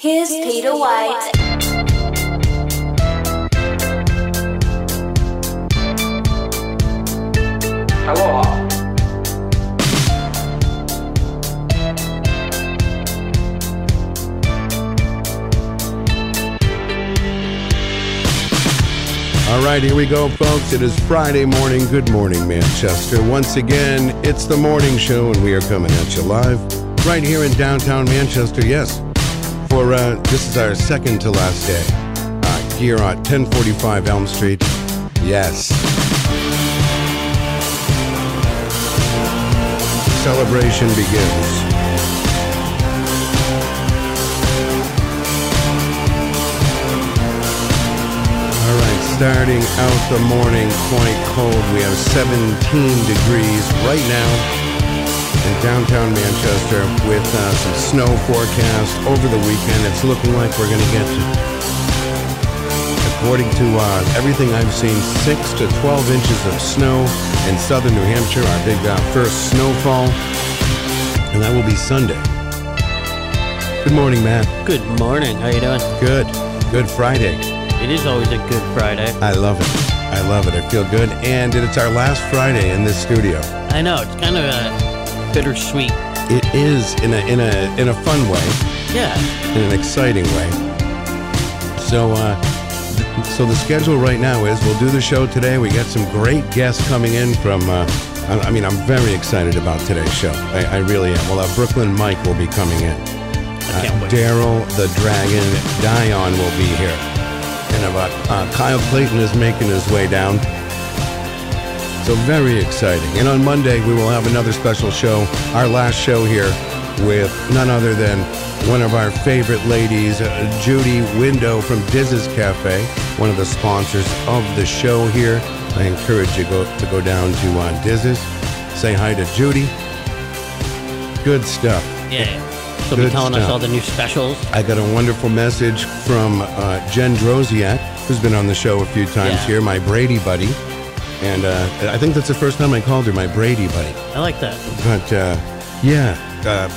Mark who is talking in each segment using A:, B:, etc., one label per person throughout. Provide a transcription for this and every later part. A: Here's Peter White.
B: Hello.
C: All right, here we go, folks. It is Friday morning. Good morning, Manchester. Once again, it's the morning show, and we are coming at you live right here in downtown Manchester. Yes, for uh, this is our second to last day uh, here on 1045 Elm Street. Yes. Celebration begins. All right, starting out the morning quite cold. We have 17 degrees right now in downtown Manchester with uh, some snow forecast over the weekend. It's looking like we're going to get, according to uh, everything I've seen, 6 to 12 inches of snow in southern New Hampshire, our big uh, first snowfall. And that will be Sunday. Good morning, Matt.
D: Good morning. How you doing?
C: Good. Good Friday.
D: It is always a good Friday.
C: I love it. I love it. I feel good. And it's our last Friday in this studio.
D: I know it's kind of uh, bittersweet.
C: It is in a in a in a fun way,
D: Yeah,
C: in an exciting way. So uh th- so the schedule right now is we'll do the show today. We got some great guests coming in from uh I I mean, I'm very excited about today's show. I, I really am. Well, uh, Brooklyn Mike will be coming in. Uh,
D: I can't wait.
C: Daryl the Dragon Dion will be here. And about uh, Kyle Clayton is making his way down. So very exciting. And on Monday, we will have another special show, our last show here with none other than one of our favorite ladies, uh, Judy Window from Diz's Cafe, one of the sponsors of the show here. I encourage you go, to go down to uh, Diz's, say hi to Judy. Good stuff.
D: yeah. She'll be
C: Good
D: telling us
C: stuff.
D: all the new specials.
C: I got a wonderful message from uh, Jen Drosiak, who's been on the show a few times
D: Yeah.
C: here, my Brady buddy. And uh, I think that's the first time I called her my Brady buddy.
D: I like that.
C: But uh, yeah, uh,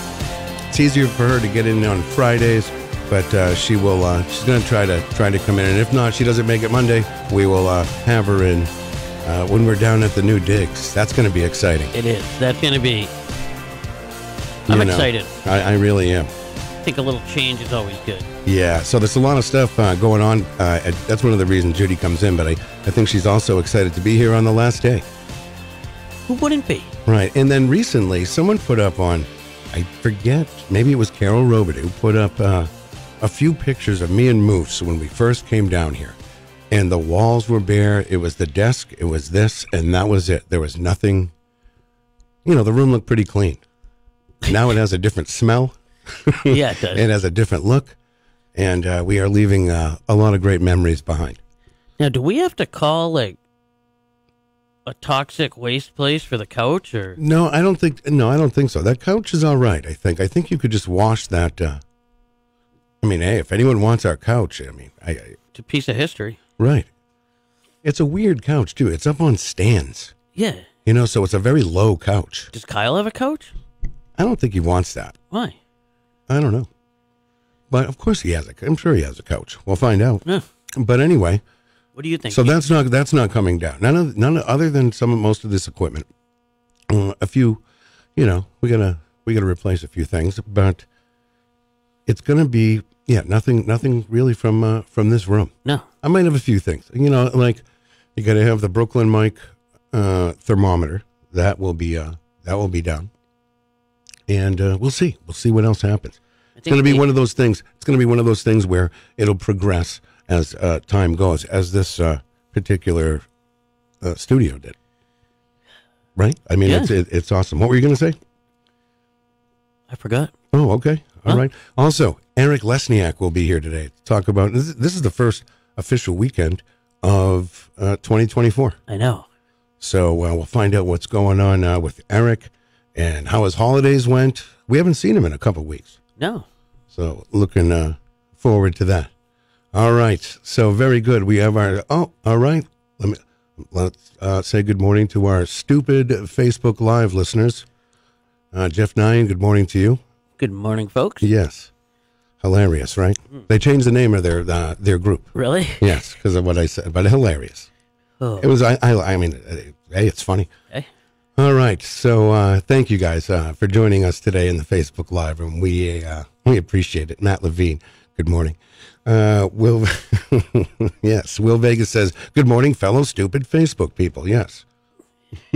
C: it's easier for her to get in on Fridays. But uh, she will. Uh, she's going to try to try to come in, and if not, she doesn't make it Monday. We will uh, have her in uh, when we're down at the new digs. That's going to be exciting.
D: It is. That's gonna be. I'm
C: you know.
D: excited.
C: I, I really am.
D: I think a little change is always good.
C: Yeah, so there's a lot of stuff uh, going on. Uh, and that's one of the reasons Judy comes in, but I, I think she's also excited to be here on the last day.
D: Who wouldn't be?
C: Right. And then recently, someone put up on, I forget, maybe it was Carol Robidoux, put up uh, a few pictures of me and Moose when we first came down here. And the walls were bare. It was the desk, it was this, and that was it. There was nothing. You know, the room looked pretty clean. Now it has a different smell.
D: Yeah, it does.
C: It has a different look, and uh, we are leaving uh, a lot of great memories behind.
D: now, do we have to call like a toxic waste place for the couch, or
C: No, I don't think. No, I don't think so. That couch is all right. I think. I think you could just wash that. Uh, I mean, hey, if anyone wants our couch, I mean, I, I
D: it's a piece of history?
C: right. It's a weird couch too. It's up on stands,
D: Yeah.
C: you know, so it's a very low couch.
D: Does Kyle have a couch?
C: I don't think he wants that.
D: Why?
C: I don't know, but of course he has a. I'm sure he has a couch. We'll find out.
D: Yeah.
C: But anyway,
D: What do you think?
C: So that's not that's not coming down. None of none of, other than some of most of this equipment. Uh, a few, you know, we gotta we gotta replace a few things, but it's gonna be yeah nothing nothing really from uh, from this room.
D: no.
C: I might have a few things, you know, like you gotta have the Brooklyn Mike uh, thermometer that will be uh, that will be down, and uh, we'll see we'll see what else happens.
D: I
C: It's going to be
D: we-
C: one of those things. It's going to be one of those things where it'll progress as uh, time goes, as this uh, particular uh, studio did. Right? I mean,
D: Yeah.
C: it's it, it's awesome. What were you going to say?
D: I forgot.
C: Oh, okay. all
D: Huh?
C: right. Also, Eric Lesniak will be here today to talk about this. This is the first official weekend of uh, 2024.
D: I know.
C: So uh, we'll find out what's going on uh, with Eric and how his holidays went. We haven't seen him in a couple weeks.
D: No.
C: So looking uh, forward to that. All right. So very good. We have our oh, all right. Let me let's uh, say good morning to our stupid Facebook Live listeners. Uh, Jeff Nyan, good morning to you.
D: Good morning, folks.
C: Yes. Hilarious, right? They changed the name of their uh, their group.
D: Really?
C: Yes, because of what I said, but hilarious.
D: Oh,
C: It was. I. I, I mean, uh, hey, it's funny.
D: okay.
C: All right. So uh, thank you guys uh, for joining us today in the Facebook Live, and we uh, we appreciate it. Matt Levine, good morning. Uh, Will, yes, Will Vegas says, "Good morning, fellow stupid Facebook people." Yes,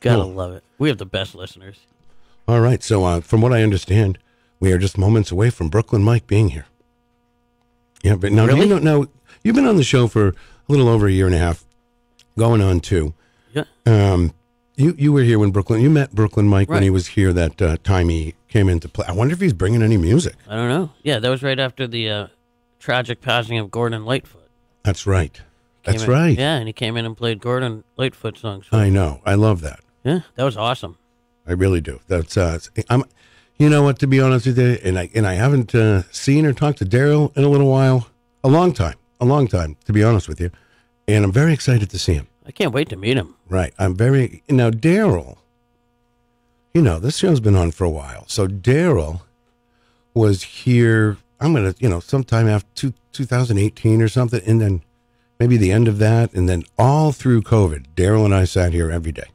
D: Gotta love it. We have the best listeners.
C: all right. So, uh, from what I understand, we are just moments away from Brooklyn Mike being here. Yeah, but now, do
D: Really?
C: you know, now you've been on the show for a little over a year and a half, going on two.
D: Yeah.
C: Um, you you were here when Brooklyn. You met Brooklyn Mike when
D: Right.
C: he was here that uh, time he came into play. I wonder if he's bringing any music.
D: I don't know. Yeah, that was right after the uh, tragic passing of Gordon Lightfoot.
C: That's right.
D: Came
C: That's
D: in-
C: right.
D: Yeah, and he came in and played Gordon Lightfoot songs.
C: I know. I love that.
D: Yeah, that was awesome.
C: I really do. That's uh, it's- I'm. You know what? To be honest with you, and I and I haven't uh, seen or talked to Daryl in a little while, a long time, a long time. To be honest with you, and I'm very excited to see him.
D: I can't wait to meet him.
C: Right. I'm very now Daryl. You know, this show's been on for a while. So Daryl was here. I'm gonna, you know, sometime after two, 2018 or something, and then maybe the end of that, and then all through COVID, Daryl and I sat here every day.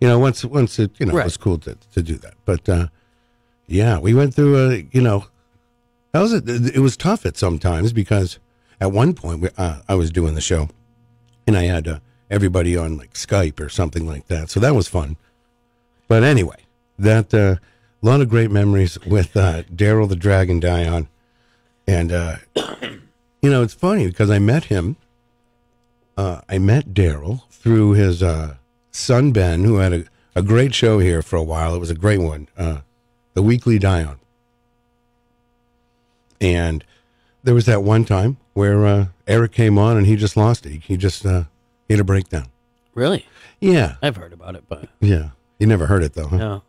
C: You know, once once it, you know, it
D: Right.
C: was cool to, to do that. But uh, yeah, we went through a, you know, that was it. It was tough at sometimes because at one point we, uh, I was doing the show, and I had uh, everybody on like Skype or something like that. So that was fun. But anyway, that a uh, lot of great memories with uh, Daryl the Dragon Dion, and uh, you know it's funny because I met him. Uh, I met Daryl through his uh, son Ben, who had a, a great show here for a while. It was a great one, uh, the Weekly Dion, and there was that one time where uh, Eric came on and he just lost it. He, he just uh, he had a breakdown.
D: Really?
C: Yeah,
D: I've heard about it, but
C: yeah. You never heard it though, huh?
D: no.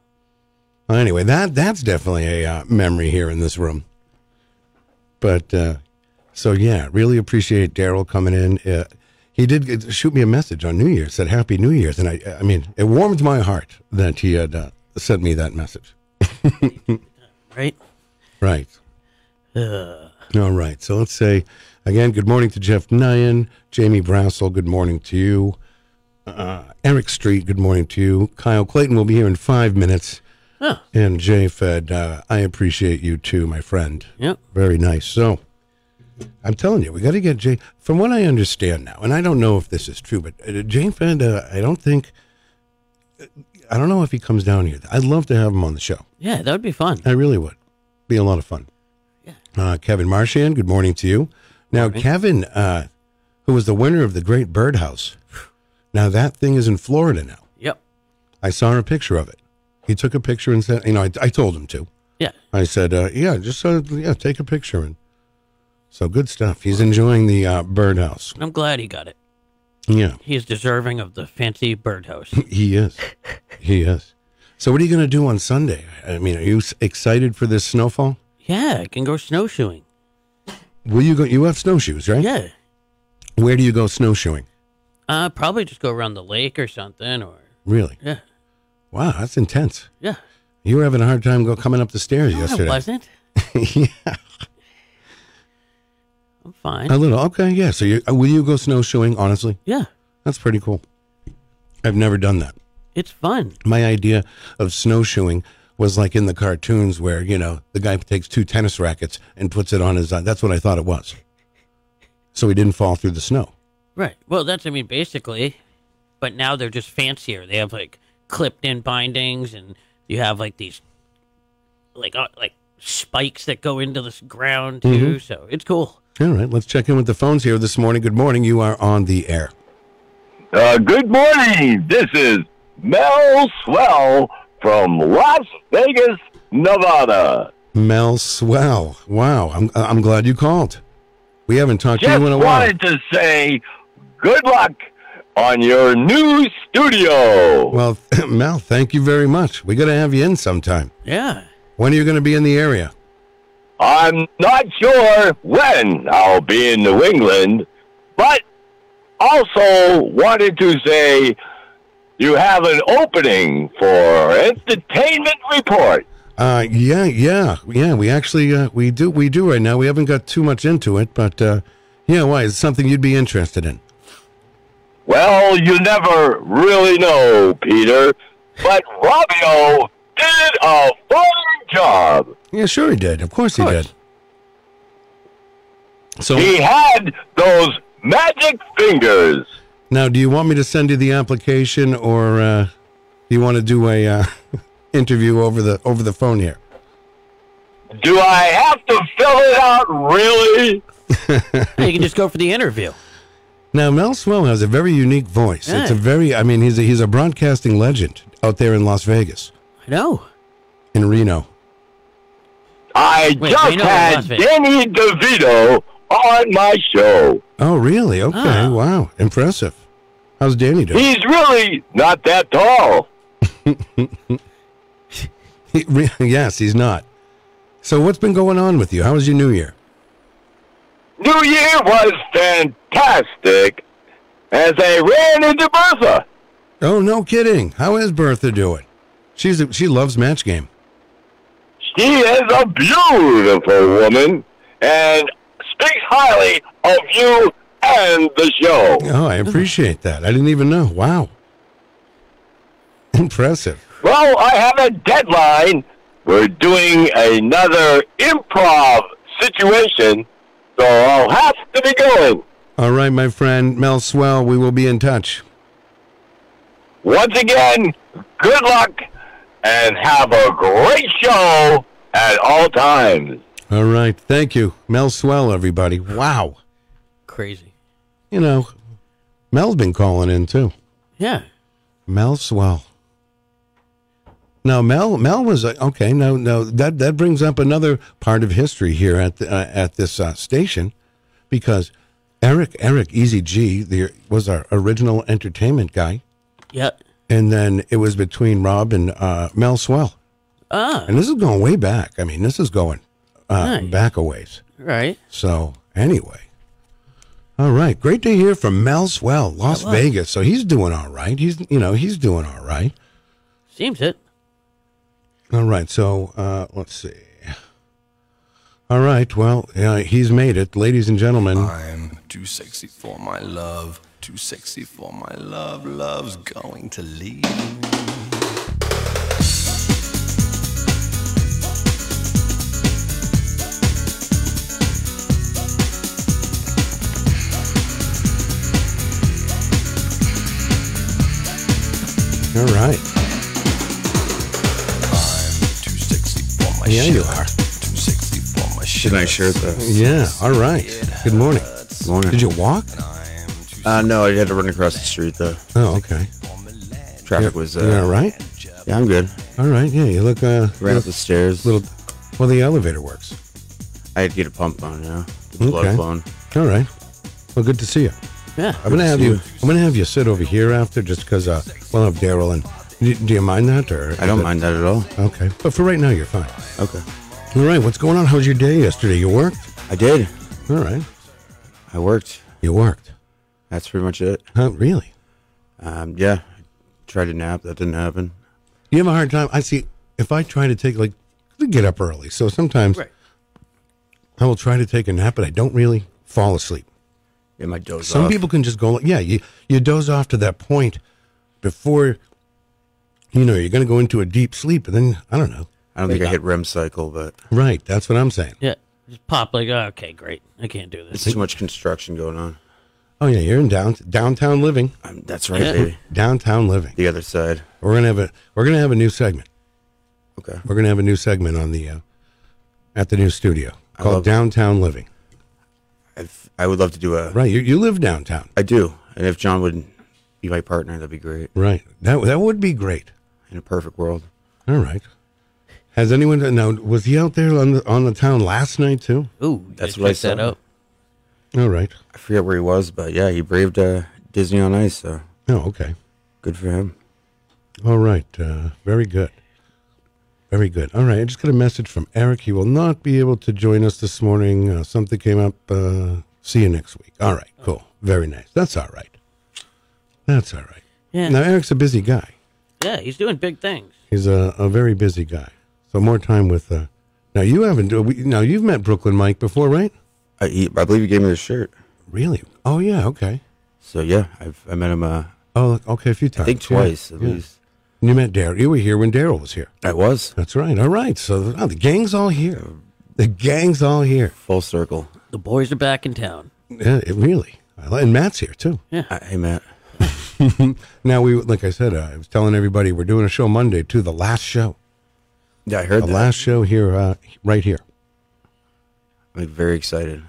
C: Well, anyway, that that's definitely a uh, memory here in this room. But uh, so yeah, really appreciate Daryl coming in. Uh, he did get- shoot me a message on New Year's, said Happy New Year's, and I I mean it warmed my heart that he had uh, sent me that message.
D: Right? Uh,
C: Right.
D: Ugh.
C: All right. So let's say again, good morning to Jeff Nyan, Jamie Brassel. Good morning to you, uh, Eric Street. Good morning to you, Kyle Clayton. will be here in five minutes.
D: Huh.
C: And Jay Fed, uh, I appreciate you too, my friend.
D: Yep.
C: Very nice. So I'm telling you, we got to get Jay. From what I understand now, and I don't know if this is true, but uh, Jay Fed, uh, I don't think, uh, I don't know if he comes down here. I'd love to have him on the show.
D: Yeah, that would be fun.
C: I really would. Be a lot of fun. Uh, Kevin Marshan, good morning to you. Now, Kevin, uh, who was the winner of the Great Birdhouse, now that thing is in Florida now.
D: Yep.
C: I saw a picture of it. He took a picture and said, you know, I, I told him to.
D: Yeah.
C: I said, uh, yeah, just uh, yeah, take a picture. And so good stuff. He's enjoying the uh, birdhouse.
D: I'm glad he got it.
C: Yeah,
D: He is deserving of the fancy birdhouse.
C: he is. he is. So what are you going to do on Sunday? I mean, are you s- excited for this snowfall?
D: yeah, I can go snowshoeing.
C: Will you go? You have snowshoes, right?
D: Yeah.
C: Where do you go snowshoeing?
D: Uh, probably just go around the lake or something, or
C: Really?
D: yeah,
C: Wow, that's intense.
D: yeah.
C: You were having a hard time go coming up the stairs
D: No, I
C: yesterday.
D: wasn't.
C: yeah,
D: I'm fine.
C: a little. Okay, yeah. So you, uh, will you go snowshoeing? Honestly,
D: yeah,
C: that's pretty cool. I've never done that.
D: it's fun.
C: My idea of snowshoeing was like in the cartoons where you know the guy takes two tennis rackets and puts it on his. eye. That's what I thought it was. So he didn't fall through the snow.
D: Right. Well, that's I mean basically, but now they're just fancier. They have like clipped-in bindings, and you have like these, like uh, like spikes that go into the s- ground too. So it's cool.
C: All right, let's check in with the phones here this morning. Good morning. You are on the air.
A: Uh, good morning. This is Mel Swell from Las Vegas, Nevada.
C: Mel Swell. Wow, I'm I'm glad you called. We haven't talked
A: Just
C: to you in a while.
A: wanted to say good luck on your new studio.
C: Well, Mel, thank you very much. We got to have you in sometime.
D: Yeah.
C: When are you going to be in the area?
A: I'm not sure when I'll be in New England, but also wanted to say you have an opening for Entertainment Report.
C: Uh, yeah, yeah, yeah. We actually uh, we do we do right now. We haven't got too much into it, but uh, yeah, why? It's something you'd be interested in.
A: Well, you never really know, Peter. But Robbio did a fine job.
C: Yeah, sure he did. Of course he
D: course.
C: did. So
A: He had those magic fingers.
C: now, do you want me to send you the application, or uh, do you want to do a uh, interview over the over the phone here?
A: Do I have to fill it out really?
D: you can just go for the interview.
C: Now, Mel Swill has a very unique voice. It's a
D: Yeah.
C: very, I mean, he's a, he's a broadcasting legend out there in Las Vegas,
D: I know.
C: in Reno.
A: I
D: Wait,
A: just
D: Reno or Las
A: had
D: Vegas?
A: Danny DeVito on my show.
C: Oh, really? Okay.
D: Ah.
C: Wow. Impressive. How's Danny doing?
A: He's really not that tall.
C: He re- yes, he's not. So, what's been going on with you? How was your New Year?
A: New Year was fantastic as I ran into Bertha.
C: Oh, no kidding. How is Bertha doing? She's a, she loves match game.
A: She is a beautiful woman and speaks highly of you and the show.
C: Oh, I appreciate that. I didn't even know. Wow. Impressive.
A: Well, I have a deadline. We're doing another improv situation, so I'll have to be going.
C: All right, my friend Mel Swell, we will be in touch.
A: Once again, good luck and have a great show at all times.
C: All right. Thank you. Mel Swell, everybody. Wow.
D: Crazy.
C: You know, Mel's been calling in too.
D: Yeah.
C: Mel Swell. Now Mel Mel was uh, okay. No, no, that that brings up another part of history here at the, uh, at this uh, station, because Eric Eric Easy G the, was our original entertainment guy,
D: Yep.
C: and then it was between Rob and uh, Mel Swell,
D: Ah,
C: and this is going way back. I mean, this is going uh,
D: Nice.
C: back a ways.
D: right.
C: So anyway, all right, great to hear from Mel Swell, Las
D: was.
C: Vegas. So he's doing all right. He's you know he's doing all right.
D: Seems it.
C: All right, so uh, let's see. All right, well, uh, he's made it, ladies and gentlemen.
B: I'm too sexy for my love. Too sexy for my love. Love's going to leave. me.
C: All
B: I'm
C: right,
B: too sexy for my
C: yeah,
B: shit.
C: you are.
B: Too sexy for my shit.
E: Did I shirt though?
C: Yeah, all right. Good morning.
E: Morning.
C: Did you walk?
E: Uh, no, I had to run across the street though.
C: Oh, okay.
E: Traffic was. Uh,
C: You all right?
E: Yeah, I'm good.
C: All right. Yeah, you look uh,
E: Ran up
C: look
E: the stairs.
C: little. Well, the elevator works.
E: I had to get a pump on. Yeah, the
C: Okay.
E: blood blown.
C: All right. Well, good to see you.
D: Yeah.
C: I'm gonna have you. I'm gonna have you sit over here after, just because. Uh, well, I'm Daryl, and do, do you mind that or?
E: I don't mind that at all.
C: Okay, but for right now, you're fine.
E: Okay.
C: All right. What's going on? How's your day yesterday? You worked.
E: I did.
C: All right.
E: I worked.
C: You worked.
E: That's pretty much it.
C: Huh, really?
E: Um, yeah. Tried to nap. That didn't happen.
C: You have a hard time. I see. If I try to take like, I get up early, so sometimes
D: Right.
C: I will try to take a nap, but I don't really fall asleep.
E: Yeah, my doze
C: Some
E: off.
C: people can just go. like- Yeah, you you doze off to that point before. You know, you're going to go into a deep sleep, and then I don't know.
E: I don't think I hit REM cycle, but
C: Right, that's what I'm saying.
D: Yeah. Just pop like, oh, okay, great. I can't do
E: it's
D: this.
E: too much construction going on.
C: Oh yeah, you're in down, downtown living.
E: Um, that's right,
D: Yeah.
E: baby.
C: Downtown living.
E: The other side.
C: We're gonna have a we're gonna have a new segment.
E: Okay.
C: We're gonna have a new segment on the uh, at the new studio called
E: love it.
C: Downtown Living.
E: I've, I would love to do a.
C: Right, you, you live downtown.
E: I do. And if John would be my partner, that'd be great.
C: Right, that that would be great.
E: In a perfect world.
C: All right. Has anyone now? Was he out there on the on the town last night too?
D: Ooh, you
E: That's
D: guys
E: what I
D: check that
E: saw.
D: out.
C: All right.
E: I forget where he was, but yeah, he braved uh, Disney on Ice, so
C: Oh, okay.
E: good for him.
C: All right. Uh, very good. Very good. All right. I just got a message from Eric. He will not be able to join us this morning. Uh, something came up. Uh, see you next week. All right. Cool. Very nice. That's all right. That's all right.
D: Yeah.
C: Now, Eric's a busy guy.
D: Yeah, he's doing big things.
C: He's a, a very busy guy. So more time with. Uh, now you haven't. uh, we- Now you've met Brooklyn Mike before, right?
E: I, Uh, he, I believe he gave me the shirt.
C: Really? Oh yeah. Okay.
E: So yeah, I've I met him. Uh,
C: Oh, okay. A few times.
E: I think
C: yeah,
E: twice at
C: yeah.
E: least.
C: And you met Daryl. You were here when Daryl was here.
E: I was
C: That's right. All right. So oh, the gang's all here. The gang's all here.
E: full circle.
D: The boys are back in town.
C: Yeah, it really. I li- And Matt's here too.
E: I, hey Matt,
C: Now we, like I said, uh, I was telling everybody we're doing a show Monday too. The last show.
E: yeah, I heard
C: The
E: that.
C: last show here, uh, right here.
E: I'm like, very excited.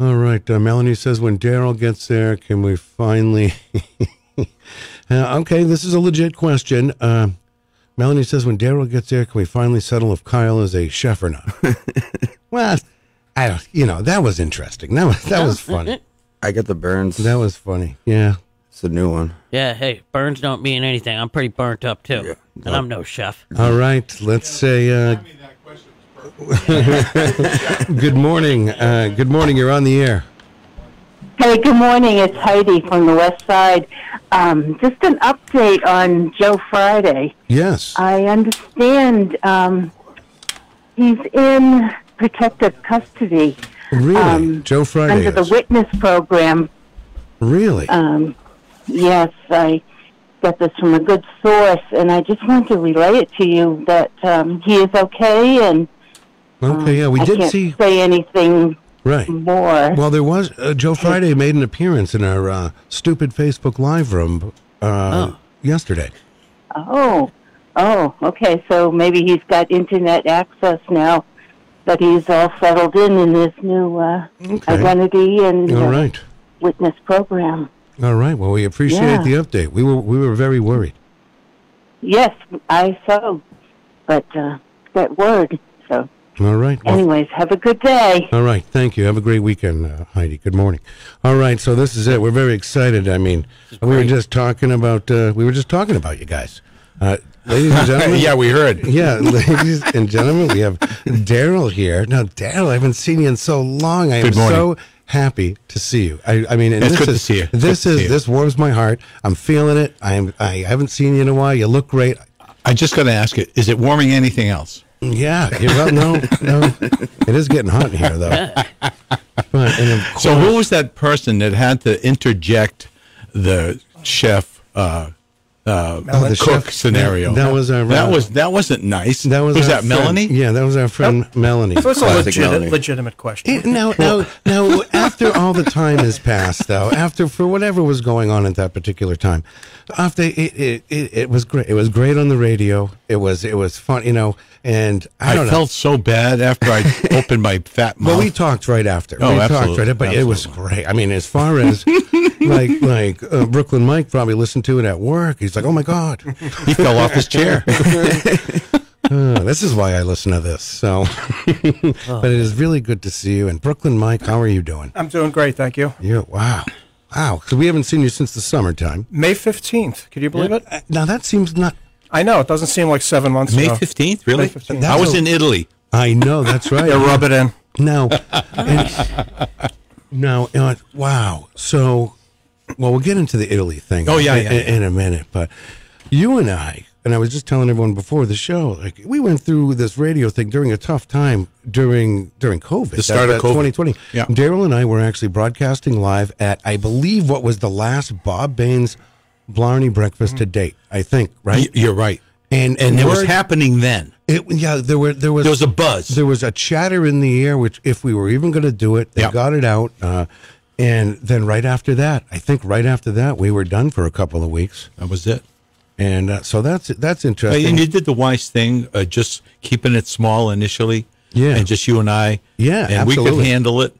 C: All right. Uh, Melanie says, when Daryl gets there, can we finally. Uh, okay, this is a legit question. Uh, Melanie says, when Daryl gets there, can we finally settle if Kyle is a chef or not? well, I don't, you know, that was interesting. That was, that was funny.
E: I got the burns.
C: That was funny. Yeah.
E: It's a new one.
D: Yeah, hey, burns don't mean anything. I'm pretty burnt up too,
E: Yeah.
D: and I'm no chef.
C: All right. Let's say. Uh, good morning. Uh, good morning. You're on the air.
F: Hey, good morning. It's Heidi from the West Side. Um, just an update on Joe Friday.
C: Yes.
F: I understand um, he's in protective custody
C: Really?
F: um,
C: Joe Friday.
F: under the
C: is.
F: witness program. Um,
C: Really?
F: Yes, I got this from a good source, and I just want to relay it to you that um, he is okay, and um,
C: okay. Yeah, we
F: I
C: did
F: can't
C: see.
F: say anything
C: Right.
F: more.
C: Well, there was uh, Joe Friday made an appearance in our uh, stupid Facebook Live room uh, yesterday.
F: Oh, oh, okay. So maybe he's got internet access now that he's all settled in in his new uh,
C: Okay.
F: identity and uh,
C: All right,
F: witness program.
C: all right. Well, we appreciate
F: Yeah.
C: the update. We were we were very worried.
F: Yes, I so, but uh, that word. So,
C: All right. Well,
F: anyways, have a good day.
C: All right. Thank you. Have a great weekend, uh, Heidi. Good morning. All right. So this is it. We're very excited. I mean, we were just talking about uh, we were just talking about you guys, uh, ladies and gentlemen.
E: Yeah, we heard.
C: Yeah, ladies and gentlemen, we have Daryl here. Now, Daryl, I haven't seen you in so long. I
G: Good
C: am
G: morning.
C: so happy to see you. I, I mean, and
G: It's
C: this
G: good to
C: is
G: see you. It's
C: this
G: good to
C: is
G: see you.
C: this warms my heart. I'm feeling it. I am. I haven't seen you in a while. You look great.
G: I just got to ask it: Is it warming anything else?
C: Yeah, you well, no, no. It is getting hot in here though. But, and of
G: So, who was that person that had to interject the chef uh, uh,
C: Oh, the
G: cook
C: chef-
G: scenario?
C: that- that was our- uh,
G: that was that wasn't nice.
C: That was, our
G: that
C: friend-
G: Melanie.
C: Yeah, that was our friend Melanie.
H: So it's a
E: Classic Melanie.
H: legit, legitimate question.
C: Now, now, now, after all the time has passed, though, after for whatever was going on at that particular time, after it, it, it, it was great. It was great on the radio. It was, it was fun, you know. And I,
G: I,
C: don't
G: felt so bad after I opened my fat
C: know.
G: mouth.
C: Well, we talked right after.
G: Oh,
C: we talked
G: absolutely,
C: right, after, but it was
G: absolutely.
C: great. I mean, as far as like, like uh, Brooklyn Mike probably listened to it at work. He's like, "Oh my god,
G: he fell off his chair.
C: Uh, this is why I listen to this." So,
G: Oh.
C: but it is really good to see you. And Brooklyn Mike, how are you doing?
H: I'm doing great, thank you.
C: Yeah, wow. Wow. So we haven't seen you since the summertime.
H: May 15th. Could you believe it?
C: Uh, Now that seems not.
H: I know, it doesn't seem like seven months
G: May
H: ago.
G: fifteenth, really?
H: May 15th.
G: I was
C: That's a-
G: in Italy.
C: I know. That's right.
H: Yeah, rub it in.
C: Now, and- now, uh, wow. So, well, we'll get into the Italy thing.
G: Oh, yeah,
C: in,
G: yeah,
C: in,
G: yeah.
C: in a minute. But you and I, and I was just telling everyone before the show, like we went through this radio thing during a tough time during during COVID, the
G: start of COVID.
C: twenty twenty.
G: Yeah.
C: Daryl and I were actually broadcasting live at, I believe, what was the last Bob Baines Blarney breakfast to date. I think right.
G: Y- You're right.
C: And
G: And it was
C: word-
G: happening then.
C: It, yeah, there were there was
G: There was a buzz.
C: There was a chatter in the air, which if we were even going to do it, they
G: Yeah.
C: got it out. Uh, and then right after that, I think right after that, we were done for a couple of weeks,
G: That was it.
C: and uh, so that's that's
G: Hey,
C: interesting.
G: and you did the wise thing, uh, just keeping it small initially.
C: Yeah.
G: And just you and I.
C: Yeah,
G: And we could
C: absolutely.
G: handle it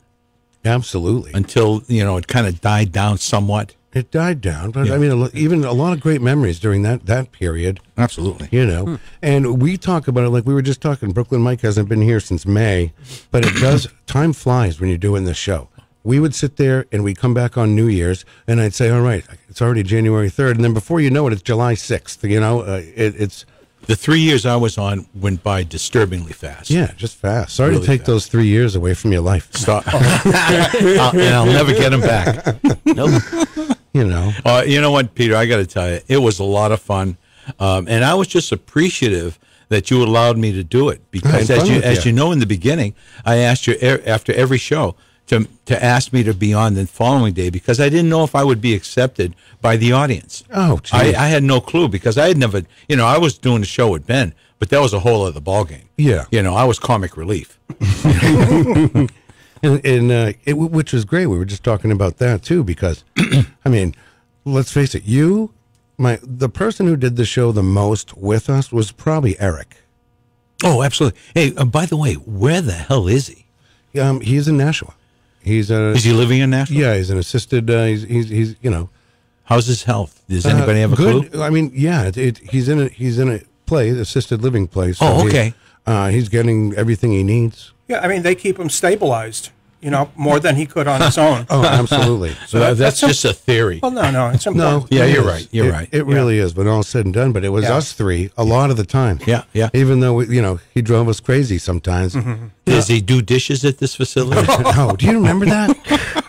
C: Absolutely,
G: until, you know, it kind of died down somewhat.
C: it died down, but
G: Yeah.
C: I mean, a lo- even a lot of great memories during that that period.
G: Absolutely.
C: You know, and we talk about it like we were just talking. Brooklyn Mike hasn't been here since May, but it does. time flies when you're doing this show. We would sit there and we'd come back on New Year's, and I'd say, "All right, it's already January 3rd. and then before you know it, it's July sixth. You know, uh, it, it's
G: The three years I was on went by disturbingly fast.
C: yeah, just fast. Sorry to
G: Really
C: take
G: fast.
C: those three years away from your life.
G: Stop. I'll- and I'll never get them back.
D: Nope.
C: You know,
G: Uh, you know what, Peter? I got to tell you, it was a lot of fun. Um, and I was just appreciative that you allowed me to do it because,
C: fun
G: as you
C: with
G: as
C: you.
G: you know, in the beginning, I asked you er, after every show to to ask me to be on the following day because I didn't know if I would be accepted by the audience.
C: Oh, geez.
G: I, I had no clue because I had never, you know, I was doing a show with Ben, but that was a whole other ballgame.
C: Yeah.
G: you know, I was comic relief.
C: And, and uh, it, w- which was great. We were just talking about that too, because I mean, let's face it. You, my, the person who did the show the most with us was probably Eric.
G: Oh, absolutely. Hey, uh, by the way, where the hell is he?
C: Um, he's in Nashua. He's a
G: Is he living in Nashville?
C: yeah. He's an assisted. Uh, he's, he's he's you know.
G: How's his health? Does
C: uh,
G: anybody have a
C: good,
G: clue?
C: I mean, yeah. It, it, he's in a he's in a place assisted living place.
G: Oh,
C: he-
G: okay.
C: uh, he's getting everything he needs.
H: Yeah, I mean, they keep him stabilized, you know, more than he could on his own.
C: Oh, absolutely.
G: So that- that's just a theory.
H: Well, no, no, it's
C: No,
H: important.
G: Yeah,
C: it
G: you're
C: is.
G: right. You're
C: It-
G: right.
C: It really is. But all said and done, but it was
H: Yeah.
C: us three a lot of the time.
G: Yeah, yeah.
C: Even though we, you know he drove us crazy sometimes.
H: Mm-hmm.
G: Does he do dishes at this facility?
C: oh, do you remember that?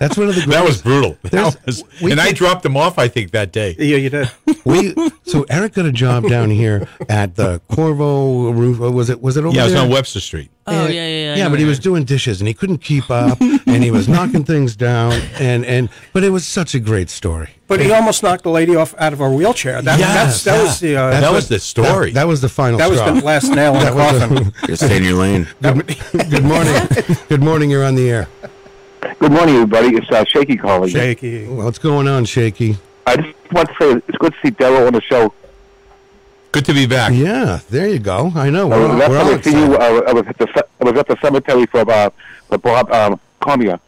C: That's one of the great,
G: that was brutal.
C: There's-
G: That was-
C: we
G: and I
C: could-
G: dropped him off, I think, that day.
H: Yeah, you did.
C: we. So Eric got a job down here at the Corvo roof. Was it? Was it over
G: Yeah, it was
C: there?
G: on Webster Street.
D: Oh,
C: And-
D: yeah, yeah, yeah, I
C: Yeah,
D: know
C: but he
D: where
C: was doing dishes and he couldn't keep up, and he was knocking things down, and and but it was such a great story.
H: But he almost knocked the lady off out of her wheelchair. That,
G: Yes,
H: that's, that
G: yeah.
H: was the uh,
G: That
H: that,
G: was the story.
C: That, that was the final.
H: was
C: straw.
H: the last nail in the
C: That was the-
H: coffin.
E: Just stay in your lane.
C: Good morning. Good morning. You're on the air.
A: Good morning, everybody. It's uh, Shaky calling.
H: Shaky.
C: What's going on, Shaky?
A: I just want to say it's good to see Daryl on the show.
G: Good to be back.
C: Yeah, there you go. I know.
A: Uh,
H: Oh,
C: We're, all-
A: last
C: Oh, we're all
A: time I see
C: excited.
A: you, uh, I was at the ce- I was at the cemetery for uh, for Bob um, Cormier.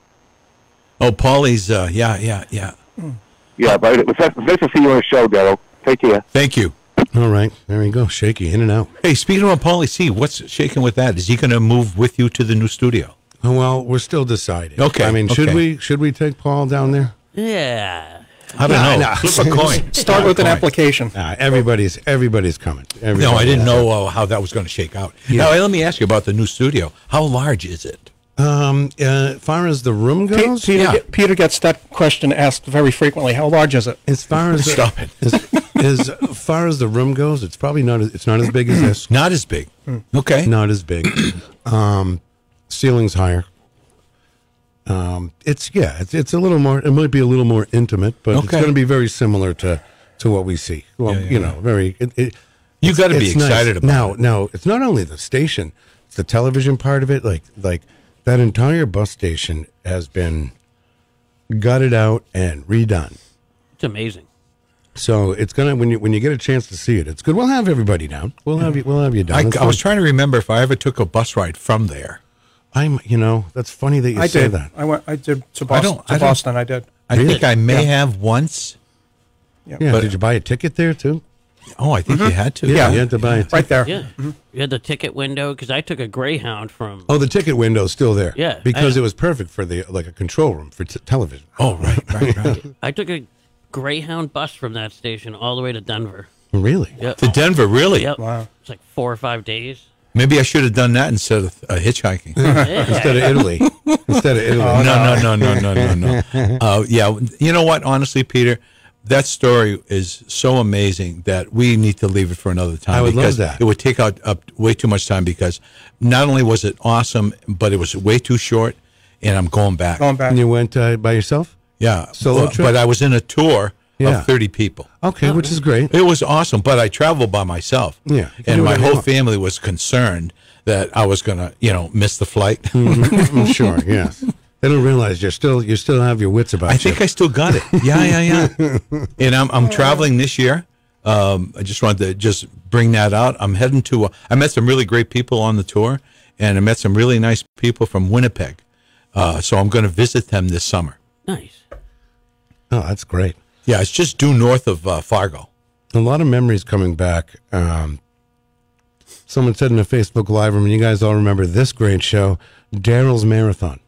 G: Oh, Paulie's. Uh, yeah, yeah, yeah.
A: Yeah, but it was nice- nice to see you on the show, Daryl. Take care.
G: Thank you.
C: All right, there you go. Shaky in and out.
G: Hey, speaking of Paulie C, what's shaking with that? Is he going to move with you to the new studio?
C: Oh, Well, we're still deciding.
G: Okay,
C: I mean, should
G: okay.
C: we should we take Paul down there?
D: Yeah.
G: I don't know.
C: no.
G: Flip a coin.
H: Start with an
G: Coin.
H: application.
C: Nah, everybody's everybody's coming.
G: No, I
C: Everybody's
G: didn't
C: coming.
G: know uh, how that was going to shake out. Now, let me ask you about the new studio. How large is it?
C: Um, uh, as far as the room
H: Pe-
C: goes,
H: Peter,
G: Yeah.
H: ge- Peter gets that question asked very frequently. How large is it?
C: as far as
G: Stop it.
C: as, as far as the room goes, it's probably not. as- It's not as big as this. Hmm.
G: Not as big. Okay.
C: Not as big. Um, ceiling's higher. Um, it's yeah. It's it's a little more. It might be a little more intimate, but it's
G: Okay.
C: going to be very similar to to what we see. Well,
G: Yeah, yeah,
C: you know, very. It, it,
G: You
C: it's-
G: got to be
C: it's nice.
G: excited about
C: now,
G: it.
C: Now, it's not only the station; it's the television part of it. Like, like that entire bus station has been gutted out and redone.
D: It's amazing.
C: So it's gonna when you when you get a chance to see it, it's good. We'll have everybody down. We'll have you. We'll have you down.
G: I,
C: That's
G: I was
C: fine.
G: trying to remember if I ever took a bus ride from there.
C: I'm. You know, that's funny that you
H: I
C: say
H: did.
C: that.
H: I went. I did to Boston.
G: I don't- I
H: to
G: don't-
H: Boston, I did.
G: I think I may have once.
C: Yeah.
G: But-
C: did you buy a ticket there too? Mm-hmm.
G: Oh, I think you had to.
C: you had to buy. A ticket.
H: Right there.
D: Yeah. You had the ticket window because I took a Greyhound from.
C: Oh, the ticket window's still there.
D: Yeah,
C: because
D: I-
C: it was perfect for the like a control room for t- television.
G: Oh, right, right, right.
D: I took a Greyhound bus from that station all the way to Denver.
C: Really?
D: Yep.
G: to Denver, really?
D: Yep.
H: Wow.
D: It's like four or five days.
G: Maybe I should have done that instead of uh, hitchhiking. no,
D: Yeah.
C: Instead of Italy. Oh, Instead of Italy.
G: no, no, no, no, no, no. Uh, yeah, you know what? Honestly, Peter, that story is so amazing that we need to leave it for another time.
C: I would love
G: because
C: that.
G: It would take out up way too much time because not only was it awesome, but it was way too short, and I'm going back.
H: Going back.
C: And you went uh, by yourself?
G: Yeah,
C: Solo
G: but,
C: trip?
G: but I was in a tour
C: Yeah.
G: of 30 people.
C: Okay, which is great.
G: It was awesome, but I traveled by myself.
C: Yeah, you can do
G: and my
C: whatever you
G: whole
C: want.
G: family was concerned that I was gonna, you know, miss the flight.
C: I'm Mm-hmm. sure. Yeah. They don't realize you're still you still have your wits about
G: I
C: you.
G: think I still got it. Yeah, yeah, yeah. and I'm I'm traveling this year. Um, I just wanted to just bring that out. I'm heading to. Uh, I met some really great people on the tour, and I met some really nice people from Winnipeg. Uh, so I'm going to visit them this summer.
D: Nice.
C: oh, that's great.
G: Yeah, it's just due north of uh, Fargo.
C: A lot of memories coming back. Um, someone said in a Facebook live room, and you guys all remember this great show, Daryl's Marathon.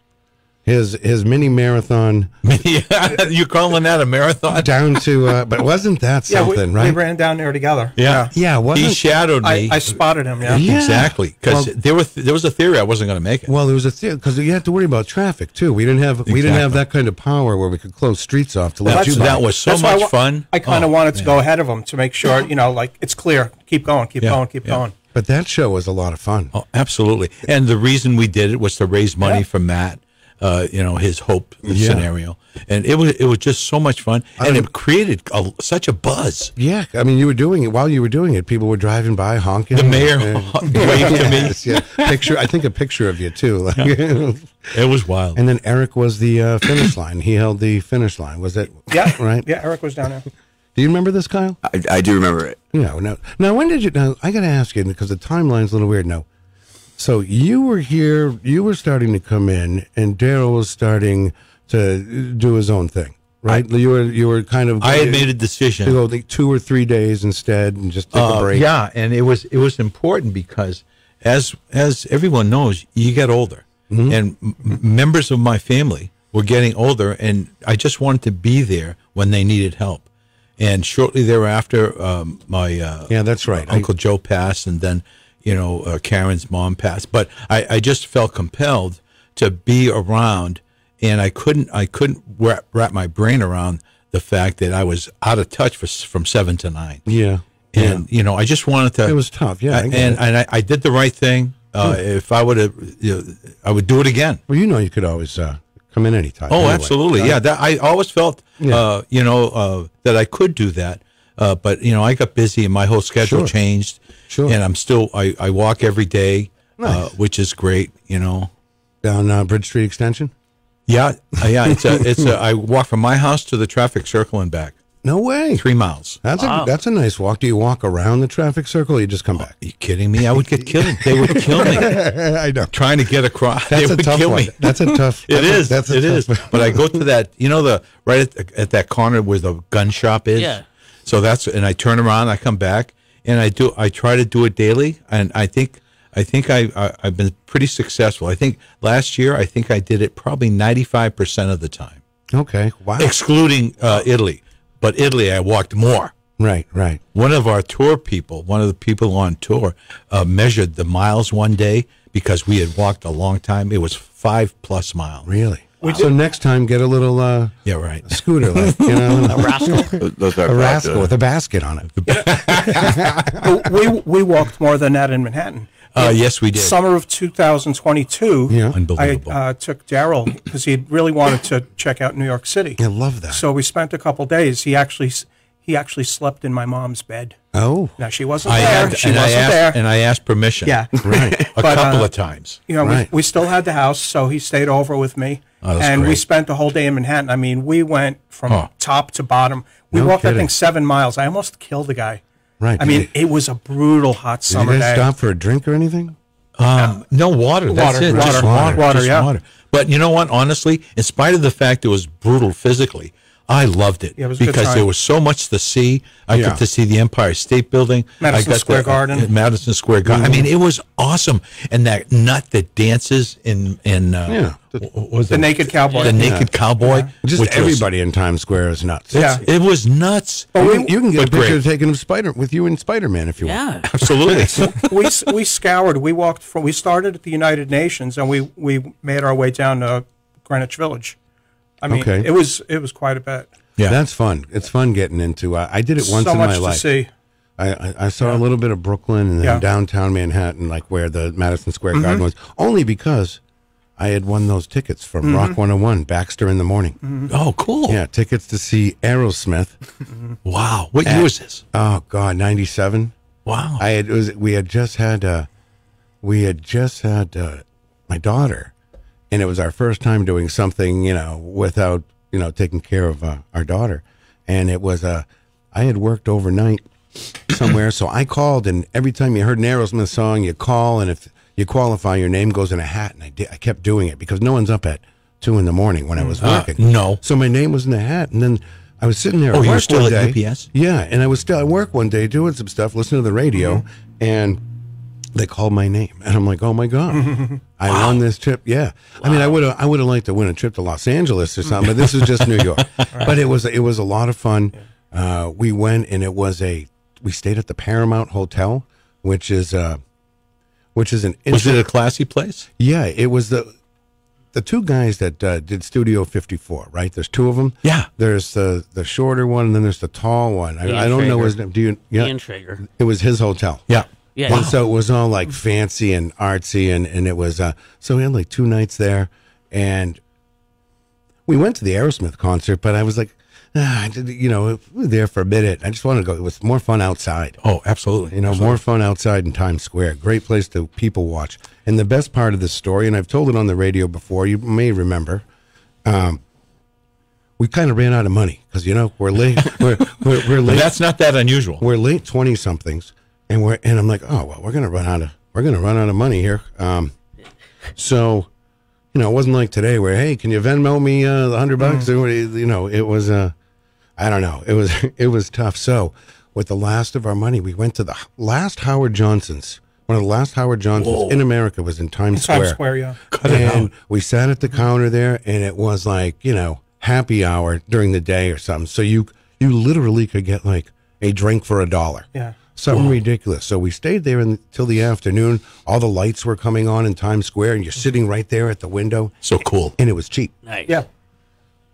C: His his mini marathon
G: yeah, you calling that a marathon?
C: down to, uh, but wasn't that
H: Yeah, we,
C: something,
H: we
C: right?
H: ran down there together.
G: Yeah,
C: Yeah, wasn't-
G: he shadowed
H: I,
G: me.
H: I spotted him. Yeah.
C: Yeah.
G: Exactly, because
C: Well-
G: there were there was a theory I wasn't going to make it.
C: well, there was a theory because you had to worry about traffic too. We didn't have we didn't have that kind of power where we could close streets off to let
G: That's-
C: you. by.
G: that was so
H: why I
G: much
H: wa-
G: fun.
H: I kind
G: Oh,
H: of wanted to go ahead of him to make sure, you know, like it's clear. Keep going, keep
G: Yeah,
H: going, keep
G: yeah.
H: going.
C: But that show was a lot of fun.
G: Oh, absolutely. And the reason we did it was to raise money for Matt. Uh, you know his hope
C: Yeah.
G: scenario, and it was it was just so much fun, and
C: don't-
G: it created a, such a buzz.
C: Yeah, I mean, you were doing it while you were doing it. People were driving by honking.
G: The mayor
C: Yeah.
G: waved to me.
C: Yes, yeah. Picture. I think a picture of you too. Like,
G: It was wild.
C: and then Eric was the uh, finish line. He held the finish line. Was it?
H: Yeah.
C: Right.
H: Yeah, Eric was down there.
C: Do you remember this, Kyle?
E: I, I do remember it.
C: No, no. Now, when did you? Now, I got to ask you because the timeline's a little weird. Now, so you were here. You were starting to come in, and Daryl was starting to do his own thing. Right. you were. You were kind of.
G: I had made a
C: to
G: decision.
C: go like two or three days instead, and just take a
G: Uh,
C: break.
G: Yeah, and it was it was important because as as everyone knows, you get older,
C: Mm-hmm.
G: and m- m- members of my family were getting older, and I just wanted to be there when they needed help. And shortly thereafter, um, my uh,
C: Yeah, that's right.
G: Uncle Joe passed, and then you know uh, Karen's mom passed. But I, I just felt compelled to be around, and I couldn't I couldn't wrap, wrap my brain around the fact that I was out of touch for, s- from seven to nine
C: Yeah.
G: and you know i just wanted to
C: It was tough, yeah, I
G: I-
C: get
G: and
C: it.
G: and I, I did the right thing uh, if i would have you know, i would do it again
C: Well, you know, you could always uh, come in anytime.
G: oh
C: anyway.
G: absolutely yeah that i always felt uh, you know uh, that i could do that uh, but you know i got busy and my whole schedule
C: Sure.
G: changed
C: Sure.
G: and i'm still i, I walk every day uh, which is great you know
C: Down uh, Bridge Street Extension?
G: yeah uh, yeah it's a it's a i walk from my house to the traffic circle and back
C: No way.
G: three miles
C: That's a that's a nice walk. Do you walk around the traffic circle? Or you just come back.
G: you kidding me i would get killed they would kill me
C: I know.
G: trying to get across
C: That's
G: they
C: a
G: would
C: tough
G: kill
C: one.
G: me
C: That's a tough.
G: It
C: that's a-
G: is.
C: That's a
G: it
C: tough
G: is.
C: one.
G: But I go to that, you know, the right at, at that corner where the gun shop is.
D: Yeah.
G: So that's and I turn around, I come back, and I do. I try to do it daily, and I think I think I, I I've been pretty successful. I think last year I think I did it probably ninety five percent of the time,
C: Okay. Wow.
G: excluding uh, Italy. But Italy, I walked more.
C: Right. Right.
G: One of our tour people, one of the people on tour, uh, measured the miles one day because we had walked a long time. It was five plus miles.
C: Really. So next time, get a little uh,
G: Yeah, right.
C: scooter, like you know,
D: rascal.
E: Those- Those are
C: a
E: about,
C: rascal
E: uh,
C: with a basket on it.
H: But we we walked more than that in Manhattan.
G: Uh, yes, we did.
H: Summer of 2022,
C: Yeah.
H: I
G: Unbelievable.
H: uh, took Daryl because he really wanted to check out New York City.
C: I love that.
H: So we spent a couple days. He actually s- he actually slept in my mom's bed.
C: oh.
H: Now she wasn't
G: I
H: there.
G: had,
H: she
G: and I
H: wasn't
G: asked,
H: there.
G: and I asked permission.
H: yeah.
C: Right.
G: a
H: But,
G: couple
H: uh,
G: of times.
H: You know,
C: Right.
H: we, we still had the house, so he stayed over with me.
G: Oh, that's
H: and we
G: great.
H: spent the whole day in Manhattan. I mean, we went from
G: Huh.
H: top to bottom. We
C: No
H: walked, I
C: kidding.
H: think, seven miles. I almost killed the guy.
C: Right.
H: I mean, it was a brutal hot
C: did you
H: summer
C: guys
H: day.
C: stop for a drink or anything?
G: Um, no water. That's
H: Water,
G: it.
H: water,
G: just water.
H: water,
G: just
H: yeah.
G: water. But you know what? Honestly, in spite of the fact it was brutal physically, I loved it,
H: Yeah, it was a good
G: because
H: time.
G: there was so much to see. I
C: Yeah.
G: got to see the Empire State Building,
H: Madison
G: I got
H: Square
G: the-
H: Garden. Mm-hmm.
G: uh, Madison Square Garden. I mean, it was awesome. And that nut that dances in in uh,
C: Yeah.
G: wh- wh- what was
H: The
G: it?
H: naked cowboy.
G: the naked cowboy.
C: Just
G: which was-
C: everybody in Times Square is nuts.
H: Yeah.
G: it was nuts.
C: You, can- Oh, you can get a
G: But great.
C: picture taken of Spider with you and Spider Man if you want.
D: Yeah.
G: Absolutely.
H: we s- we scoured. We walked from. We started at the United Nations, and we we made our way down to Greenwich Village. I mean,
C: Okay.
H: it was it was quite a bit.
G: Yeah.
C: That's fun. It's fun getting into. uh, I, I did it once
H: so
C: in
H: much
C: my
H: to
C: life.
H: see.
C: I, I, I saw a little bit of Brooklyn and then
H: Yeah. Mm-hmm.
C: downtown Manhattan, like where the Madison Square Garden was, only because I had won those tickets from Rock
H: Mm-hmm.
C: 101, Baxter in the Morning.
G: oh, cool.
C: Yeah, tickets to see Aerosmith.
G: Wow. What year was this?
C: Oh, God, 97.
G: Wow.
C: I had, it was, we had just had, uh, we had just had uh, my daughter, and it was our first time doing something, you know, without, you know, taking care of uh, our daughter. And it was, uh, I had worked overnight somewhere, so I called, and every time you heard an Aerosmith song, you call, and if you qualify, your name goes in a hat. And I did, I kept doing it because no one's up at two in the morning when I was
G: Ah,
C: working.
G: no.
C: So my name was in the hat, and then I was sitting there.
G: Oh,
C: at
G: you were
C: work
G: still
C: one
G: at
C: day.
G: UPS?
C: Yeah, and I was still at work one day doing some stuff, listening to the
G: Mm-hmm.
C: radio, and they called my name, and I'm like, oh my
G: Mm-hmm.
C: god, I won this trip. Yeah, I mean, I would have, I would have liked to win a trip to Los Angeles or something, but this was just New York. But it was, it was a lot of fun. Uh, we went, and it was a, we stayed at the Paramount Hotel, which is, uh, which is an
G: Was it a classy place?
C: yeah, it was the the two guys that uh, did Studio 54, right? There's two of them.
G: Yeah.
C: There's the the shorter one, and then there's the tall one. I, I don't know his name. Do you? Yeah,
D: Ian Traeger.
C: it was his hotel.
G: Yeah.
D: Yeah.
C: And so it was all like fancy and artsy, and and it was uh, so we had like two nights there, and we went to the Aerosmith concert, but I was like, ah, I did, you know, we were there for a minute. I just wanted to go. It was more fun outside.
G: Oh, absolutely.
C: You know, more fun outside in Times Square. Great place to people watch. And the best part of the story, and I've told it on the radio before, you may remember, um, we kind of ran out of money because you know we're late. we're, we're, we're
G: But
C: late.
G: that's not that unusual.
C: we're late twenty somethings, and we're and I'm like, oh well, we're gonna run out of we're gonna run out of money here. Um, so, you know, it wasn't like today where hey, can you Venmo me uh, the hundred bucks? Or, You know, it was uh, I don't know, it was it was tough. So, with the last of our money, we went to the last Howard Johnson's. One of the last Howard Johnsons in America was in Times Square.
H: Times Square, yeah.
C: And we sat at the counter there, and it was like you know happy hour during the day or something. So you you literally could get like a drink for a dollar.
H: Yeah.
C: Something ridiculous. So we stayed there until the afternoon. All the lights were coming on in Times Square, and you're sitting right there at the window,
G: So cool.
C: and it was cheap.
D: Nice.
H: Yeah.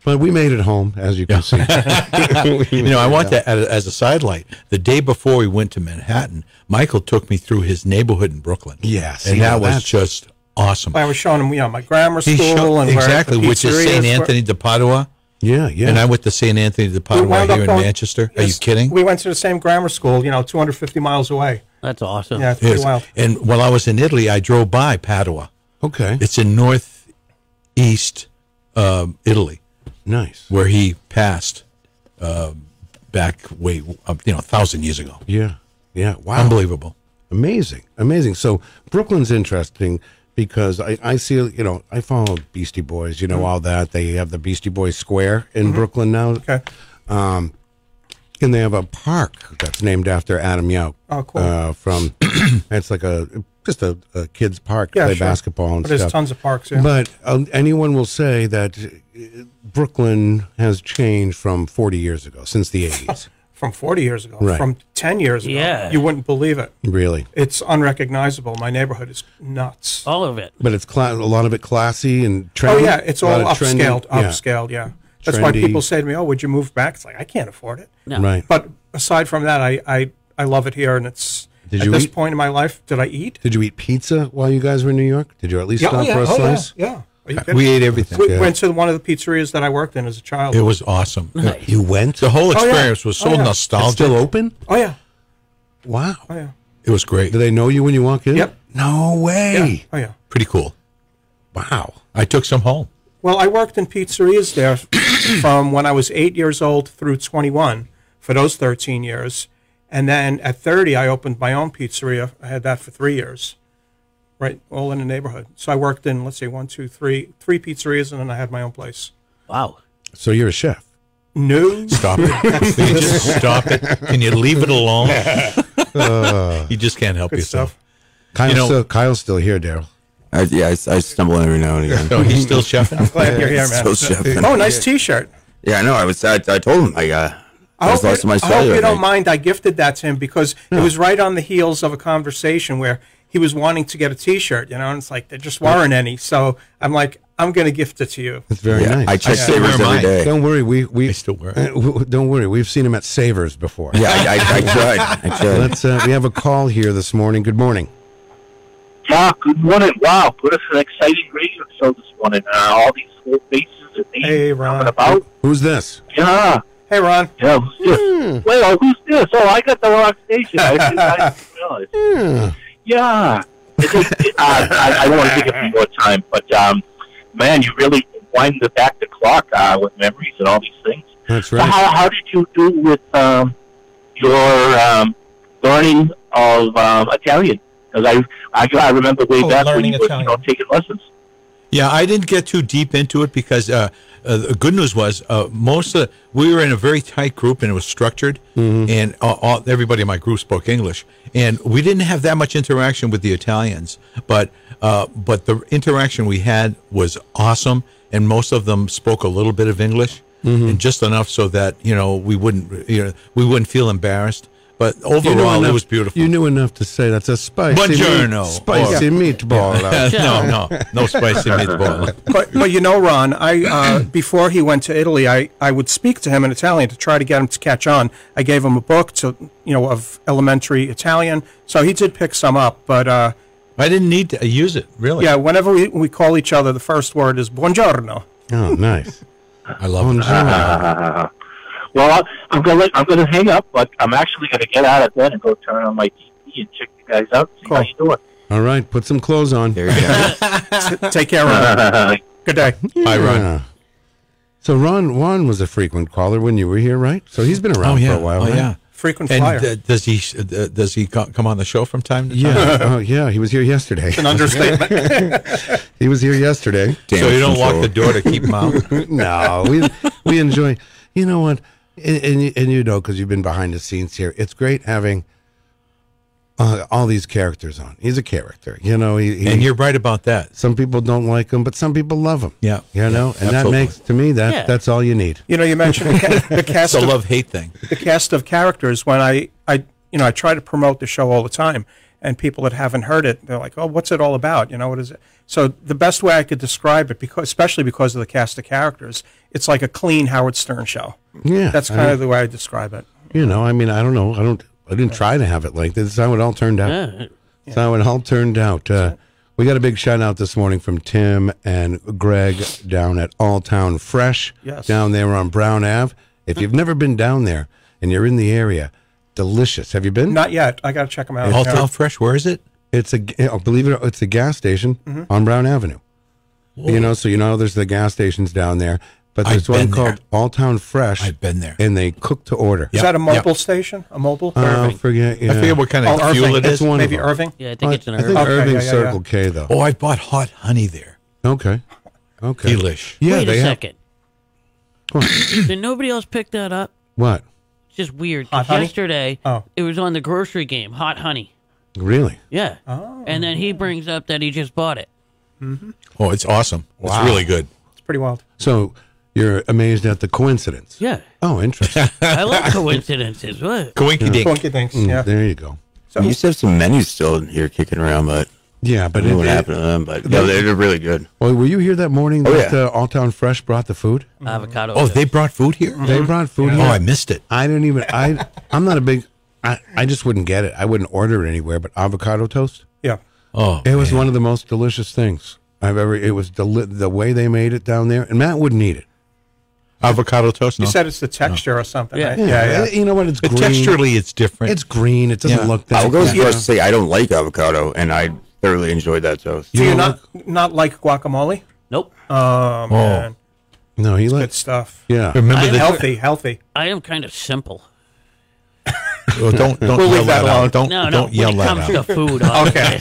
C: But we made it home, as you can see.
G: you know, I want that as, as a sidelight. The day before we went to Manhattan, Michael took me through his neighborhood in Brooklyn.
C: Yes,
G: and
C: yeah,
G: that was
C: that's-
G: just awesome.
H: I was showing him, you know, my grammar
G: He
H: school
G: showed,
H: and where
G: exactly,
H: the
G: which is
H: pizzerias
G: St.
H: were.
G: Anthony de Padua,
C: yeah, yeah.
G: and I went to St. Anthony de
H: We
G: Padua
H: wound up
G: here in
H: going-
G: Manchester. Are you
H: yes,
G: kidding?
H: We went to the same grammar school, you know, 250 miles away.
D: That's awesome.
H: Yeah, it's pretty
G: Yes.
H: wild.
G: And while I was in Italy, I drove by Padua.
C: okay,
G: It's in northeast um, Italy.
C: nice.
G: where he passed uh, back way uh, you know a thousand years ago.
C: Yeah, yeah. Wow.
G: Unbelievable.
C: Amazing, amazing. So Brooklyn's interesting because I, I see, you know, I follow Beastie Boys, you know,
H: Mm-hmm.
C: all that. They have the Beastie Boys Square in Brooklyn now. Um,
H: Okay.
C: And they have a park that's named after Adam Yauch.
H: Oh, cool.
C: Uh, from, it's like a, just a, a kid's park to
H: Yeah,
C: play
H: sure.
C: basketball and
H: But
C: stuff.
H: there's tons of parks. Yeah.
C: But um, anyone will say that uh, Brooklyn has changed from 40 years ago, since the 80s.
H: from 40 years ago,
C: Right.
H: from 10 years ago.
D: Yeah.
H: You wouldn't believe it.
C: really.
H: It's unrecognizable. My neighborhood is nuts.
D: All of it.
C: But it's cla- a lot of it classy and trendy.
H: Oh, yeah. It's
C: A lot
H: all
C: of trendy-
H: upscaled.
C: yeah.
H: Upscaled, yeah. That's why
C: Trendy.
H: people say to me, oh, would you move back? It's like, I can't afford it.
D: No.
C: Right.
H: But aside from that, I, I, I love it here. And it's
C: Did
H: at
C: you
H: this
C: eat?
H: point in my life, did I eat?
C: Did you eat pizza while you guys were in New York? Did you at least
H: Yeah, oh,
C: stop
H: yeah.
C: for a
H: oh, yeah,
C: slice? Uh,
H: yeah. Are you kidding?
G: We ate everything.
H: We
C: Yeah.
H: went to one of the pizzerias that I worked in as a child.
G: It was awesome.
C: You went?
G: The whole
H: yeah.
G: experience was so
H: Oh, yeah.
G: nostalgic.
C: still open?
H: oh, yeah.
C: Wow.
H: Oh, yeah.
G: It was great.
C: Do they know you when you walk in?
H: Yep.
C: No way.
H: Oh, yeah.
G: Pretty cool.
C: Wow.
G: I took some home.
H: Well, I worked in pizzerias there from when I was eight years old through 21 for those 13 years. And then at 30, I opened my own pizzeria. I had that for three years, right? All in the neighborhood. So I worked in, let's say, one, two, three, three pizzerias, and then I had my own place.
D: Wow.
C: So you're a chef.
H: No.
G: Stop it. Can you just stop it. Can you leave it alone? you just can't help
H: Good
G: yourself.
H: stuff.
C: Kyle's,
G: know-
C: still, Kyle's still here, Daryl.
E: I, yeah, I, s- I stumble in every now and again.
G: No, Oh, he's still chefing.
H: Glad you're here, man.
E: Still chefing.
H: Oh, nice t shirt.
E: Yeah, I know. I was. I, I told him. I uh,
H: I
E: I was
H: hope,
E: lost
H: you,
E: my
H: I hope you
E: cellular.
H: don't
E: like,
H: mind. I gifted that to him because it was right on the heels of a conversation where he was wanting to get a T-shirt, you know, and it's like there just weren't any. So I'm like, I'm gonna gift it to you.
C: It's very
E: yeah,
C: nice.
E: I check
G: still
E: savers every
G: wear mine.
E: day.
C: don't worry. We, we,
G: I still wear it.
C: uh, w- don't worry. We've seen him at Savers before.
E: Yeah, I, I, I tried. I tried.
C: Let's, uh, we have a call here this morning. Good morning.
A: Yeah, Ah, good morning. Wow, put us an exciting radio show this morning. Uh, all these full faces and names
H: Hey,
A: coming
H: Ron.
A: about.
C: Who's this?
A: Yeah,
H: Hey, Ron. Hmm.
A: yeah. Who's this? Well, who's this? Oh, I got the wrong station. I didn't, I didn't realize.
C: Yeah.
A: Yeah. It's just- uh, I, I don't want to take up any more time, but um, man, you really wind the back the clock uh, with memories and all these things.
C: That's
A: So
C: right.
A: how, how did you do with um, your um, learning of um, Italian? Because I, I I remember way
H: Oh,
A: back when
H: learning
A: you were you know,
H: Italian.
A: taking lessons.
G: Yeah, I didn't get too deep into it because uh, uh, the good news was uh, most of we were in a very tight group and it was structured, and all, all, everybody in my group spoke English, and we didn't have that much interaction with the Italians, but uh, but the interaction we had was awesome, and most of them spoke a little Mm-hmm. bit of English, and just enough so that you know we wouldn't you know we wouldn't feel embarrassed. But overall, it was beautiful.
C: You knew enough to say that's a spicy, meat-
G: Buongiorno.
C: spicy
G: Or-
C: meatball.
G: no, no, no spicy meatball.
H: but but you know, Ron, I uh, before he went to Italy, I, I would speak to him in Italian to try to get him to catch on. I gave him a book to you know of elementary Italian, so he did pick some up. But uh,
G: I didn't need to use it really.
H: yeah, whenever we, we call each other, the first word is buongiorno.
C: oh, nice.
G: I love it.
C: Buongiorno.
A: Well, I- I'm gonna I'm gonna hang up, but I'm actually gonna get out of bed and go turn on my TV and check you guys out. See how
H: Cool.
A: you doing.
C: All right, put some clothes on.
E: There you go.
H: Take care, Ron. Good day.
G: Hi, Ron.
C: Yeah. So Ron, Ron was a frequent caller when you were here, right? So he's been around
G: Oh yeah,
C: for a while.
G: oh
C: right?
G: yeah.
H: Frequent
G: And
H: flyer.
G: uh, does he uh, does he co- come on the show from time to time?
C: yeah. Oh yeah, he was here yesterday.
H: An understatement.
C: He was here yesterday.
G: So you don't
E: control.
G: lock the door to keep him out.
C: no, we we enjoy. You know what? And and, you- and you know because you've been behind the scenes here. It's great having uh, all these characters on. He's a character. You know. He, he-
G: and you're right about that.
C: some people don't like him, but some people love him.
G: Yeah.
C: You know, and that
G: Absolutely.
C: makes to me that
D: Yeah.
C: that's all you need.
H: You know, you mentioned the, ca- the
G: It's
H: cast
G: a
H: of
G: love hate thing.
H: the cast of characters when I, I you know I try to promote the show all the time and people that haven't heard it they're like oh what's it all about you know what is it so the best way I could describe it because especially because of the cast of characters it's like a clean Howard Stern show
C: Yeah.
H: that's
C: I
H: kind
C: mean,
H: of the way I describe it
C: you know. I mean, I don't know. I don't. I didn't try to have it like this. That's how it all turned out.
D: Yeah.
C: That's how it all turned out. Uh, we got a big shout out this morning from Tim and Greg down at All Town Fresh.
H: Yes.
C: Down there on Brown Ave. If you've never been down there and you're in the area, delicious. Have you been?
H: not yet I got to check them out
G: All
H: Yeah.
G: Town Fresh, where is it?
C: It's a g- oh, believe it or it's a gas station
H: Mm-hmm.
C: on Brown Avenue. You know, so you know there's the gas stations down there, but
G: I've
C: there's one
G: been
C: called All Town Fresh.
G: I've been there.
C: and they cook to order.
H: is that a mobile station a mobile
C: Uh, forget. Yeah.
G: I forget what kind of
H: Oh,
G: fuel
H: Irving.
G: it is.
C: That's one
H: maybe
C: of 'em.
H: Irving
D: Yeah, I think
C: I
D: it's an
C: I
D: urban.
C: think
H: Okay,
C: Irving
H: yeah, yeah,
C: Circle K though.
G: Oh, I bought hot honey there.
C: Okay. Okay.
G: Delish.
C: Yeah,
D: Wait
C: they
D: a
C: have-
D: second. Did nobody else pick that up?
C: What?
D: It's just weird.
H: Hot
D: 'cause
H: honey?
D: Yesterday,
H: Oh.
D: it was on the grocery game, Hot Honey.
C: Really?
D: Yeah. Oh. And then he brings up that he just bought it.
G: Oh, it's awesome. It's really good.
H: it's pretty wild
C: So you're amazed at the coincidence?
D: Yeah.
C: Oh, interesting.
D: I love coincidences. What?
G: Coinky dink.
H: funky things
C: Mm,
H: yeah
C: There you go.
E: You used to have some menus still in here kicking around, but
C: Yeah,
E: I
C: but
E: don't know
C: it,
E: what
C: it,
E: happened to them. But yeah, they're they're really good.
C: well, were you here that morning
E: Oh,
C: that
E: yeah.
C: uh, All Town Fresh brought the food?
D: Avocado.
G: Oh,
D: toast.
G: they brought food here.
C: They brought food.
G: Oh,
C: here.
G: I missed it.
C: I didn't even. I I'm not a big. I, I just wouldn't get it. I wouldn't order it anywhere. But avocado toast.
H: yeah
G: Oh,
C: It was one of the most delicious things I've ever. It was deli- the way they made it down there, and Matt wouldn't eat it.
G: avocado toast.
H: you
G: No.
H: said it's the texture or something
D: Yeah.
H: right? yeah yeah
C: You know what? It's
G: But
C: green.
G: texturally, it's different.
C: It's green. It doesn't
G: Yeah.
C: look that.
E: I'll go as
C: yeah.
E: far as to say I don't like avocado, and I thoroughly enjoyed that toast.
H: do you
C: don't
H: not not like guacamole
D: Nope.
H: oh man
C: No, he
H: good
C: likes.
H: stuff
C: Yeah.
G: Remember the
H: healthy healthy
D: I am kind of simple.
G: Oh, don't don't
H: We'll leave
G: yell
H: that
G: that
H: alone.
G: out. Don't
D: No, no.
G: don't yell
D: when it
G: that
D: comes
G: out.
D: to food, okay.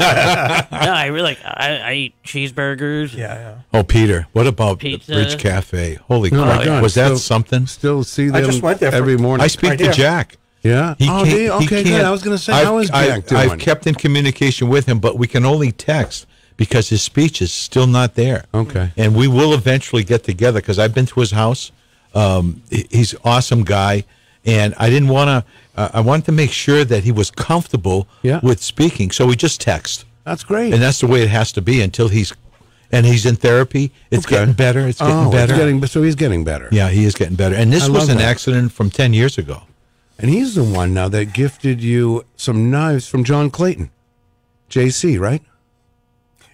D: no, I really like. I, I eat cheeseburgers.
H: yeah yeah.
G: Oh, Peter, what about
D: Pizza.
G: the Bridge Cafe? Holy
C: Oh, my
G: crap!
C: God.
G: Was that
C: So-
G: something?
C: Still see them
H: I just went there for-
C: every morning.
G: I speak
H: Right
G: to
H: here.
G: Jack.
C: Yeah.
G: He
C: oh,
G: can't-
C: they-
G: he
C: okay, good.
G: can't-
C: I was going to say,
G: I've-
C: how is
G: I've-
C: Jack doing?
G: I've kept in communication with him, but we can only text because his speech is still not there.
C: Okay.
G: And we will eventually get together because I've been to his house. Um, he- he's an awesome guy, and I didn't want to. Uh, I wanted to make sure that he was comfortable
C: Yeah.
G: with speaking, so we just text,
C: That's great.
G: and that's the way it has to be until he's. And he's in therapy. It's
C: Okay.
G: getting better. It's getting
C: oh, it's
G: better.
C: getting- so he's getting better.
G: Yeah, he is getting better. And this
C: I
G: was
C: love
G: an
C: that.
G: accident from 10 years ago.
C: And he's the one now that gifted you some knives from John Clayton, JC, right?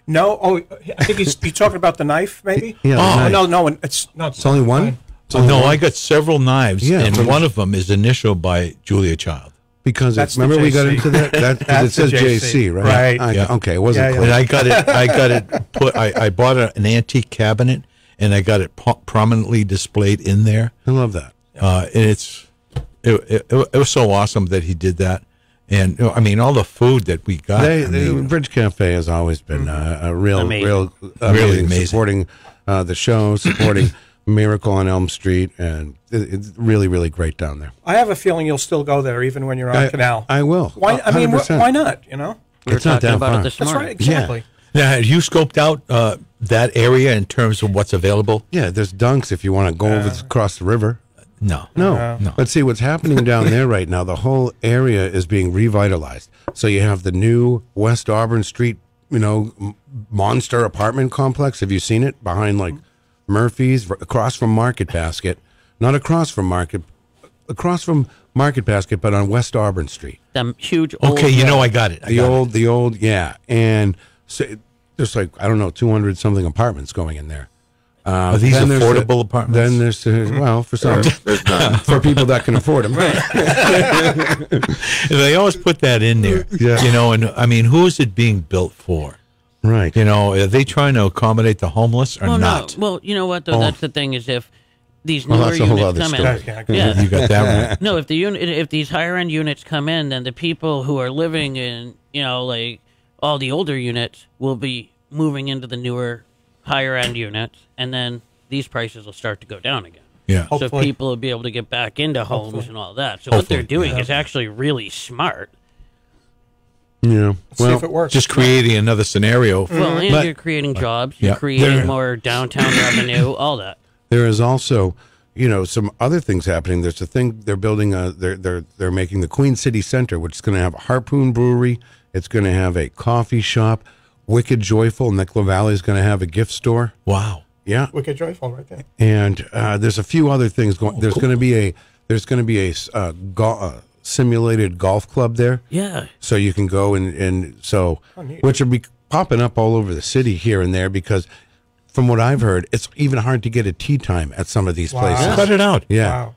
H: No, oh, I think he's you talking about the knife, maybe.
C: Yeah, the
H: Oh
C: knife.
H: no, no, it's not.
C: It's only one. It's only
G: no,
C: one.
G: I got several knives,
C: Yeah,
G: and
C: from-
G: one of them is initialed by Julia Child.
C: because it,
H: That's the
C: remember we got
H: JC.
C: into that. that 'cause it
H: That's the
C: says JC,
H: JC,
C: right?
H: right.
C: I-
G: Yeah.
C: Okay, it wasn't
H: Yeah, yeah.
G: And
C: Clayton.
G: I got it. I got it. Put. I, I bought a, an antique cabinet, and I got it po- prominently displayed in there.
C: I love that.
G: Uh, and it's it, it, it was so awesome that he did that. And you know, I mean, all the food that we got.
C: They,
G: I
C: they-
G: mean,
C: Bridge Cafe has always been
H: Mm-hmm.
C: uh, a real,
D: Amazing.
C: real, amazing,
G: amazing.
C: supporting uh, the show, supporting Miracle on Elm Street, and it, it's really, really great down there.
H: I have a feeling you'll still go there even when you're on
C: I-
H: canal.
C: I will.
H: Why? I mean, wh-
C: 100%.
H: why not? You know,
D: We were
C: It's not
D: talking
C: that
D: about
C: far.
D: it this
H: that's
D: morning.
H: right. Exactly.
G: now, have you scoped out uh, that area in terms of what's available?
H: Uh.
C: Yeah, there's dunks if you want to go over across the river.
G: No.
C: No.
G: No.
C: But see, what's happening down there right now, the whole area is being revitalized. So you have the new West Auburn Street, you know, m- monster apartment complex. Have you seen it? Behind like Murphy's, r- across from Market Basket. Not across from Market, across from Market Basket, but on West Auburn Street.
D: Them huge. Old
G: Okay, you know I got it. I
C: The
G: got it.
C: old, the old, yeah. And so it- there's like, I don't know, 200 something apartments going in there. Uh,
G: Are these
C: then there's the-
G: affordable apartments?
C: Then there's, uh, well, for some, for people that can afford them.
G: they always put that in there.
C: Yeah.
G: You know, and I mean, who is it being built for?
C: Right.
G: You know, are they trying to accommodate the homeless or
D: well,
G: not?
D: No. Well, you know what though?
G: Oh.
D: That's the thing is if these
C: Well,
D: newer
C: that's a whole
D: units
C: other
D: come
C: story.
D: in,
H: Yeah,
D: yeah,
G: You got that right.
D: no, if the unit, if these higher end units come in, then the people who are living in, you know, like all the older units will be moving into the newer, higher end units, and then these prices will start to go down again.
G: Yeah.
H: Hopefully.
D: So people will be able to get back into homes and all that. So what
G: Hopefully,
D: they're doing is actually really smart.
C: Yeah.
H: Let's see
C: Well,
H: if it works. Mm-hmm.
G: Just creating another scenario.
D: Well, and
G: But-
D: you're creating jobs, you're
G: Yeah.
D: creating
G: There-
D: more downtown revenue, all that.
C: there is also, you know, some other things happening. There's a thing they're building. A, they're they're they're making the Queen City Center, which is going to have a Harpoon Brewery. It's going to have a coffee shop. Wicked Joyful Nicola Valley is going to have a gift store.
G: Wow.
C: Yeah,
H: Wicked Joyful right there.
C: and uh, there's a few other things going. there's going to be a there's going to be a s- uh, gol uh, simulated golf club there.
D: Yeah.
C: so you can go and and so
H: Oh,
C: which will be popping up all over the city here and there because from what I've heard, it's even hard to get a tea time at some of these
H: Wow.
C: places.
G: Cut it out.
C: Yeah,
H: Wow.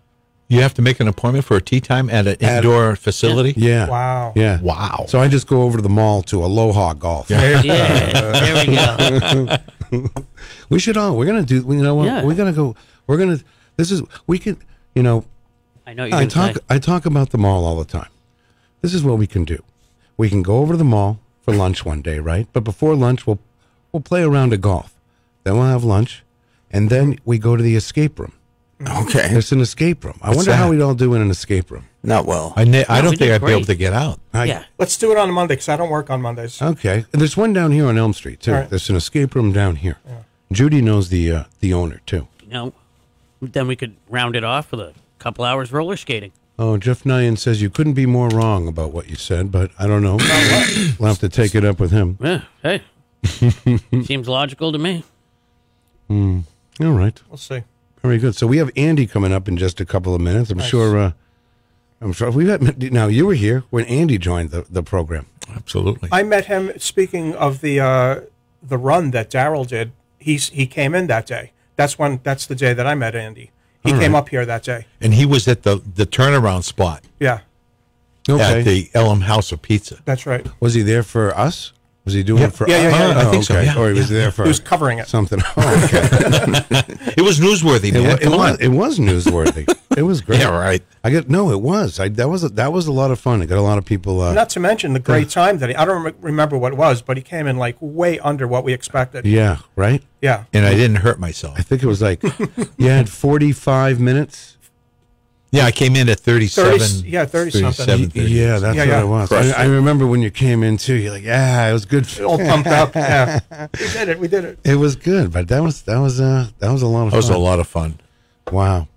G: You have to make an appointment for a tea time at an indoor facility.
C: yeah,
H: Wow.
C: yeah.
G: Wow.
C: So I just go over to the mall to Aloha Golf.
D: Yeah. there we go.
C: We should all. We're gonna do. You know what?
D: Yeah.
C: We're gonna go. We're gonna. This is. We could. You know.
D: I know what you're
C: I
D: going to
C: talk.
D: say.
C: I talk about the mall all the time. This is what we can do. We can go over to the mall for lunch one day, right? But before lunch, we'll we'll play a round of golf. Then we'll have lunch, and then we go to the escape room.
E: Okay.
C: It's an escape room. I wonder how
G: that?
C: we'd all do in an escape room.
E: Not well.
G: I, ne- I
D: No,
G: don't
D: we
G: think
D: did
G: I'd be able
D: great.
G: to get out.
C: I,
D: yeah.
H: Let's do it on a Monday because I don't work on Mondays.
C: Okay. And there's one down here on Elm Street too.
H: All right.
C: There's an escape room down here. Judy knows the uh, the owner too.
D: You know, then we could round it off with a couple hours roller skating.
C: Oh, Jeff Nyan says you couldn't be more wrong about what you said, but I don't know. we'll have to take it up with him.
D: Yeah. Hey. Seems logical to me.
C: Hmm. All right.
H: We'll see.
C: Very good. So we have Andy coming up in just a couple of minutes. I'm sure. Uh, I'm sure we had. Now you were here when Andy joined the, the program.
G: Absolutely.
H: I met him. Speaking of the uh, the run that Daryl did, he's he came in that day. That's when that's the day that I met Andy. He came up here that day.
G: and he was at the, the turnaround spot
H: Yeah,
G: at the Elm House of Pizza.
H: that's right.
C: was he there for us? Was he doing it for
H: Yeah, yeah,
C: us?
H: yeah, yeah.
G: I think so,
C: okay.
G: yeah,
C: or he was
G: yeah,
C: there for
H: He was covering it.
C: something. Oh, okay.
G: It was newsworthy,
C: it,
G: man.
C: wa- it
G: Come on.
C: was. It was newsworthy. it was great.
G: Yeah, right.
C: I get no. It was. I, that was. A, that was a lot of fun. I got a lot of people. Uh,
H: Not to mention the great time that he. I don't rem- remember what it was, but he came in like way under what we expected.
C: yeah. Right.
H: Yeah.
G: And I didn't hurt myself.
C: I think it was like you had 45 minutes.
G: Yeah, I came in at 37.
H: 30 yeah, 30 something.
G: 37, 30.
C: Yeah, that's
H: Yeah,
C: what
H: yeah.
C: it was. I, I remember when you came in too. You're like, yeah, it was good.
H: All pumped up. Yeah, we did it. We did it.
C: It was good, but that was that was uh that was a lot of
G: That was
C: fun.
G: a lot of fun.
C: Wow.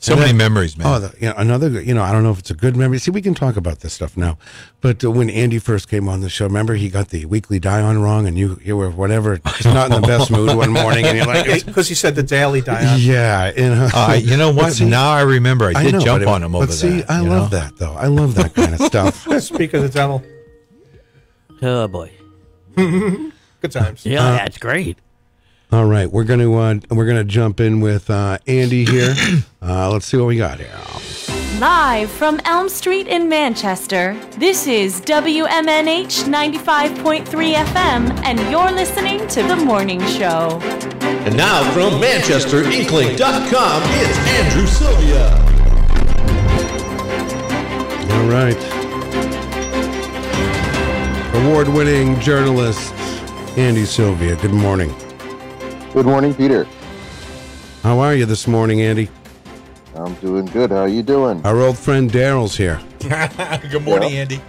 G: So
C: And
G: many
C: then-
G: memories, man.
C: Oh, the, you know, another good- you know I don't know if it's a good memory. See, we can talk about this stuff now, but uh, when Andy first came on the show, remember he got the weekly die on wrong, and you you were whatever, just not in the best mood one morning, and you're like,
H: Because he said the daily Dion.
C: yeah, and, uh,
G: Uh, you know what? now I remember. I did
C: know,
G: jump
C: but it-
G: on him over
C: But see,
G: that.
C: I
G: you
C: love
G: know?
C: that though. I love that kind of stuff.
H: Speak of the devil.
D: Oh boy.
H: Good times.
D: Yeah, that's great.
C: All right, we're gonna uh, we're gonna jump in with uh, Andy here. uh, let's see what we got here.
I: Live from Elm Street in Manchester, this is WMNH 95.3 FM, and you're listening to The Morning Show.
J: And now from ManchesterInkling.com, it's Andrew Sylvia.
C: All right. Award winning journalist Andy Sylvia, good morning.
K: Good morning, Peter.
C: How are you this morning, Andy?
K: I'm doing good. How are you doing?
C: Our old friend Daryl's here.
G: Good morning,
K: Yeah.
G: Andy.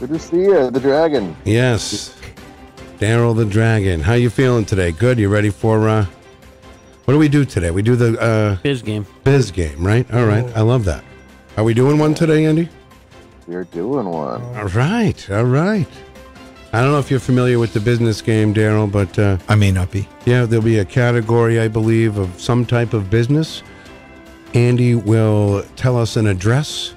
K: Good to see you, the dragon.
C: Yes. Daryl the Dragon. How you feeling today? Good? You ready for uh What do we do today? We do the uh,
D: biz game.
C: Biz game, right? All right. I love that. Are we doing one today, Andy?
K: You're doing one.
C: All right. All right. I don't know if you're familiar with the business game, Daryl, but uh,
G: I may not be.
C: Yeah, there'll be a category, I believe, of some type of business. Andy will tell us an address,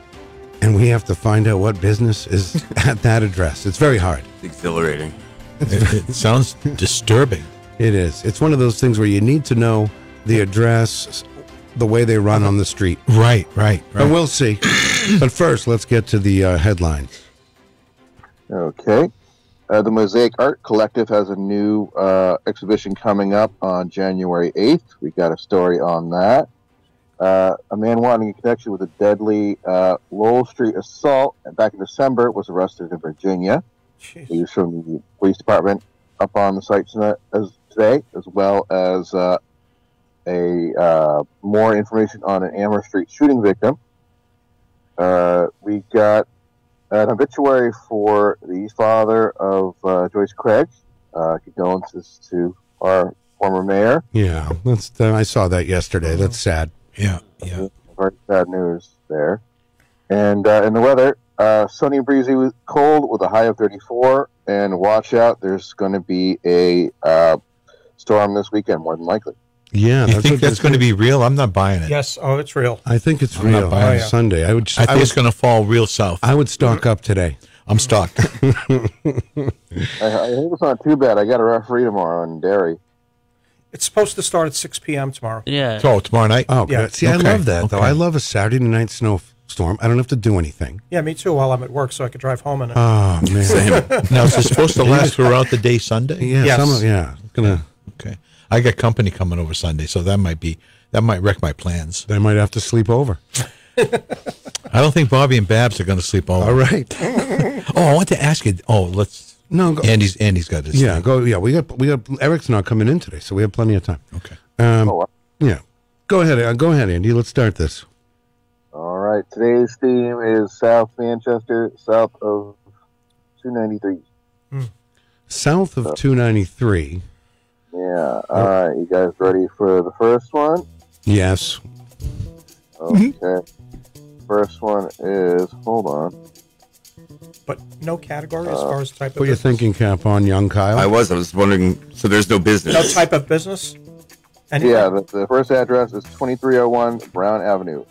C: and we have to find out what business is at that address. It's very hard.
L: It's exhilarating.
G: it, it sounds disturbing.
C: It is. It's one of those things where you need to know the address, the way they run on the street.
G: Right, right, right.
C: But we'll see. but first, let's get to the uh, headlines.
K: Okay. Uh, the Mosaic Art Collective has a new uh, exhibition coming up on January 8th. We got a story on that. Uh, a man wanting in connection with a deadly uh, Lowell Street assault back in December was arrested in Virginia. He was from the police department up on the site tonight- as today, as well as uh, a uh, more information on an Amherst Street shooting victim. Uh, we got Uh, an obituary for the father of uh, Joyce Craig. Uh, condolences to our former mayor.
C: Yeah, that's. I saw that yesterday. That's sad.
G: Yeah.
K: Very sad news there. And uh, in the weather, uh, sunny and breezy with cold with a high of 34. And watch out, there's going to be a uh, storm this weekend, more than likely.
C: Yeah,
G: you think that's going to be real? I'm not buying it.
H: Yes. Oh, it's real.
C: I think it's
G: I'm not
C: real.
G: buying
C: on
G: it.
C: Sunday. I would.
G: I think
C: would,
G: it's going to fall real south.
C: I would stock up today.
G: I'm stocked.
K: I, I hope it's not too bad. I got a referee tomorrow in Derry.
H: It's supposed to start at 6 p.m. tomorrow.
D: Yeah.
G: So tomorrow night.
C: Oh, good.
H: Yeah.
C: see, I
G: Okay,
C: love that though.
G: okay.
C: I love a Saturday night snowstorm. I don't have to do anything.
H: Yeah, me too. While I'm at work, so I could drive home in it.
C: Oh man.
G: Ah, Now, is it supposed to last throughout the day Sunday?
C: Yeah.
H: Yes.
C: Some of, yeah. it's Gonna.
G: Okay. I got company coming over Sunday, so that might be that might wreck my plans.
C: They might have to sleep over.
G: I don't think Bobby and Babs are going to sleep over.
C: All right.
G: Oh, I want to ask you. Oh, let's.
C: No. Go,
G: Andy's Andy's got his.
C: yeah. Go. Yeah. We got. We got. Eric's not coming in today, so we have plenty of time.
G: Okay.
C: Um,
K: Oh, wow.
C: Yeah. Go ahead. Uh, go ahead, Andy. Let's start this.
K: All right. Today's theme is South Manchester, south of 293.
C: South
L: Uh.
C: of 293.
K: Yeah. All right. You guys ready for the first one?
C: Yes.
K: Okay. First one is, hold on.
H: But no category as far as type of
G: Oh,
C: Put your
H: business.
C: thinking cap on, young Kyle.
L: I was. I was wondering. So there's no business.
H: No type of business. And
K: Yeah, the, the first address is 2301 Brown Avenue.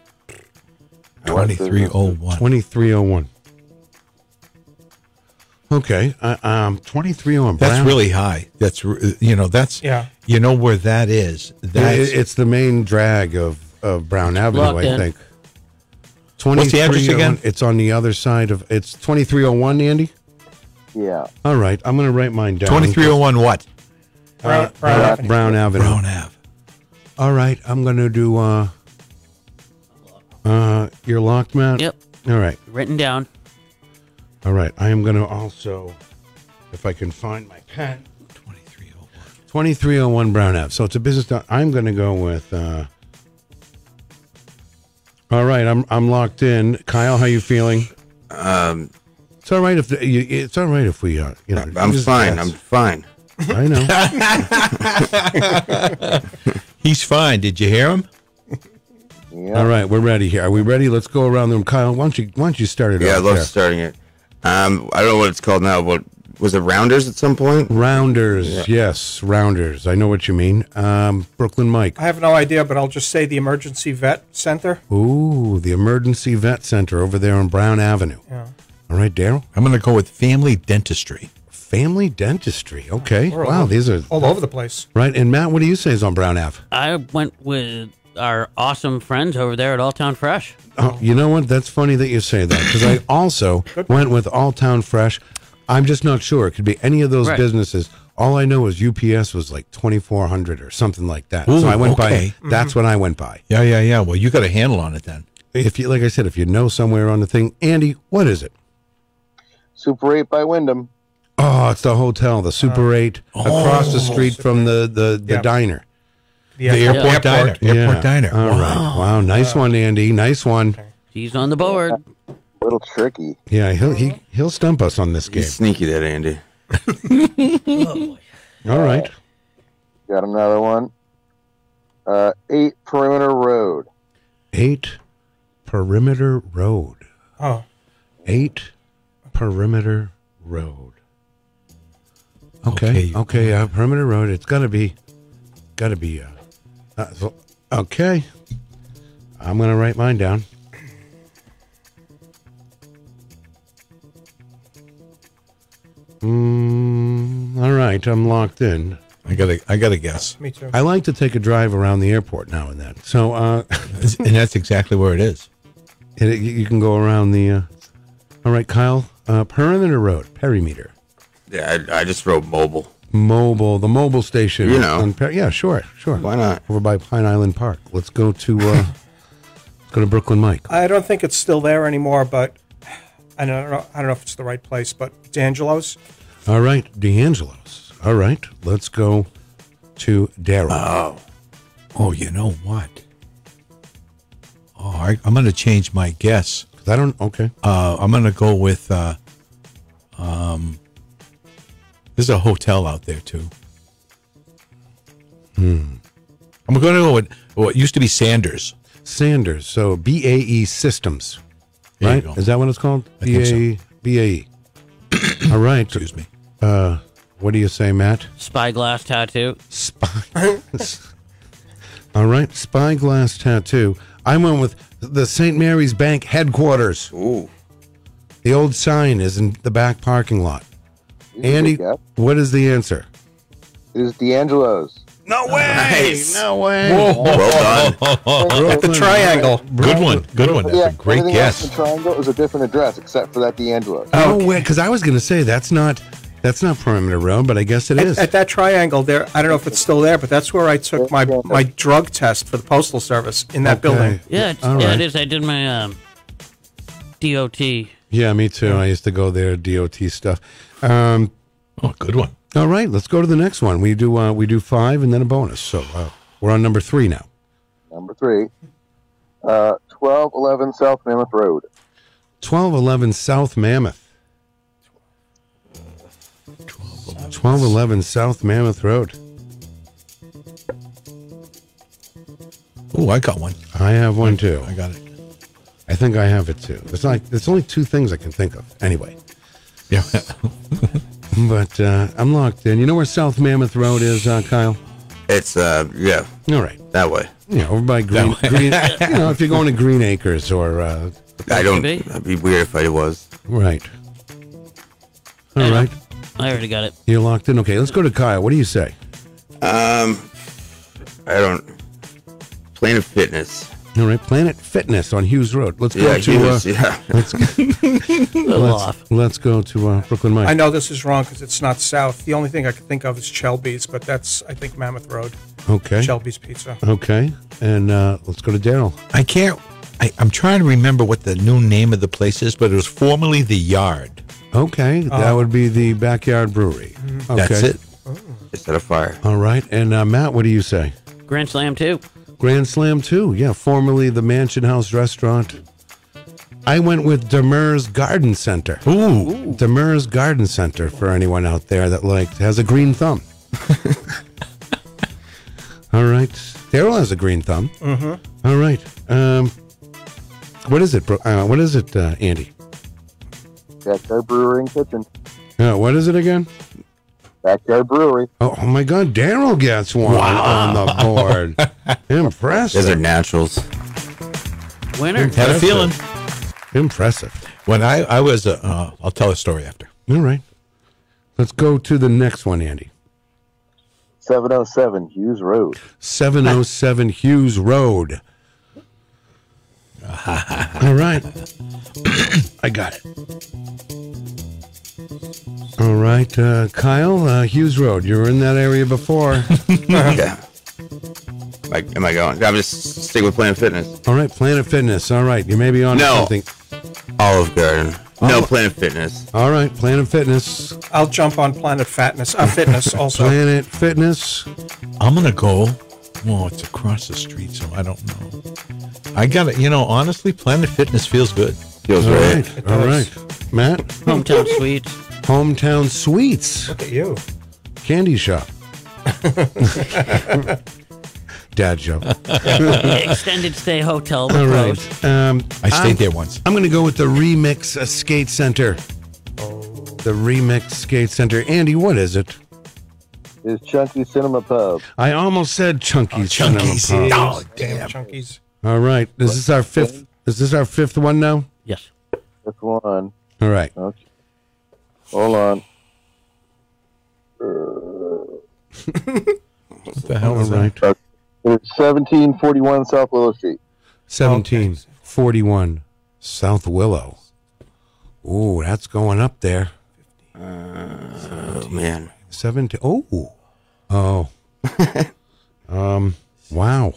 G: Twenty three oh one.
C: 2301. Okay. Uh, um, 2301.
G: That's
C: Brown.
G: really high. That's re- you know that's
H: Yeah.
G: You know where that is.
C: Yeah,
G: That
C: it- it's the main drag of, of Brown Avenue,
D: Locked
C: I
D: in.
C: think.
G: What's the address
C: 2301
G: again?
C: It's on the other side of. It's 2301, Andy?
K: Yeah.
C: All right. I'm going to write mine down. Uh,
G: twenty three oh one. What?
H: Brown, Brown
C: Brown,
H: Avenue.
C: Brown Avenue.
G: Brown Ave.
C: All right, I'm gonna do. uh Uh, you're locked, Matt.
D: Yep.
C: All right,
D: Written down.
C: all right. I am gonna also, if I can find my pen,
G: Twenty three oh one.
C: twenty three oh one Brown Ave. So it's a business. doc- I'm gonna go with. uh All right, I'm I'm locked in. Kyle, how you feeling?
L: Um,
C: It's all right if the, you, it's all right if we uh, you know.
L: I'm
C: just
L: fine. I'm
C: guess.
L: fine.
C: I know.
G: He's fine. Did you hear him?
K: Yeah.
C: all right, we're ready here. Are we ready? Let's go around the room. Kyle, why don't you why don't you start it?
L: Yeah, I
C: off
L: love
C: there?
L: starting it. Um, I don't know what it's called now. What was it? Rounders at some point.
C: Rounders, yes, rounders. I know what you mean. Um, Brooklyn Mike.
H: I have no idea, but I'll just say the emergency vet center.
C: Ooh, the emergency vet center over there on Brown Avenue.
H: Yeah.
C: All right, Daryl.
G: I'm going to go with family dentistry.
C: Family dentistry. Okay.
H: We're
C: wow,
H: all-
C: these are
H: all over the place.
C: right. And Matt, what do you say is on Brown Ave?
D: I went with our awesome friends over there at All Town Fresh.
C: Oh, you know what? That's funny that you say that because I also went with All Town Fresh. I'm just not sure. It could be any of those
D: Right.
C: businesses. All I know is UPS was like 2,400 or something like that.
G: Ooh,
C: so I went
G: okay.
C: by.
H: Mm-hmm.
C: That's what I went by.
G: Yeah, yeah, yeah. Well, you got a handle on it then.
C: If you, like I said, if you know somewhere on the thing, Andy, what is it?
K: Super 8 by Wyndham.
C: Oh, it's the hotel, the Super Eight, across the street from the the, the
H: Yeah.
C: diner.
G: The airport,
D: Airport.
G: diner. Airport diner.
C: All right. wow. Nice one, Andy. Nice one.
D: He's on the board.
K: A little tricky.
C: Yeah, he'll he, he'll stump us on this game.
L: He's sneaky, that Andy.
C: All right.
K: Got another one. Uh, eight Perimeter Road.
C: Eight Perimeter Road.
H: Oh.
C: Eight Perimeter Road. Okay. Okay. uh, perimeter Road. It's got to be, got to be. Uh, uh, so- okay. I'm going to write mine down. Mm, all right. I'm locked in.
G: I got to I got to guess.
H: Me too.
C: I like to take a drive around the airport now and then. So, uh,
G: and that's exactly where it is.
C: It, you you can go around the. Uh, all right, Kyle. Uh, perimeter Road, perimeter,
L: Yeah, I, I just wrote mobile.
C: mobile, the mobile station.
L: You know.
C: on Per- yeah, sure, sure.
L: Why not?
C: Over by Pine Island Park. Let's go to. Uh, let's go to Brooklyn Mike.
H: I don't think it's still there anymore, but I don't know, I don't know if it's the right place, but D'Angelo's.
C: All right, D'Angelo's. All right, let's go to Darrow.
G: Oh, oh, you know what? Oh, I, I'm going to change my guess.
C: I don't. Okay.
G: Uh, I'm going to go with. Uh, um, there's a hotel out there too.
C: Hmm.
G: I'm going to go with what used to be Sanders.
C: Sanders. So BAE Systems.
G: There you
C: Right?
G: go.
C: Is that what it's called? E,
G: I think so.
C: BAE. BAE. All right. Excuse
G: me.
C: Uh, what do you say, Matt?
D: Spyglass tattoo.
C: Spy. All right, spyglass tattoo. I went with the St. Mary's Bank headquarters.
L: Ooh.
C: The old sign is in the back parking lot. Andy,
K: Good guess.
C: what is the answer?
K: It is D'Angelo's.
C: No way! No way!
L: Well
C: Brooklyn-
H: The triangle.
G: Good one. Good one. That's
K: Yeah,
G: a great
K: everything else in
G: guess.
K: the triangle is a different address except for that D'Angelo's.
C: Oh, wait, because I was going to say that's not that's not perimeter road, but I guess it
H: At,
C: is.
H: at that triangle there, I don't know if it's still there, but that's where I took my my drug test for the postal service in that
C: Okay.
H: building.
D: Yeah, it's, yeah,
C: All right.
D: it is. I did my um, DOT.
C: Yeah, me too. I used to go there, DOT stuff. Um,
G: Oh, good one.
C: all right, let's go to the next one. We do uh, we do five and then a bonus. So uh, we're on number three now.
K: Number three. Uh, 1211 South Mammoth Road.
C: Twelve eleven South Mammoth. Twelve eleven South Mammoth Road.
G: Oh, I got one.
C: I have one too.
G: I got it.
C: I think I have it too. It's like there's only two things I can think of. Anyway,
G: Yeah.
C: but uh, I'm locked in. You know where South Mammoth Road is, uh, Kyle?
L: It's uh yeah
C: All right.
L: that way.
C: Yeah, over by Green. green you know, if you're going to Green Acres or uh,
L: I don't.
D: be.
L: That'd be weird if I was.
C: right. All
D: Yeah.
C: right,
D: I already got it.
C: you're locked in. Okay, let's go to Kyle. What do you say?
L: Um, I don't. Planet Fitness.
C: All right, Planet Fitness on Hughes Road. Let's go
L: Yeah,
C: to. Uh,
L: Guinness, yeah.
D: A little off.
C: let's, let's go to uh, Brooklyn Mike.
H: I know this is wrong because it's not south. The only thing I can think of is Chelby's, but that's I think Mammoth Road.
C: Okay.
H: Shelby's Pizza.
C: Okay, and uh, let's go to Daryl.
G: I can't. I, I'm trying to remember what the new name of the place is, but it was formerly the Yard.
C: Okay,
H: Uh.
C: that would be the backyard brewery.
H: Mm-hmm.
C: Okay.
G: That's it.
L: It's set a fire.
C: All right, and uh, Matt, what do you say?
D: Grand Slam too.
C: Grand Slam too. Yeah, formerly the Mansion House Restaurant. I went with Demers Garden Center.
G: Ooh.
C: Demers Garden Center for anyone out there that likes has a green thumb. All right, Daryl has a green thumb. Mm-hmm. right, um, what is it? Bro- Uh, what is it, uh, Andy?
K: Backyard Brewery and Kitchen.
C: Uh, what is it again?
K: Backyard Brewery.
C: Oh, oh my God, Daryl gets one on the board. Impressive.
L: Those are naturals.
D: Winner.
G: Had a feeling.
C: Impressive.
G: When I I was. Uh, uh, I'll tell a story after.
C: All right. Let's go to the next one, Andy.
K: 707 Hughes Road.
C: 707 Hughes Road. All right. I got it. All right, uh, Kyle, uh, Hughes Road. You were in that area before.
L: yeah. Am I, am I going? I'm just stick with Planet Fitness.
C: All right, Planet Fitness. All right, you may be on
L: No.
C: something. Oh.
L: Olive Garden. No
C: Olive-
L: Planet Fitness.
C: All right, Planet Fitness.
H: I'll jump on Planet Fatness. Uh, fitness also.
C: Planet Fitness.
G: I'm gonna go. Well, it's across the street, so I don't know. I got it. You know, honestly, Planet Fitness feels good.
L: Feels
C: All
L: right.
C: right, all right. Matt,
D: Hometown Suites.
C: hometown sweets.
H: Look at you.
C: candy shop. dad joke.
D: Extended stay hotel. with
C: All
D: pros.
C: right. Um,
G: I stayed
C: I'm-
G: there once.
C: I'm going to go with the Remix uh, Skate Center. The Remix Skate Center. Andy, what is it?
K: It's Chunky Cinema Pub.
C: I almost said Chunky
G: Oh,
C: Cinema
H: Oh,
C: Pub.
H: damn. Chunkies.
C: All right. Is this our fifth? Is this our fifth one now?
D: Yes.
K: That's one.
C: All right.
K: Okay. Hold on.
G: What the hell is
C: All right.
K: Uh, It's 1741 South Willow Street.
C: 1741 South Willow. Ooh, that's going up there.
L: Oh man.
C: 17. Oh. Oh. um, wow.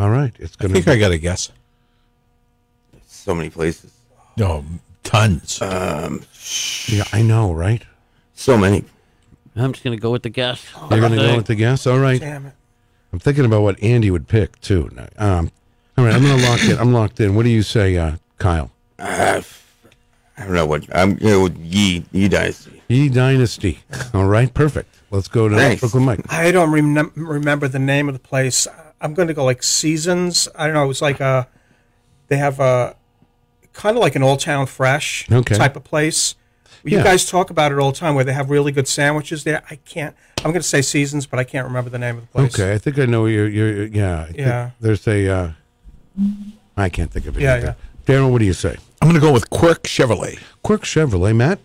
C: All right. It's
G: I
C: going
G: think I got a guess.
L: So many places.
G: No, tons.
L: Um,
C: Yeah, I know, right?
L: so many.
D: I'm just gonna go with the guess.
C: You're going to go with the guess? All right.
H: Damn it.
C: I'm thinking about what Andy would pick, too. Um, all right. I'm going to lock it. I'm locked in. What do you say, uh, Kyle?
L: Uh, I don't know what I'm. You know, with Yi Yi Dynasty.
C: E Dynasty. All right. Perfect. Let's go to
L: Nice.
C: Brooklyn Mike.
H: I don't remem- remember the name of the place. I'm going to go like Seasons. I don't know. It was like a, they have a, kind of like an Old Town Fresh
C: Okay.
H: type of place. You
C: Yeah.
H: guys talk about it all the time where they have really good sandwiches there. I can't, I'm going to say Seasons, but I can't remember the name of the place.
C: Okay, I think I know what you're. you're yeah, I think
H: Yeah.
C: There's a. Uh, I can't think of it.
H: Yeah,
C: either. Darren, what do you say?
G: I'm going to go with Quirk Chevrolet.
C: Quirk Chevrolet, Matt.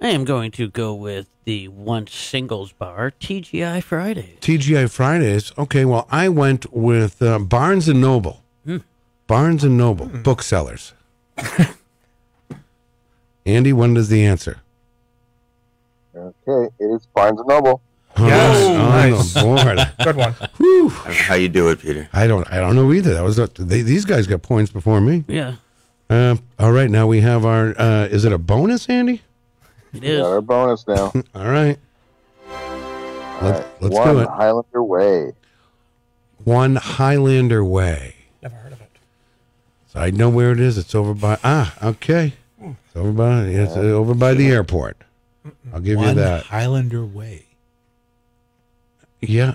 D: I am going to go with the once singles bar, TGI Friday.
C: TGI Fridays. Okay, well, I went with uh, Barnes and Noble.
H: Hmm.
C: Barnes and Noble booksellers. Andy, what is the answer?
K: Okay, it is Barnes & Noble.
H: Yes. Oh,
C: On
H: nice.
C: the board.
H: Good one.
C: Whew.
L: I don't know how you do it, Peter.
C: I don't. I don't know either. That was a, they, these guys got points before me.
D: Yeah,
C: Uh, all right, now we have our. Uh, is it a bonus, Andy?
D: it
K: Got
D: is.
K: our bonus now.
C: All right. Let's, let's
K: one
C: do it.
K: Highlander Way.
C: One Highlander Way.
H: Never heard of it.
C: So I know where it is. It's over by ah, okay. It's over by it's uh, over by the airport. I'll give you
G: One
C: that.
G: Highlander Way.
C: Yeah.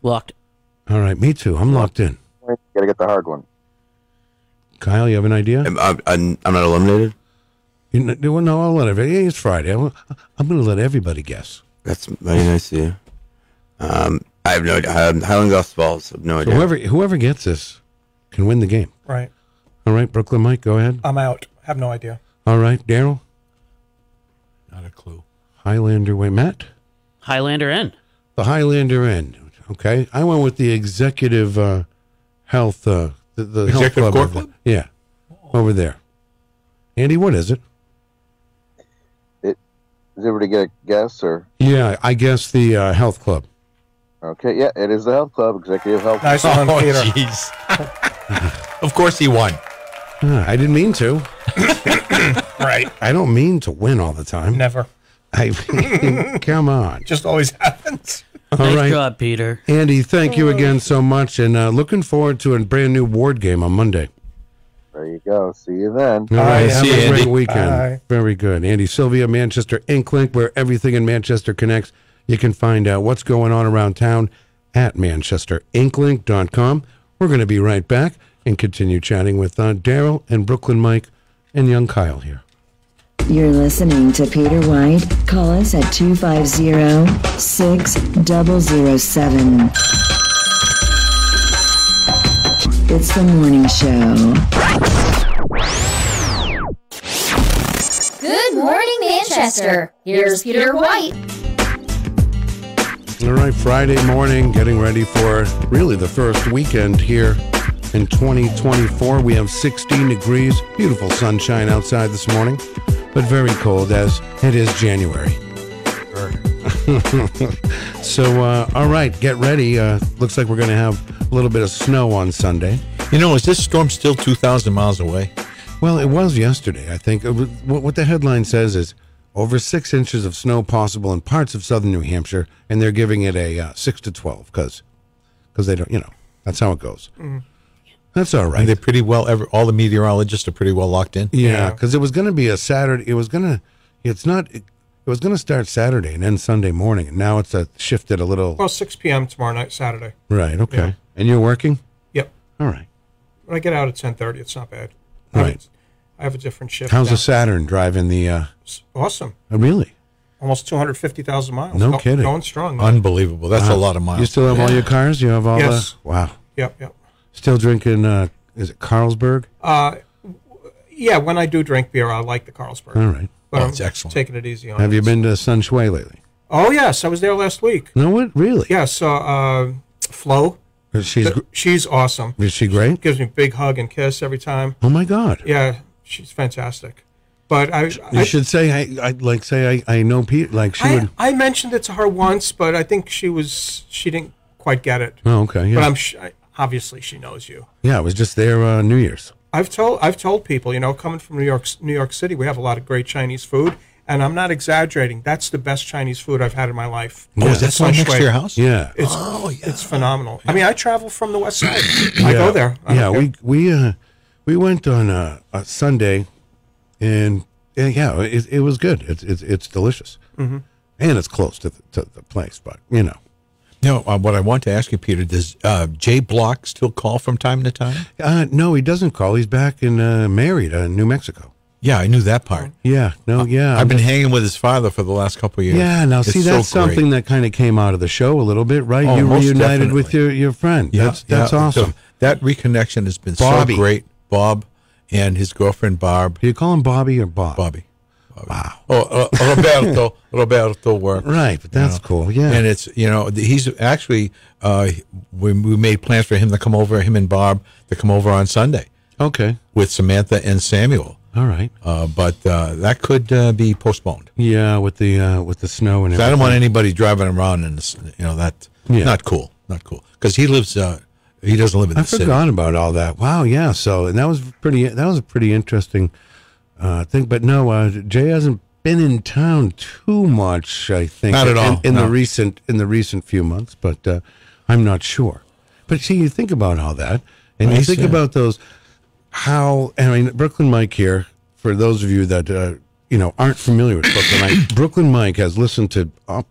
D: Locked.
C: All right, me too. I'm locked in.
K: Gotta get the hard one.
C: Kyle, you have an idea?
L: Am- I'm, I'm, I'm not eliminated.
C: You kn- well, no, I'll let everybody. yeah, It's Friday. I'm, I'm going to let everybody guess.
L: That's mighty nice of you. Um, I have no idea. Um, Highland Golf Balls. I have no
C: So
L: idea.
C: whoever whoever gets this can win the game.
H: Right.
C: All right, Brooklyn Mike, go ahead.
H: I'm out. Have no idea.
C: All right, Daryl,
G: Not a clue.
C: Highlander Way, Matt,
D: Highlander Inn.
C: the Highlander Inn. Okay, I went with the executive uh, health uh, the, the health
G: Executive
C: club
G: Corps
C: over-
G: Club?
C: Yeah, over there. Andy, what is it?
K: Is everybody get a guess or?
C: Yeah, I guess the uh, health club.
K: Okay, yeah, it is the health club, executive health. Club.
H: Nice one, Peter.
G: jeez. of course he won.
C: Ah, I didn't mean to.
H: Right.
C: I don't mean to win all the time.
H: Never.
C: I mean, come on.
H: Just always happens.
C: All
D: nice
C: right,
D: job, Peter.
C: Andy, thank you again so much, and uh, looking forward to a brand new ward game on Monday.
K: There you go. See you then.
C: All right, have
G: see
C: a
G: you,
C: great
G: Andy.
C: weekend.
H: Bye.
C: Very good, Andy Sylvia, Manchester Inklink, where everything in Manchester connects. You can find out what's going on around town at manchesterinklink.com. We're going to be right back and continue chatting with uh, Daryl and Brooklyn Mike and young Kyle here.
M: You're listening to Peter White. Call us at 250 6007. It's the morning show.
N: Good morning, Manchester. Here's Peter White.
C: All right, Friday morning, getting ready for really the first weekend here in 2024. We have 16 degrees, beautiful sunshine outside this morning, but very cold as it is January. so, uh, all right, get ready. Uh, looks like we're going to have a little bit of snow on Sunday.
G: You know, is this storm still 2,000 miles away?
C: Well, it was yesterday, I think. It was- What what the headline says is over six inches of snow possible in parts of southern New Hampshire, and they're giving it a uh, six to 12 because they don't, you know, that's how it goes.
H: Mm.
C: That's all
G: And
C: right.
G: they're pretty well, ever, all the meteorologists are pretty well locked in.
C: yeah, because it was going to be a Saturday. It was going to, it's not It was going to start Saturday and then Sunday morning, and now it's uh shifted a little.
H: Well, 6 p.m. tomorrow night, Saturday.
C: Right. Okay.
H: Yeah.
C: And you're working.
H: Yep.
C: All right.
H: When I get out at 10:30, it's not bad.
C: All
H: I
C: right.
H: have, I have a different shift.
C: How's
H: now.
C: the Saturn driving the? uh
H: Awesome.
C: oh, Really?
H: Almost 250,000 miles.
C: No
H: Go-
C: kidding.
H: Going strong. man.
G: Unbelievable. That's a
C: Wow.
G: lot of miles.
C: You still have all your cars? You have all
H: Yes.
C: the? Wow.
H: Yep, yep.
C: Still drinking? uh Is it Carlsberg?
H: Uh, yeah, when I do drink beer, I like the Carlsberg.
C: All right.
H: But
C: Oh,
H: I'm
C: it's excellent.
H: taking it easy on
C: Have
H: it.
C: you been to Sun Shui lately?
H: Oh, yes. I was there last week.
C: No, what really?
H: Yeah, so uh, Flo,
C: Is She's
H: th- she's awesome.
C: is she great?
H: Gives me a big hug and kiss every time.
C: Oh my God!
H: Yeah, she's fantastic. But I,
C: You
H: I,
C: should say I, I like say I, I know Pete like she
H: I,
C: would.
H: I mentioned it to her once, but I think she was she didn't quite get it.
C: Oh okay yeah
H: But I'm sh- I, obviously she knows you.
C: yeah I was just there uh, New Year's.
H: I've told I've told people, you know, coming from New York New York City, we have a lot of great Chinese food, and I'm not exaggerating. That's the best Chinese food I've had in my life.
G: Oh, is that
H: Sun
G: right next to
H: Shui.
G: your house? Oh,
C: Yeah.
H: It's, it's phenomenal. I mean, I travel from the West Side. I go there. I
C: yeah
H: don't care.
C: we we uh, we went on a, a Sunday, and, and yeah it, it was good. It's it's it's delicious,
H: Mm-hmm.
G: Mhm.
C: and it's close to the, to the place. But you know
G: No, uh, what I want to ask you, Peter, does uh, Jay Block still call from time to time?
C: uh, no he doesn't call. He's back in uh, married uh, New Mexico.
G: Yeah, I knew that part. Uh,
C: Yeah no yeah
G: I've been hanging with his father for the last couple of years.
C: Yeah, now
G: It's
C: see
G: so
C: that's
G: great.
C: something that kind of came out of the show a little bit, right?
G: Oh,
C: you
G: most
C: reunited with your, your friend.
G: Yeah,
C: that's that's
G: yeah.
C: awesome.
G: So that reconnection has been
C: Bobby.
G: so great. Bob and his girlfriend Barb.
C: Do you call him Bobby or Bob?
G: Bobby. Wow. Oh, uh, Roberto. Roberto work.
C: Right, but that's cool, yeah.
G: And it's you know th- he's actually uh, we we made plans for him to come over. Him and Barb to come over on Sunday
C: Okay.
G: with Samantha and Samuel.
C: All right.
G: Uh, but uh, that could uh, be postponed.
C: Yeah, with the uh, with the snow and
G: 'Cause
C: everything.
G: I don't want anybody driving around in this. You know that
C: Yeah.
G: not cool. Not cool. Because he lives. Uh, he doesn't live in the
C: I
G: city.
C: forgot about all that. Wow, yeah. So and that was pretty that was a pretty interesting uh, thing. But no, uh, Jay hasn't been in town too much, I think.
G: Not at
C: in-
G: all,
C: In, the
G: no.
C: recent in the recent few months, but uh, I'm not sure. But see, you think about all that, and you
G: Nice,
C: think
G: yeah.
C: about those. How I mean, Brooklyn Mike here. For those of you that uh, you know aren't familiar with Brooklyn Mike, Brooklyn Mike has listened to up,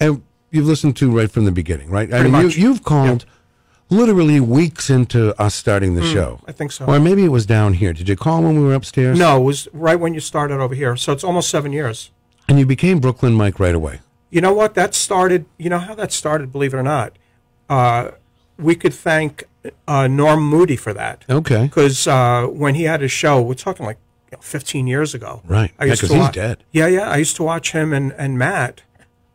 C: and you've listened to right from the beginning, right? I
H: Pretty
C: mean,
H: much.
C: You, you've called literally weeks into us starting the
H: Mm,
C: show.
H: I think so.
C: Or maybe it was down here. Did you call when we were upstairs?
H: No, it was right when you started over here. So it's almost seven years.
C: And you became Brooklyn Mike right away.
H: You know what? That started, you know how that started, believe it or not? Uh, we could thank uh, Norm Moody for that.
C: Okay.
H: Because uh, when he had his show, we're talking like you know, 15 years ago.
C: Right.
H: I
C: Yeah,
H: used
C: 'cause
H: to
C: he's
H: wa-
C: dead.
H: Yeah, yeah. I used to watch him and, and Matt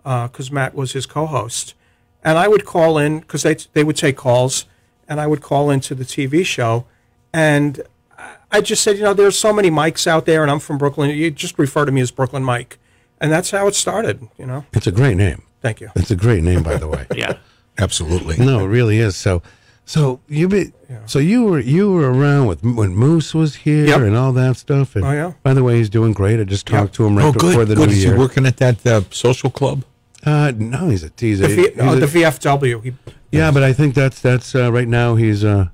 H: because Matt was his co host. And I would call in because they, they would take calls, and I would call into the TV show. And I- I just said, you know, there's so many mics out there, and I'm from Brooklyn. You just refer to me as Brooklyn Mike. And that's how it started, you know?
C: It's a great name.
H: Thank you.
C: It's a great name, by the way.
H: Yeah.
G: Absolutely.
C: No, it really is. So, so you be, so you were you were around with when Moose was here
G: Yep.
C: and all that stuff. And
G: Oh, yeah.
C: By the way, he's doing great. I just talked to him right
G: oh, good.
C: before the
G: good.
C: new
G: Is
C: year.
G: he working at that uh, social club?
C: Uh, no, he's a he's a,
H: The, v,
C: he's
H: oh,
C: a-
H: the VFW. He,
C: Yeah, but I think that's that's uh, right now he's uh,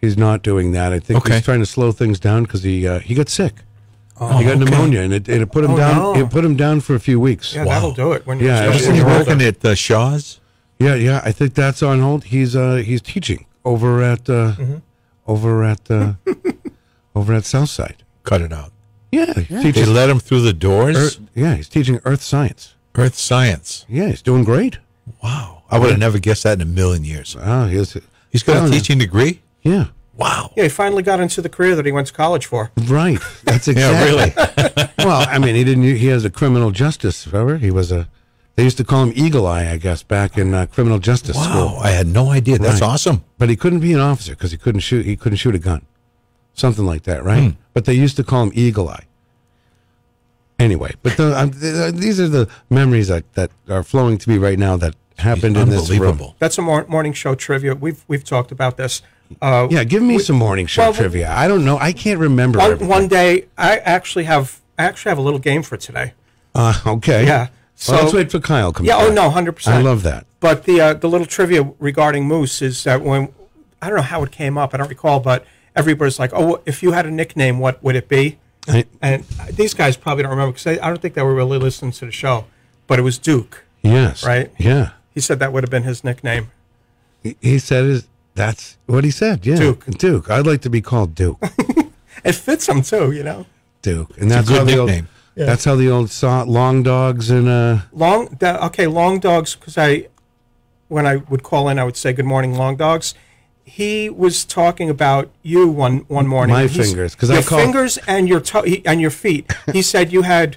C: he's not doing that. I think
G: Okay.
C: he's trying to slow things down because he uh, he got sick.
H: Oh,
C: he got
G: okay.
C: pneumonia and it, and it put him
H: Oh,
C: down.
H: no.
C: It put him down for a few weeks.
H: yeah, that'll do it. When
C: Yeah,
H: you're
C: it's-
G: Isn't he working at uh, Shaw's?
C: Yeah, yeah. I think that's on hold. He's uh, he's teaching over at uh,
H: Mm-hmm.
C: over at uh, over at Southside.
G: Cut it out.
C: Yeah, Er,
G: They let him through the
C: Earth,
G: doors.
C: yeah, he's teaching earth science.
G: Earth science.
C: Yeah, he's doing great.
G: I would have never guessed that in a million years.
C: Oh, he's
G: he's got
C: Oh,
G: a
C: no.
G: teaching degree.
C: Yeah,
G: Wow.
H: Yeah, he finally got into the career that he went to college for.
C: right. That's exactly. well, I mean, he didn't. He has a criminal justice. Remember, he was a. They used to call him Eagle Eye, I guess, back in uh, criminal justice
G: Wow.
C: school.
G: I had no idea. That's
C: Right.
G: awesome.
C: But he couldn't be an officer because he couldn't shoot. He couldn't shoot a gun, something like that,
G: Hmm.
C: right? But they used to call him Eagle Eye. Anyway, but the, um, th- uh, these are the memories that, that are flowing to me right now that happened in this room.
G: Unbelievable.
H: That's a mor- morning show trivia. We've we've talked about this. Uh,
C: Yeah, give me some morning show
H: well, we- Oh,
C: trivia. I don't know. I can't remember.
H: one,
C: everything.
H: one day, I actually have I actually have a little game for today.
C: Uh, okay.
H: Yeah.
C: So let's wait for Kyle. Comes
H: Yeah. Oh
C: back.
H: no, hundred percent.
C: I love that.
H: But the uh, the little trivia regarding Moose is that when I don't know how it came up, I don't recall, but everybody's like, "Oh, if you had a nickname, what would it be?"
C: I-
H: and these guys probably don't remember because I don't think they were really listening to the show, but it was Duke.
C: Yes.
H: Right?
C: Yeah.
H: He said that would have been his nickname.
C: He- He said his, that's what he said. Yeah. Duke. Duke. I'd like to be called Duke.
H: It fits him too, you know.
C: Duke. And
H: It's a
C: that's
H: good
C: how the
H: nickname.
C: old
H: Yeah.
C: that's how the old saw long dogs and uh
H: Long, that, okay, long dogs. Because I, when I would call in, I would say good morning, long dogs. He was talking about you one one morning.
C: My
H: He's-
C: fingers, 'cause I
H: your
C: call-
H: fingers and your toe he- and your feet. He said you had.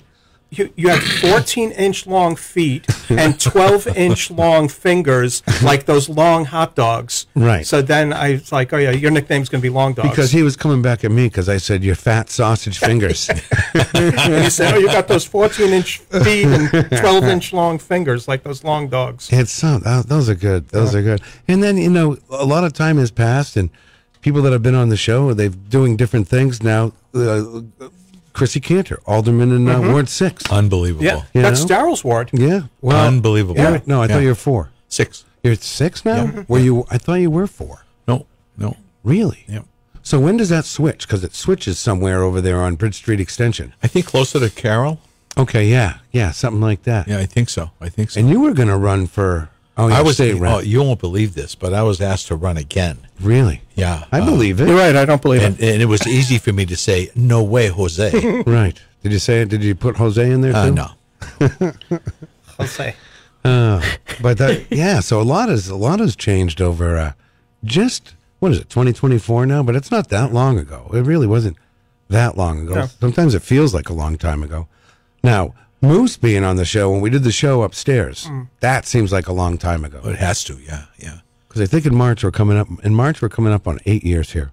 H: You, you had 14 inch long feet and 12 inch long fingers, like those long hot dogs.
C: Right.
H: So then I was like, oh, yeah, your nickname's going to be Long Dogs.
C: because he was coming back at me because I said your fat sausage fingers.
H: and he said, oh, you got those 14 inch feet and 12 inch long fingers, like those long dogs.
C: It's some uh, those are good. Those
H: Yeah.
C: are good. And then you know, a lot of time has passed, and people that have been on the show, they're doing different things now. Uh, Chrissy Cantor, alderman in uh,
H: Mhm.
C: Ward Six,
G: unbelievable.
H: Yeah, that's Daryl's ward.
C: Yeah, well,
G: Unbelievable.
C: yeah, No, I
G: Yeah.
C: thought you were four,
G: six.
C: You're at six now.
G: Yeah.
C: Were you? I thought you were four.
G: No, no.
C: Really?
G: Yeah.
C: So when does that switch? Because it switches somewhere over there on Bridge Street Extension.
G: I think closer to Carroll.
C: Okay, yeah, yeah, something like that.
G: Yeah, I think so. I think so.
C: And you were going to run for oh,
G: I was.
C: state
G: Oh,
C: rep.
G: you won't believe this, but I was asked to run again.
C: really?
G: Yeah,
C: I
G: uh,
C: believe it.
H: right. I don't believe
G: and, and it was easy for me to say, "No way, Jose."
C: right. Did you say it? Did you put Jose in there?
G: Uh,
C: too?
G: no.
H: Jose.
C: Uh, but that, yeah, so a lot has a lot has changed over uh, just what is it, 2024 now? But it's not that long ago. It really wasn't that long ago.
O: No.
C: Sometimes it feels like a long time ago. Now Moose being on the show when we did the show upstairs, that seems like a long time ago.
G: It has to, yeah, yeah.
C: Because I think in March we're coming up. In March we're coming up on eight years here,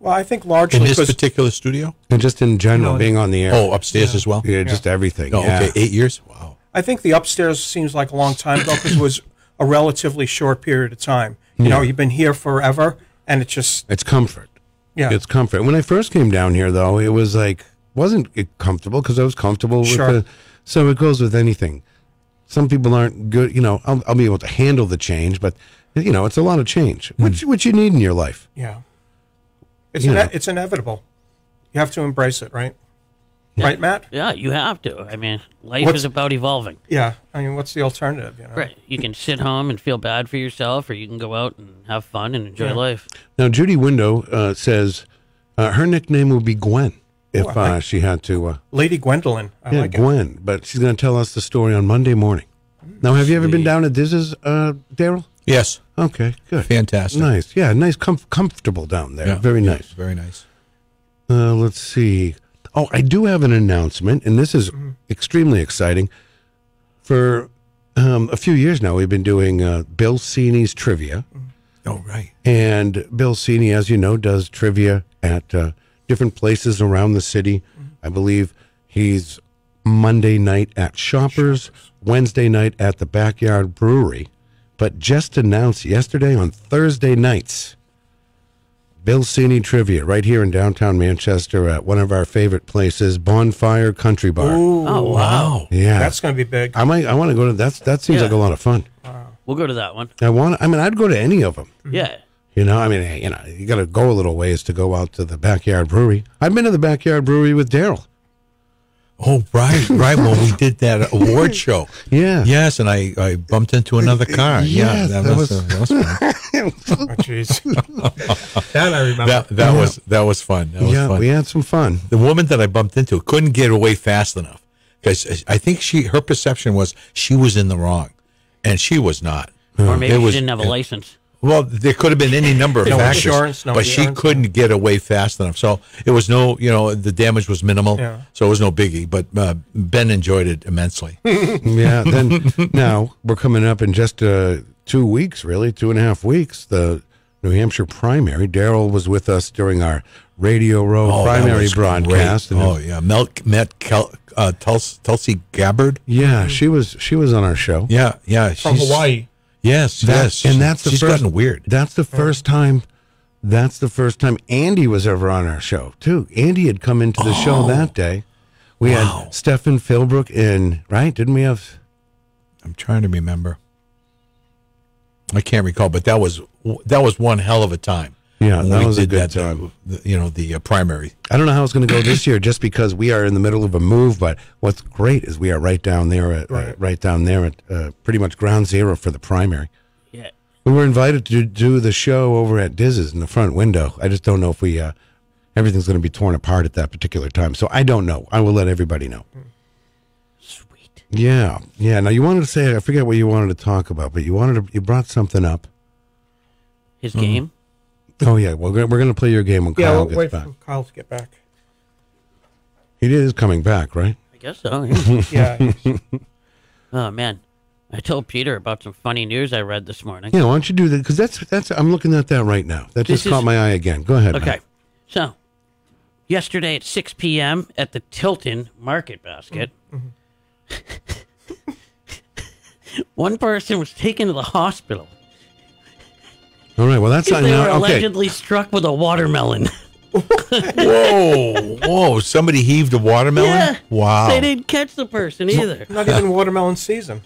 H: Well, I think largely
G: this
H: because
G: particular studio.
C: and just in general
H: No,
C: being on the air.
G: Oh, upstairs as well.
C: Yeah, just everything.
G: Oh,
C: yeah.
G: okay, eight years. Wow.
H: I think the upstairs seems like a long time ago because it was a relatively short period of time. You know,
C: Yeah.
H: you've been here forever, and it's just
C: It's comfort.
H: Yeah.
C: It's comfort. When I first came down here, though, it was like, wasn't it comfortable because I was comfortable with
H: Sure.
C: the. So it goes with anything. Some people aren't good, you know, I'll, I'll be able to handle the change, but, you know, it's a lot of change, which, which you need in your life.
H: yeah. It's
C: You
H: ine-
C: know.
H: it's inevitable. You have to embrace it, right? Right, Matt.
D: Yeah, Ah, you have to. I mean, life
H: What's-
D: is about evolving.
H: Yeah. I mean, what's the alternative? You know.
D: Right. You can sit home and feel bad for yourself, or you can go out and have fun and enjoy
H: Yeah.
D: life.
C: Now, Judy Window uh, says uh, her nickname would be Gwen if
H: Oh, I
C: uh,
H: like-
C: she had to. Uh,
H: Lady Gwendolyn. I
C: yeah,
H: like it.
C: Gwen, but she's going to tell us the story on Monday morning. Now, have you ever been down to Diz's, uh, Daryl?
G: Yes.
C: Okay, good.
G: Fantastic.
C: Nice. Yeah, nice, comf- comfortable down there.
G: Yeah,
C: Very
G: yeah,
C: nice.
G: Very nice.
C: Uh, let's see. Oh, I do have an announcement, and this is extremely exciting. For um, a few years now, we've been doing uh, Bill Cini's trivia.
G: Oh, right.
C: And Bill Cini, as you know, does trivia at uh, different places around the city.
H: Mm-hmm.
C: I believe he's Monday night at Shoppers, Wednesday night at the Backyard Brewery, but just announced yesterday on Thursday nights. Bill Cini trivia right here in downtown Manchester at one of our favorite places, Bonfire Country Bar.
H: Ooh. Oh,
D: wow.
C: Yeah,
H: That's going to be big.
C: I might. I want to go to that's. That seems
D: Yeah.
C: like a lot of fun.
D: We'll go to that one.
C: I want. I mean, I'd go to any of them.
H: Mm-hmm.
D: Yeah.
C: You know, I mean, hey, you know, you got to go a little ways to go out to the backyard brewery. I've been to the backyard brewery with Daryl.
G: Oh, right, right. When we did that award show.
C: Yeah.
G: Yes, and I, I bumped into another car. Yeah,
C: Yes,
G: that,
C: that
G: was,
C: was-
G: that was fun.
H: Oh, jeez. that I remember.
G: That, that
C: Yeah.
G: was that was fun. That was
C: yeah,
G: fun.
C: we had some fun.
G: The woman that I bumped into couldn't get away fast enough because I think she her perception was she was in the wrong, and she was not.
C: Uh,
D: Or maybe
G: It
D: you
G: was-
D: didn't have a license.
G: Well, there could have been any number of
H: No
G: factors,
H: insurance, no
G: but
H: insurance,
G: she couldn't get away fast enough. So it was no, you know, the damage was minimal,
H: Yeah.
G: so it was no biggie. But uh, Ben enjoyed it immensely.
C: yeah. Then now we're coming up in just uh, two weeks, really, two and a half weeks. The New Hampshire primary. Daryl was with us during our Radio Row
G: Oh, that
C: primary
G: was
C: broadcast.
G: great.
C: and-
G: Oh yeah, Mel, Matt Kel, uh, Tuls, Tulsi Gabbard.
C: yeah, she was she was on our show.
G: Yeah, yeah,
H: From
G: she's-
H: Hawaii.
G: Yes,
C: That-
G: yes,
C: and that's the
G: she's
C: first,
G: gotten weird.
C: That's the first time. That's the first time Andy was ever on our show too. Andy had come into the show that day. We
G: Oh. Wow.
C: had Stefan Philbrook in, right? Didn't we have?
G: I'm trying to remember. I can't recall, but that was that was one hell of a time.
C: Yeah,
G: when
C: that
G: we
C: was a
G: did
C: good
G: that, uh, the- you know, the uh, primary.
C: I don't know how it's going to go this year, just because we are in the middle of a move. But what's great is we are right down there, at, uh,
D: Right.
C: right down there at uh, pretty much ground zero for the primary.
D: Yeah.
C: We were invited to do the show over at Diz's in the front window. I just don't know if we uh, everything's going to be torn apart at that particular time. So I don't know. I will let everybody know. Sweet. Yeah, yeah. Now you wanted to say I forget what you wanted to talk about, but you wanted to you brought something up.
D: His
C: Mhm.
D: game.
C: Oh yeah, well we're going to play your game when
H: yeah,
C: Kyle
H: we'll
C: gets
H: wait
C: back.
H: for Kyle to get back.
C: He is coming back, right?
D: I guess so. Yeah.
C: yeah.
D: Oh man, I told Peter about some funny news I read this morning.
C: why don't you do that? Because that's that's I'm looking at that right now. That
D: This
C: just
D: is-
C: caught my eye again. Go ahead.
D: Okay. So, yesterday at 6 p.m. at the Tilton Market Basket, one person was taken to the hospital.
C: Matt. All right. Well, that's
D: because
C: not
D: they were
C: now. Okay.
D: allegedly struck with a watermelon.
G: Whoa, Oh, whoa! Somebody heaved a watermelon.
D: Yeah.
G: Wow.
C: Oh.
D: They didn't catch the person either.
H: Not even watermelon season.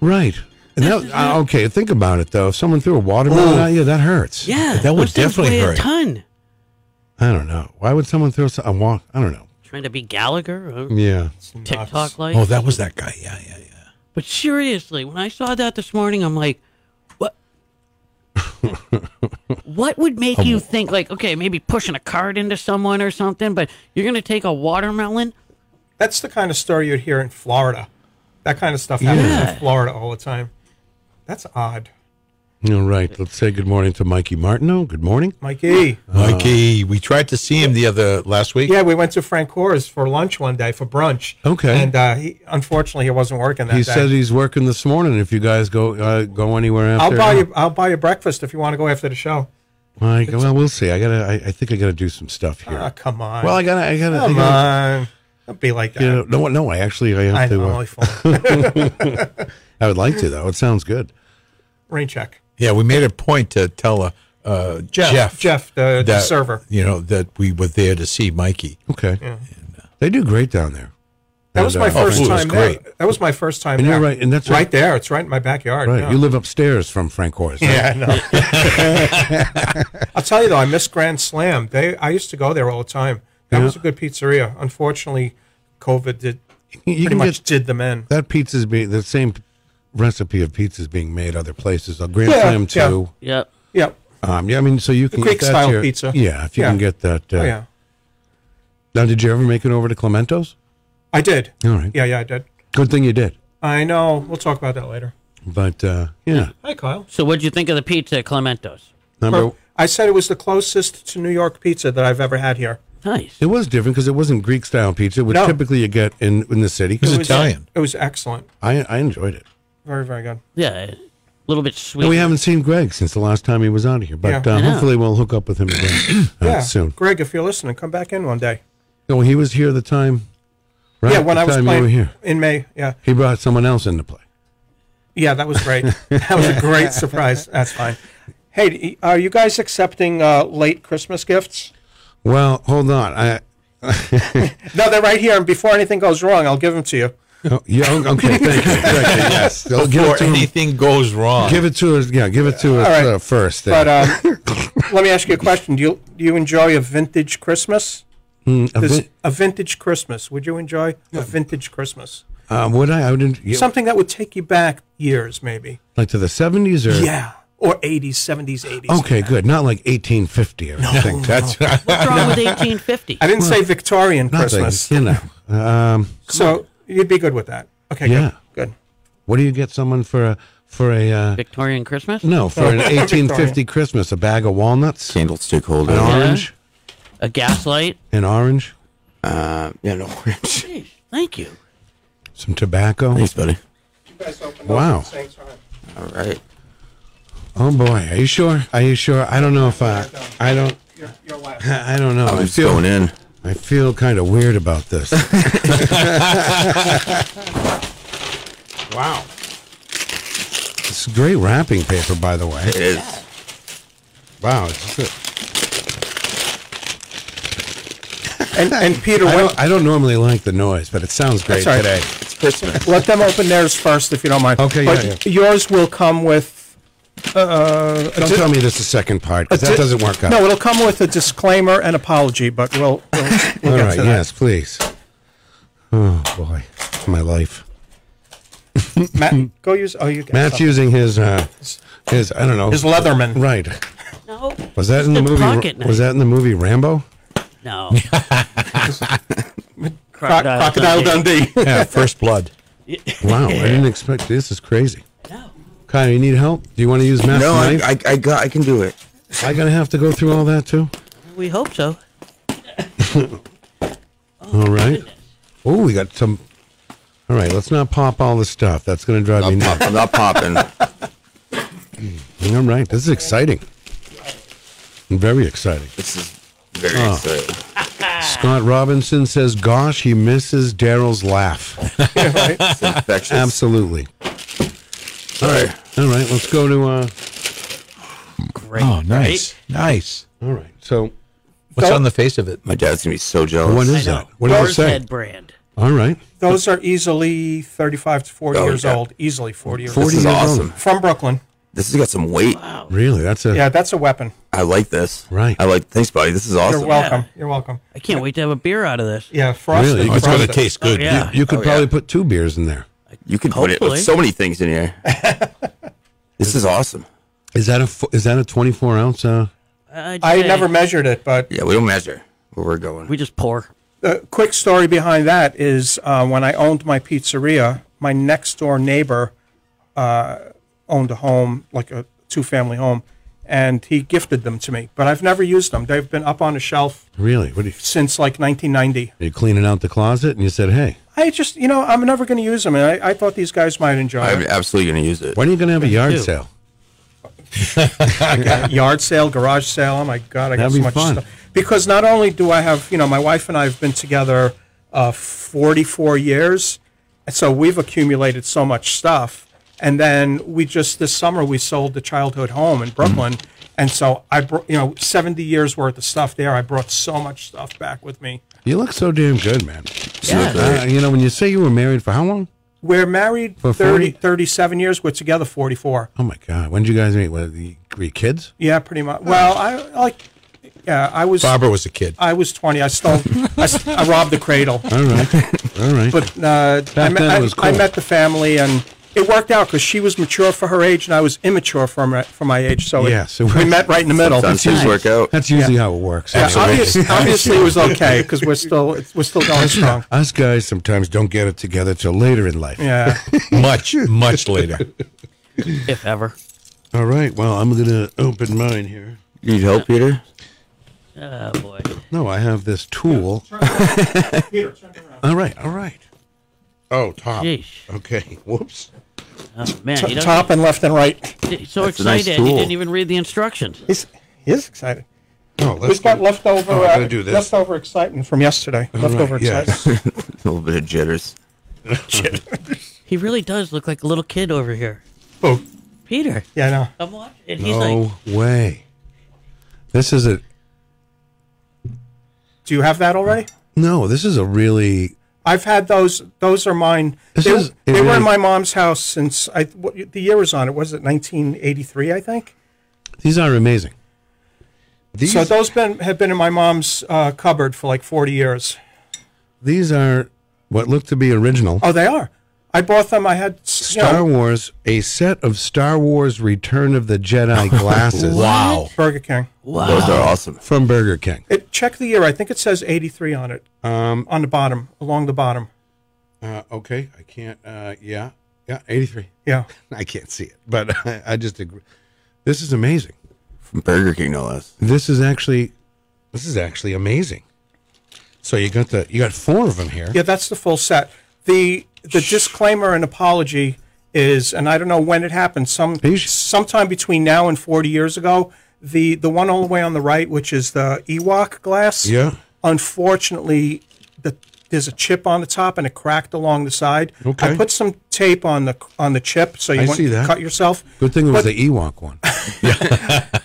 C: Right. And that, uh, okay. Think about it though. If someone threw a watermelon
D: Ooh.
C: at you, that hurts.
D: Yeah, those things weigh A ton.
C: I don't know. Why would someone throw so- a wa- I don't know.
D: Trying to be Gallagher. or
C: Yeah.
D: TikTok like.
G: Oh, that was that guy. Yeah, yeah.
D: But seriously, when I saw that this morning, I'm like, what? what would make you think like, okay, maybe pushing a cart into someone or something, but you're gonna take a watermelon?
H: That's the kind of story you'd hear in Florida. That kind of stuff happens
D: Yeah.
H: in Florida all the time. That's odd.
C: All right. Let's say good morning to Mikey Martineau. Good morning, Uh,
H: Mikey.
G: Mikey, we tried to see him the other last week.
H: Yeah, we went to Frank Cora's for lunch one day for brunch.
C: Okay.
H: And uh, he unfortunately he wasn't working that
C: He
H: day.
C: said he's working this morning. If you guys go uh, go anywhere
H: I'll
C: after, uh,
H: buy you I'll buy you breakfast if you want to go after the show.
C: Mike, well, we'll see. I gotta. I, I think I gotta do some stuff here.
H: Ah, come on.
C: Well, I gotta. I gotta.
H: Come
C: I gotta-
H: on. Don't be like that.
C: You know, no, no. I actually, I have
H: I
C: to.
H: know,
C: uh,
H: I fall.
C: I would like to though. It sounds good.
H: Rain check.
G: Yeah, we made a point to tell uh, uh,
H: Jeff-
G: Jeff,
H: Jeff, the- the server.
G: you know, that we were there to see Mikey.
C: Okay, they do great down there.
H: That was
C: And,
H: my
C: uh,
H: first
G: it was
H: time there.
G: great.
H: That was my first time
C: And you're
H: there.
C: right, and that's
H: right,
C: right-
H: there. It's right in my backyard.
C: Right,
H: yeah.
C: you live upstairs from Frank Horace.
H: Yeah, I know. I'll tell you though, I miss Grand Slam. They, I used to go there all the time. That
C: Yeah.
H: was a good pizzeria. Unfortunately, COVID did pretty
C: can
H: much did them in.
C: That pizza's being the same recipe of pizza's being made other places. A Grand
H: Yeah,
C: Slam
H: yeah.
C: too.
D: Yep.
H: Yep.
C: Um, yeah, I mean, so you can
H: Greek
C: get that
H: style
C: to your-
H: pizza.
C: Yeah, if you
H: Yeah.
C: can get that. Uh,
H: oh yeah,
C: Now, did you ever make it over to Clemento's?
H: I did.
C: All right.
H: Yeah, yeah, I did.
C: Good thing you did.
H: I know. We'll talk about that later.
C: But uh, yeah,
H: Hi, Kyle.
D: So what'd you think of the pizza at Clemento's?
C: number
H: I said it was the closest to New York pizza that I've ever had here.
D: Nice.
C: it was different because it wasn't Greek style pizza, which
H: No.
C: typically you get in in the city.
H: It was- It was excellent.
C: I I enjoyed it.
H: Very, very good.
D: Yeah. A little bit sweet.
C: And we haven't seen Greg since the last time he was out here, but
H: Yeah.
C: uh,
H: I know.
C: hopefully we'll hook up with him again uh,
H: yeah.
C: soon.
H: Greg, if you're listening, come back in one day.
C: No, he was here the time. Right
H: yeah, when
C: the
H: I was
C: time
H: playing
C: you were here,
H: in May. Yeah.
C: he brought someone else into play.
H: Yeah, that was great. that was a great surprise. That's fine. Hey, d- are you guys accepting uh, late Christmas gifts?
C: Well, hold on. I
H: No, they're right here. And before anything goes wrong, I'll give them to you.
C: oh, yeah o- okay. Thank you. Thank you. Yes. So give
G: Before
C: it to him.
G: anything goes wrong.
C: Give it to us. Yeah, give it to us
H: All right.
C: uh, first. then.
H: But um, let me ask you a question. Do you do you enjoy a vintage Christmas?
C: Mm, a
H: Does-
C: vin-
H: a vintage Christmas. Would you enjoy a vintage Christmas?
C: uh, would I? I wouldn't. yeah,
H: Something that would take you back years, maybe.
C: like to the seventies or
H: Yeah. Or 80s, 70s, 80s.
C: Okay, good. Not like eighteen fifty. I no, think that's
D: What's wrong with 1850?
H: I didn't say Victorian
C: nothing.
H: Christmas.
C: You know. Um,
H: So you'd be good with that. Okay,
C: Yeah.
H: good. Good.
C: what do you get someone for a for a uh,
D: Victorian Christmas?
C: no for an
D: Victorian.
C: eighteen fifty Christmas? A bag of walnuts,
L: candlestick holder,
C: an orange,
D: A gaslight?
C: an orange,
L: Uh, yeah, no orange.
D: Jeez, thank you.
C: some tobacco.
L: Thanks, buddy.
C: Wow.
L: All right.
C: Oh boy, are you sure? Are you sure? I don't know if I. I don't. I don't know.
L: Oh,
C: I
L: it's going in.
C: I feel kind of weird about this. wow. It's great wrapping paper, by the way.
L: It is.
C: Wow. It's good.
H: And, and Peter,
C: I
H: when,
C: don't, I don't normally like the noise, but it sounds great
H: That's all right.
C: today.
L: It's Christmas.
H: Let them open theirs first, if you don't mind.
C: Okay,
H: but
C: yeah,
H: yours will come with Uh,
C: Don't tell me there's a second part. 'cause
H: a
C: That
H: di-
C: doesn't work out.
H: No, it'll come with a disclaimer and apology, but we'll, we'll, we'll
C: All
H: get
C: right.
H: to that.
C: Yes, please. Oh boy, my life.
H: Matt, go use. Oh, you. got
C: Matt's
H: something.
C: using his uh, his I don't know
H: His Leatherman.
C: Right.
D: No.
C: Was that in the
D: It's a
C: movie?
D: pocket knife.
C: Was that in the movie Rambo?
D: No.
H: Croc- Crocodile Dundee.
C: yeah, First Blood. wow, I didn't expect this. Is crazy. Kyle, you need help? Do you want to use Matt's
L: No, I-
C: knife? I, I got, I can do it. I gonna have to go through all that too.
D: We hope so.
C: all right. Oh, we got some. All right, let's not pop all the stuff. That's gonna drive me nuts.
L: I'm not popping.
C: All right, this is exciting. Very exciting.
L: This is very
C: Oh.
L: exciting.
C: Scott Robinson says, "Gosh, he misses Daryl's laugh." Absolutely. All right, all right. Let's go to. Uh,
D: Great.
G: Oh, nice, nice.
C: All right. So,
G: what's
H: So-
G: on the face of it?
L: My dad's gonna be so jealous.
C: What is I know. that? What does it Bird's say? Head
D: brand.
C: All right.
H: Those are easily 35 to 40 years old. Easily 40 years
L: 40
H: old.
L: This is Oh, years old. awesome.
H: From Brooklyn.
L: This has got some weight.
C: Really, that's a.
H: Yeah, that's a weapon.
L: I like this.
C: Right.
L: I like. Thanks, buddy. This is awesome.
H: You're welcome. You're welcome.
D: I can't wait to have a beer out of this.
H: Yeah, frosted.
L: Really? It's gonna
H: Frosted.
L: taste good.
D: Oh, yeah.
C: You, you could
L: Oh, yeah.
C: probably put two beers in there.
L: You could put it
D: Hopefully.
L: with so many things in here. this is awesome.
C: Is that a fo- is that a twenty four ounce? Uh,
D: I'd
H: I
D: say.
H: never measured it, but
L: Yeah, we don't measure where we're going.
D: We just pour.
H: the quick story behind that is uh, when I owned my pizzeria, my next door neighbor uh, owned a home, like a two family home, and he gifted them to me. But I've never used them. They've been up on a shelf
C: really? What are you,
H: since like 1990.
C: are you cleaning out the closet? And you said, "Hey,
H: I just, you know, I'm never going to use them, and I, I thought these guys might enjoy
L: I'm
H: it.
L: absolutely gonna use it.
C: when are you going to have a yard
H: Ew.
C: sale?"
H: Uh, Yard sale, garage sale. Oh my God, I got
C: That'd
H: so
C: be
H: much
C: fun.
H: stuff. Because not only do I have, you know, my wife and I have been together uh, 44 years, and so we've accumulated so much stuff. And then we just this summer we sold the childhood home in Brooklyn,
C: Mm-hmm.
H: and so I brought, you know, 70 years worth of stuff there. I brought so much stuff back with me.
C: You look so damn good, man.
H: Yeah.
C: Uh, you know, when you say you were married for how long?
H: We're married
C: For
H: 30,
C: 40?
H: 37 years. We're together 44.
C: Oh my God! When did you guys meet? Were you, were you kids?
H: Yeah, pretty much. Well, I like. Yeah, I was.
G: Barbara was a kid.
H: I was 20. I stole. I, s- I robbed the cradle.
C: All right, all right.
H: But uh, I, met,
C: Back then it
H: I,
C: was
H: I
C: cool.
H: met the family, and it worked out because she was mature for her age, and I was immature for my, for my age. So it-
C: Yes, it
H: we
C: works.
H: met right in the middle.
L: Sometimes things work out.
C: That's usually how it works.
H: Yeah,
C: actually.
H: obviously, obviously it was okay because we're still it's- we're still going strong.
C: Us guys sometimes don't get it together till later in life.
H: Yeah.
G: much, much later.
D: If ever.
C: All right. Well, I'm gonna open mine here.
L: You need help, Peter?
D: Oh, boy.
C: No, I have this tool.
H: Peter, turn around.
C: All right. All right. Oh, top.
D: Yeesh.
C: Okay. Whoops.
D: Oh, man.
H: T-
D: you don't-
H: top and left and right.
D: He's so
L: That's a nice
D: excited he
L: tool.
D: didn't even read the instructions.
H: He's he is excited.
C: Oh, let's
H: We've got leftover
C: Oh, I
H: uh,
C: gotta do this.
H: leftover excitement from yesterday.
C: All
H: leftover
C: right, yes.
H: excitement.
L: a little bit of jitters.
D: He really does look like a little kid over here.
C: Oh.
H: Who?
D: Peter.
H: Yeah, I know.
D: I'm watching. And he's like,
C: No way. This is a
H: Do you have that already?
C: no. This is a really
H: I've had those. Those are mine.
C: This
H: they
C: is-
H: they
C: it
H: were in
C: really-
H: my mom's house since I. What, the year was on it. Was it 1983? I think.
C: These are amazing. These
H: so those been have been in my mom's uh, cupboard for like 40 years.
C: these are what look to be original
H: Oh, they are. I bought them. I had s- you know,
C: Star Wars, a set of Star Wars Return of the Jedi glasses.
G: Wow.
H: Burger King.
L: Those
D: wow.
L: are awesome.
C: From Burger King.
H: It, check the year. I think it says 83 on it,
C: Um.
H: on the bottom, along the bottom.
C: uh, okay. I can't. Uh. Yeah. Yeah. Eighty-three.
H: Yeah.
C: I can't see it, but I, I just agree. This is amazing.
L: From Burger King, no less.
C: This is actually, this is actually amazing. So you got the you got four of them here.
H: Yeah, that's the full set. The the disclaimer and apology is, and I don't know when it happened. Some
C: Peace.
H: sometime between now and forty years ago. The the one all the way on the right, which is the Ewok glass.
C: Yeah.
H: Unfortunately, the there's a chip on the top and it cracked along the side.
C: Okay.
H: I put some tape on the on the chip so you
C: I
H: won't
C: see that.
H: cut yourself.
C: Good thing it was
H: But-
C: the Ewok one.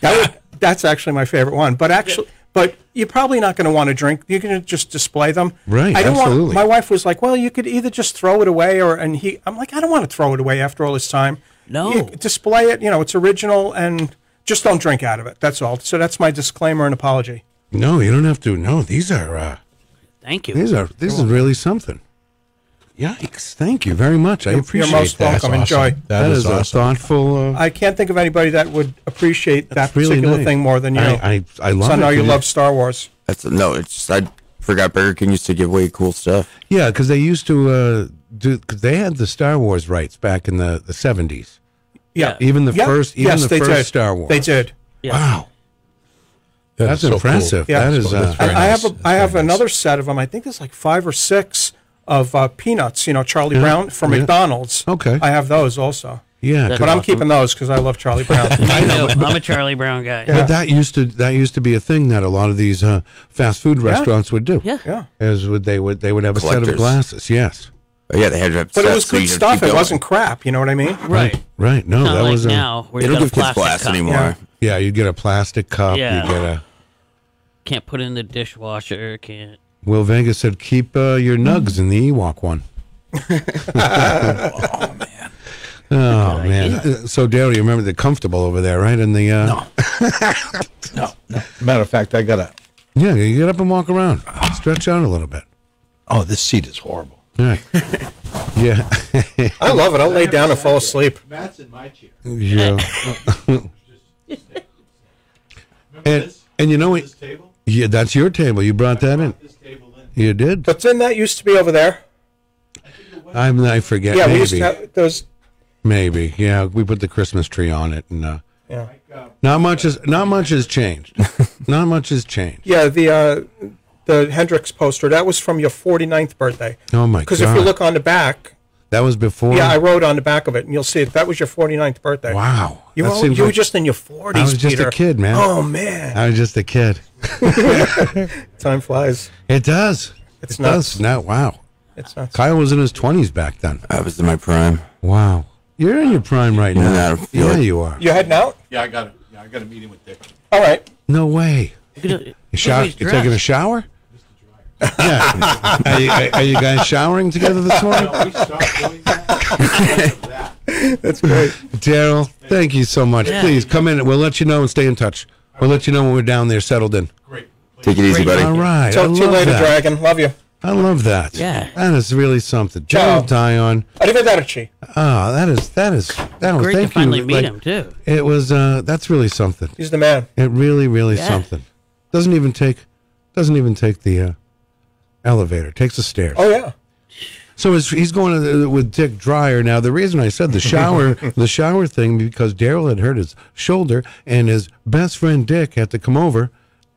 H: That would, that's actually my favorite one. But actually, but you're probably not going to want to drink. You're going to just display them.
C: Right,
H: I don't Want,
C: absolutely.
H: my wife was like, "Well, you could either just throw it away, or and he." I'm like, "I don't want to throw it away after all this time."
D: No.
H: You display it, you know, it's original and just don't drink out of it. That's all. So that's my disclaimer and apology.
C: No, you don't have to. No, these are. Uh,
D: Thank you.
C: These are. This is really something. Yikes! Thank you very much. I
H: You're- you're
C: appreciate
H: most
C: that.
H: welcome. That's awesome. Enjoy.
C: that is, a thoughtful. Uh,
H: I can't think of anybody that would appreciate that
C: That's really
H: particular
C: nice.
H: thing more than you.
C: I- I- I love
H: So I
C: it,
H: know you
C: dude.
H: love Star Wars.
L: That's no. It's just, I forgot Burger King used to give away cool stuff.
C: Yeah, because they used to uh, do. Cause they had the Star Wars rights back in the the seventies.
H: Yeah.
C: even the
H: Yeah.
C: first, even
H: Yes,
C: the
H: they
C: first
H: did.
C: Star Wars.
H: They did.
C: Wow. That That's is so cool. impressive. That is, uh, That's
H: I,
C: very
H: I have.
C: nice.
H: A, I have another set of them. I think there's like five or six of uh, peanuts. You know, Charlie
C: Yeah.
H: Brown from
C: Yeah.
H: McDonald's.
C: Okay.
H: I have those also.
C: Yeah,
H: but
C: That's
H: I'm
C: awesome.
H: keeping those because I love Charlie Brown. uh,
D: I know. I'm a Charlie Brown guy.
C: But that used to that used to be a thing that a lot of these uh, fast food
D: Yeah.
C: restaurants would do.
D: Yeah.
H: Yeah.
C: As would they would they would have a set of
L: Collectors.
C: glasses. Yes.
L: But yeah, they had. But
H: But it was good stuff. It wasn't crap. You know what I mean?
D: Right.
C: Right. No,
D: Not
C: that
D: like
C: was a,
D: now, where They you don't got give a kids plastic glass cup. anymore.
C: Yeah. Yeah, you'd get a plastic cup.
D: Yeah.
C: You get a.
D: Can't put it in the dishwasher. Can't.
C: Will Vegas said, "Keep uh, your nugs in the Ewok one." oh man!
G: idea.
C: Uh, So Dale, you remember the comfortable over there, right? In the uh, no.
G: Matter of fact, I got a.
C: Yeah, you get up and walk around, stretch out a little bit.
G: Oh, this seat is horrible.
C: Yeah. yeah.
H: I love it. I'll lay down and fall asleep.
G: Matt's in my chair.
C: Yeah. and and you know what? Yeah, that's your table. You brought that in. You did.
H: But then that used to be over there.
C: I'm. I forget.
H: yeah,
C: maybe.
H: we used to have those.
C: maybe. Yeah. We put the Christmas tree on it, and uh,
H: Yeah.
C: not much is not much has changed. not much has changed.
H: Yeah, the uh, the Hendrix poster. That was from your 49th birthday.
C: Oh my
H: Because if you
C: God.
H: look on the back,
C: That was before.
H: yeah, I wrote on the back of it, and you'll see it. That was your 49th birthday.
C: Wow.
H: You,
C: That
H: were,
C: seems
H: you were
C: like-
H: just in your 40s,
C: I was just
H: Peter.
C: a kid, man.
H: Oh, man.
C: I was just a kid.
H: Time flies.
C: It does.
H: It's
C: it
H: nuts.
C: does. Now, wow.
H: It's nuts.
C: Kyle was in his twenties back then.
L: I was in my prime.
C: Wow. You're in your prime right
L: Yeah,
C: now.
L: I feel
C: yeah,
L: it.
C: you are.
H: You heading out?
G: Yeah, I got it. Yeah, I got a meeting with Dick.
H: All right.
C: No way. You shower,
G: he's
C: you taking a
G: dressed.
C: shower? Yeah. are, you, are- are you guys showering together this morning?
H: That's great.
C: Daryl, thank you so much.
L: Yeah.
C: Please come in. We'll let you know and stay in touch. We'll let you know when we're down there settled in.
L: Take it easy, buddy.
C: All right. I
H: Talk to you
C: love
H: later,
C: that.
H: Dragon. Love you.
C: I love that.
H: Yeah.
C: That is really something.
H: Ciao.
C: Daryl Dion.
H: Oh. Arrivederci.
C: Ah, that is that is that was
H: Great to
C: thank
H: finally
C: you.
H: meet him, too.
C: It was uh that's really something.
H: He's the man.
C: It really, really
H: Yeah.
C: something. Doesn't even take doesn't even take the uh, elevator. Takes the stairs.
H: Oh, yeah.
C: So it's, he's going to the, with Dick Dryer now. The reason I said the shower, the shower thing, because Daryl had hurt his shoulder, and his best friend Dick had to come over,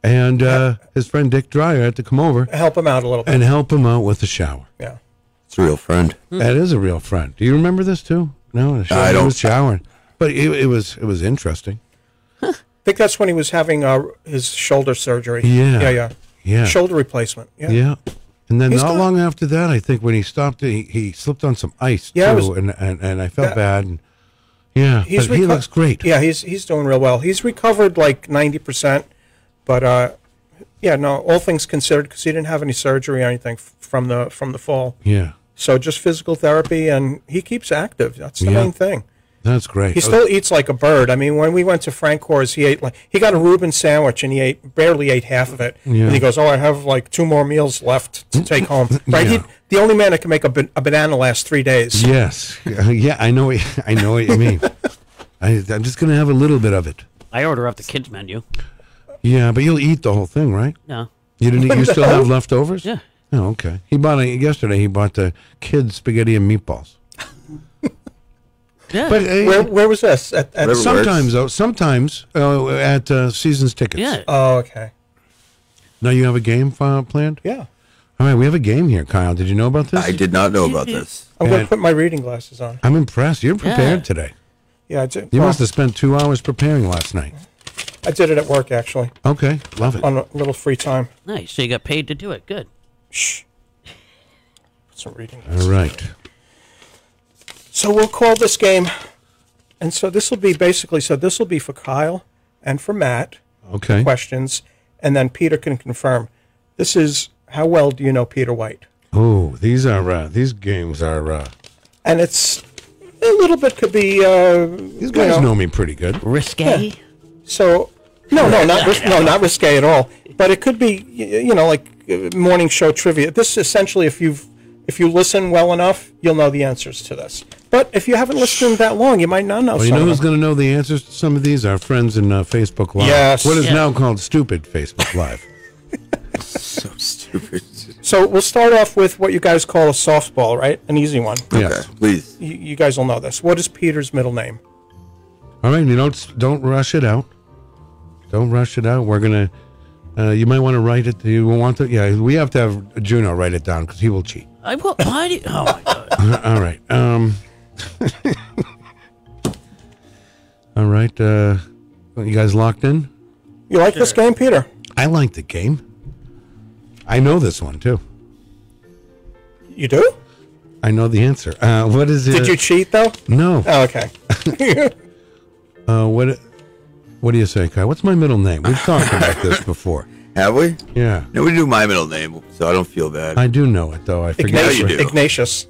C: and uh, his friend Dick Dryer had to come over
H: Help him out a little bit. Hmm.
C: and help him out with the shower.
H: Yeah.
C: It's a real friend. That is a real friend. Do you remember this too? No, the shower,
L: I
C: he
L: don't-
C: was showering, but it, it was it was interesting.
H: I think that's when he was having uh, his shoulder surgery.
C: Yeah.
H: Yeah, yeah.
C: Yeah.
H: Shoulder replacement. Yeah.
C: Yeah. And then
H: He's
C: not
H: got-
C: long after that, I think when he stopped, he, he slipped on some ice
H: Yeah, I
C: too,
H: was-
C: and, and and I felt
H: Yeah.
C: bad. And, yeah,
H: He's
C: but he
H: reco-
C: looks great.
H: Yeah, he's he's doing real well. He's recovered like 90%, but uh yeah, no, all things considered cuz he didn't have any surgery or anything f- from the from the fall.
C: Yeah,
H: So just physical therapy and he keeps active. That's the
C: Yeah.
H: main thing.
C: that's great. Oh.
H: He still eats like a bird. I mean, when we went to Francor's, he ate like he got a Reuben sandwich and he ate barely ate half of it.
C: Yeah. Mm-hmm.
H: And he goes, "Oh, I have like two more meals left to take home." Right?
C: Yeah.
H: He, the only man that can make a, ban- a banana last three days.
C: Yes. Yeah, I know. What, I know what you mean. I, I'm just gonna have a little bit of it.
D: I order off the kids menu.
C: Yeah, but you'll eat the whole thing, right?
D: No.
C: You didn't. eat- You still have leftovers?
D: Yeah.
C: Oh, okay. He bought it yesterday. He bought the kids spaghetti and meatballs.
D: Yeah.
C: But uh,
H: where, where was this? At, at
C: sometimes though, sometimes uh, at uh, seasons tickets.
H: Oh, okay.
C: Now you have a game fi- planned.
H: Yeah.
C: All right, we have a game here, Kyle. Did you know about this?
L: I did not know about this.
H: I'm going
C: And-
H: to put my reading glasses on.
C: I'm impressed. You're prepared
H: Yeah.
C: today.
H: Yeah, I did.
C: You
H: well,
C: must have spent two hours preparing last night.
H: I did it at work actually.
C: Okay, love it.
H: On a little free time.
D: Nice. So you got paid to do it. Good.
H: Shh. Put some reading.
C: All right.
H: So we'll call this game, and so this will be basically so this will be for Kyle and for Matt.
C: Okay.
H: Questions, and then Peter can confirm. This is how well do you know Peter White?
C: Oh, these are uh, these games are uh,
H: And it's a little bit could be. Uh, These
C: You guys know me pretty good.
D: Risque.
H: So, no, no, not ris- no, not risque at all. But it could be, y- you know, like uh, morning show trivia. This is essentially, if you've if you listen well enough, you'll know the answers to this. But if you haven't listened that long, you might not know.
C: Well, you
H: some
C: know
H: of
C: who's
H: them.
C: going to know the answers to some of these? Our friends in uh, Facebook Live.
H: Yes.
C: What is
H: Yeah.
C: now called Stupid Facebook Live.
L: so stupid.
H: So we'll start off with what you guys call a softball, right? An easy one.
C: Yes.
L: Please.
H: You, you guys will know this. What is Peter's middle name?
C: All right. You don't don't rush it out. Don't rush it out. We're gonna. Uh, you might want to write it. You want to? Yeah. We have to have Juno write it down because he will cheat.
D: I will. Why do? Oh my god.
C: All right. Um. all right. Uh, you guys locked in?
H: You like this game, Peter?
C: I like the game. I know this one too.
H: You do?
C: I know the answer. Uh, what is it?
H: Did you cheat though?
C: No.
H: Oh, okay.
C: Uh, what? What do you say, Kai? What's my middle name? We've talked about this before.
L: Have we?
C: Yeah.
L: No, we do my middle name, so I don't feel bad.
C: I do know it though. I forget.
L: Ignatius.
C: what-
L: do.
H: Ignatius.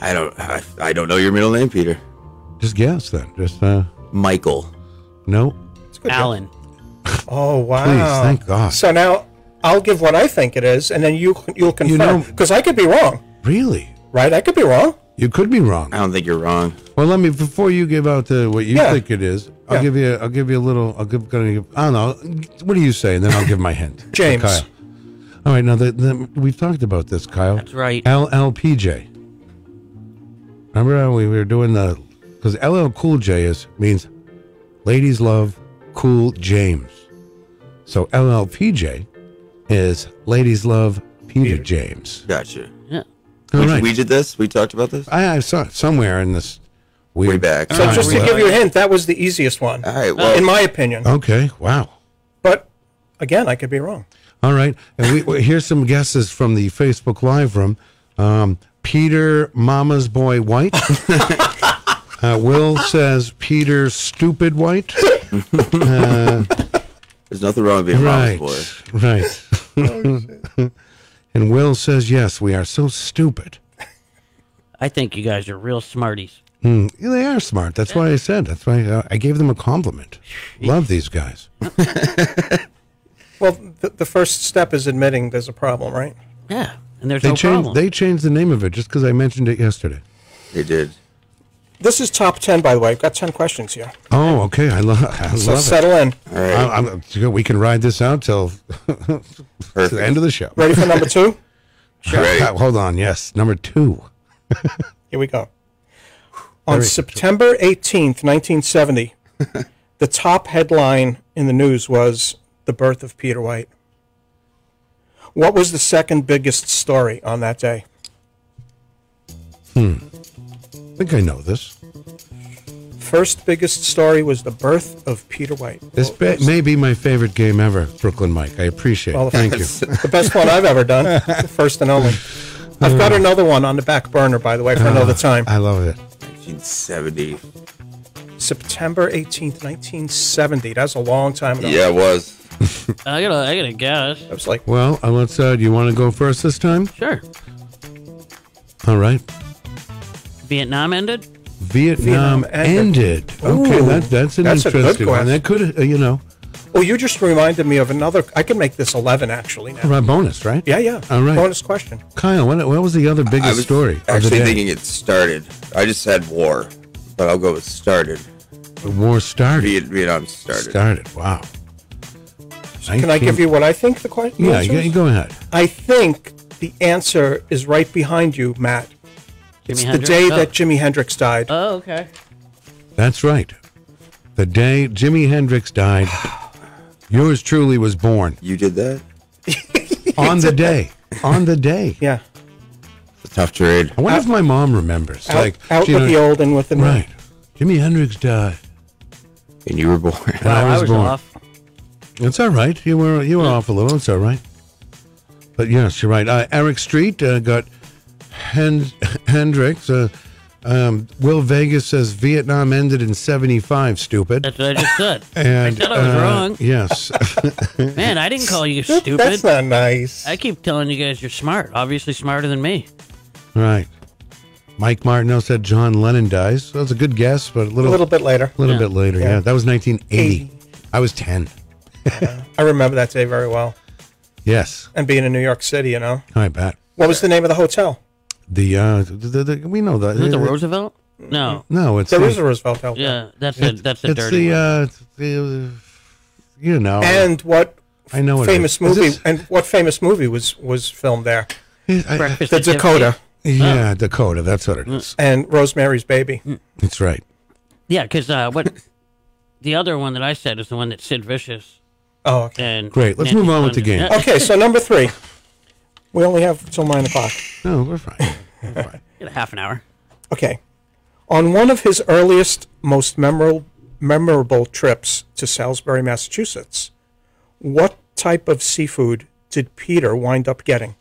L: I don't. I, I don't know your middle name, Peter.
C: Just guess then. Just uh,
L: Michael.
C: no.
D: Alan.
H: Oh wow!
C: thank God.
H: So now I'll give what I think it is, and then you you'll confirm
C: know-
H: because I could be wrong,
C: Really?
H: right? I could be wrong.
C: You could be wrong.
L: I don't think you're wrong.
C: Well, let me before you give out the what you
H: Yeah.
C: think it is. I'll
H: Yeah.
C: give you. I'll give you a little. I'll give. Gonna give. I don't know. What do you say? And then I'll give my hint. to
H: James.
C: Kyle. All right. Now the, the, we've talked about this, Kyle. That's
D: right.
C: LLPJ. Remember how we were doing the because LL Cool J is means ladies love Cool James. So LLPJ is ladies love Peter, James.
L: Gotcha.
D: Yeah.
C: All
L: We,
C: right.
L: we did this. We talked about this.
C: I, I saw it somewhere in this weird
L: Way back.
H: So just to give you a hint, that was the easiest one,
L: All right. Well,
H: in my opinion.
C: Okay. Wow.
H: But again, I could be wrong.
C: All right. And we, we here's some guesses from the Facebook Live room. Um, Peter Mama's Boy White. uh, Will says Peter Stupid White. Uh,
L: there's nothing wrong with being right.
C: right.
L: boy.
C: Right. and Will says, yes, we are so stupid.
D: I think you guys are real smarties.
C: Hmm. Yeah, they are smart. That's why I said. That's why uh, I gave them a compliment. Love these guys.
H: Well, th- the first step is admitting there's a problem, right?
D: Yeah, and there's
C: they
D: no
C: changed.
D: problem.
C: They changed the name of it just because I mentioned it yesterday.
L: They did.
H: This is top ten, by the way. I've got ten questions here,
C: Oh, okay. I, lo- I
H: so
C: love it.
H: settle in.
L: All right.
C: I, I'm, I'm- we can ride this out till to the end of the show.
H: Ready for number two?
L: Ready.
C: Uh, Hold on. Yes, number two.
H: Here we go. On
C: Very-
H: September 18th, 1970, the top headline in the news was The Birth of Peter White. What was the second biggest story on that day?
C: Hmm. I think I know this.
H: First biggest story was the birth of Peter White.
C: This ba- may be my favorite game ever, Brooklyn Mike. I appreciate
H: Well,
C: it. Thank you.
H: The best one I've ever done, the first and only. I've
L: Uh.
H: got another one on the back burner, by the way, for another time.
C: I love it.
L: 1970. Uh.
H: September 18th, 1970. That's a long time ago.
L: Yeah, it was.
D: I gotta, I gotta guess.
H: I was like,
C: Well, uh, let's. Uh, do you want to go first this time?
D: Sure.
C: All right.
D: Vietnam ended.
C: Vietnam,
H: Vietnam ended.
C: ended. Okay,
H: Ooh,
C: that, that's an
H: that's a good
C: interesting
H: question.
C: one. That could, uh, you know,
H: Oh, you just reminded me of another. I can make this 11 actually now.
C: my bonus, right?
H: Yeah, yeah.
C: All right.
H: Bonus question.
C: Kyle, what, what was the other biggest
L: I was
C: story of the
L: actually
C: day?
L: thinking it started. I just had war, but I'll go with started.
C: the war started.
L: Viet- Vietnam started.
C: Started. Wow.
H: Can I give you what I think the question
C: Yeah, you, you go ahead.
H: I think the answer is right behind you, Matt. it's the
D: Hendrix?
H: day
D: Oh.
H: that Jimi Hendrix died.
D: Oh, okay.
C: That's right. The day Jimi Hendrix died, yours truly was born
L: You did that?
C: on the day. On the day.
H: yeah.
L: It's a tough trade.
C: I wonder if my mom remembers.
H: Out,
C: like
H: out
C: she
H: with
C: knows-
H: the old and with the new.
C: right. Jimi Hendrix died,
L: And you were born.
C: and I was, born.
D: off.
C: It's all right. You were you were off a little. It's all right. But yes, you're right. Uh, Eric Street uh, got Hen- Hendrix. Uh, um, Will Vegas says Vietnam ended in '75. Stupid.
D: That's what I just said.
C: and
D: I said I was
C: uh,
D: wrong.
C: Yes.
D: Man, I didn't call you
H: That-
D: stupid.
H: That's not nice.
D: I keep telling you guys you're smart. Obviously smarter than me.
C: Right. Mike Martineau said John Lennon dies. So that's a good guess, but a little,
H: A little bit later.
C: A little
H: Yeah.
C: bit later, yeah.
H: Yeah.
C: That was 1980. I was 10.
H: I remember that day very well.
C: Yes,
H: And being in New York City, you know.
C: I bet.
H: What was the name of the hotel?
C: The, uh, the, the, the- we know that.
D: Is it the Roosevelt? No.
C: No, it's
H: There
C: the-
H: is a Roosevelt Hotel.
D: Yeah, that's the- that's the
C: it's
D: dirty
C: the, Uh, the, you know.
H: and what
C: Oh, I know it
H: famous
C: is. Is
H: movie
C: this-
H: and what famous movie was was filmed there?
C: Breakfast
H: the
C: at Tiffany's.
H: Dakota.
D: Oh.
C: Yeah, Dakota. That's what it is.
H: And Rosemary's Baby.
C: That's right.
D: Yeah, because uh, what the other one that I said is the one that Sid Vicious.
H: Oh,
D: and Uh,
C: Great, let's move on with the game.
H: Okay, so number three. We only have till nine o'clock.
C: No, we're fine.
D: Get a half an hour.
H: Okay. On one of his earliest, most memorable, memorable trips to Salisbury, Massachusetts, what type of seafood did Peter wind up getting?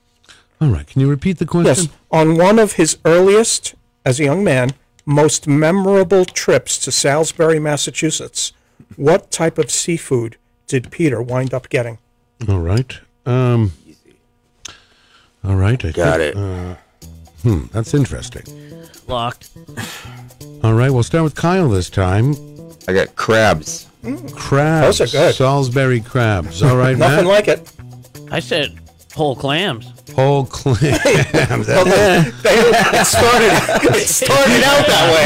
C: All right. Can you repeat the question?
H: Yes. On one of his earliest, as a young man, most memorable trips to Salisbury, Massachusetts, what type of seafood did Peter wind up getting?
C: All right. Um, all right. I
H: Got
C: think,
H: it.
C: Uh, hmm. That's interesting.
D: Locked.
C: All right. We'll start with Kyle this time. I got crabs. Mm. Crabs.
D: Those are good.
C: Salisbury crabs. All right, Matt.
H: like it.
D: I said whole clams.
C: Whole clams.
H: it started. It started out that way.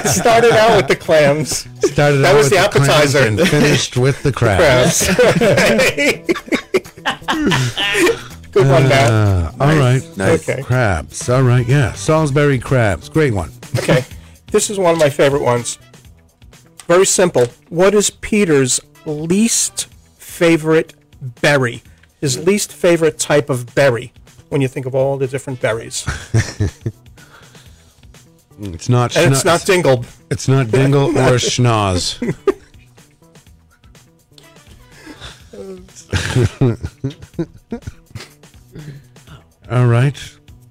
H: It started out with the clams.
C: Started
H: that
C: out
H: was
C: with
H: the
C: clams
H: appetizer.
C: and finished with the crabs.
H: Good one, Matt.
C: Uh, All right.
H: Nice. Okay.
C: Crabs. All right. Yeah. Salisbury crabs. Great one.
H: Okay, this is one of my favorite ones. Very simple. What is Peter's least favorite berry? His least favorite type of berry when you think of all the different berries.
C: It's not.
H: And it's not dingle.
C: It's not dingle or schnoz. All right.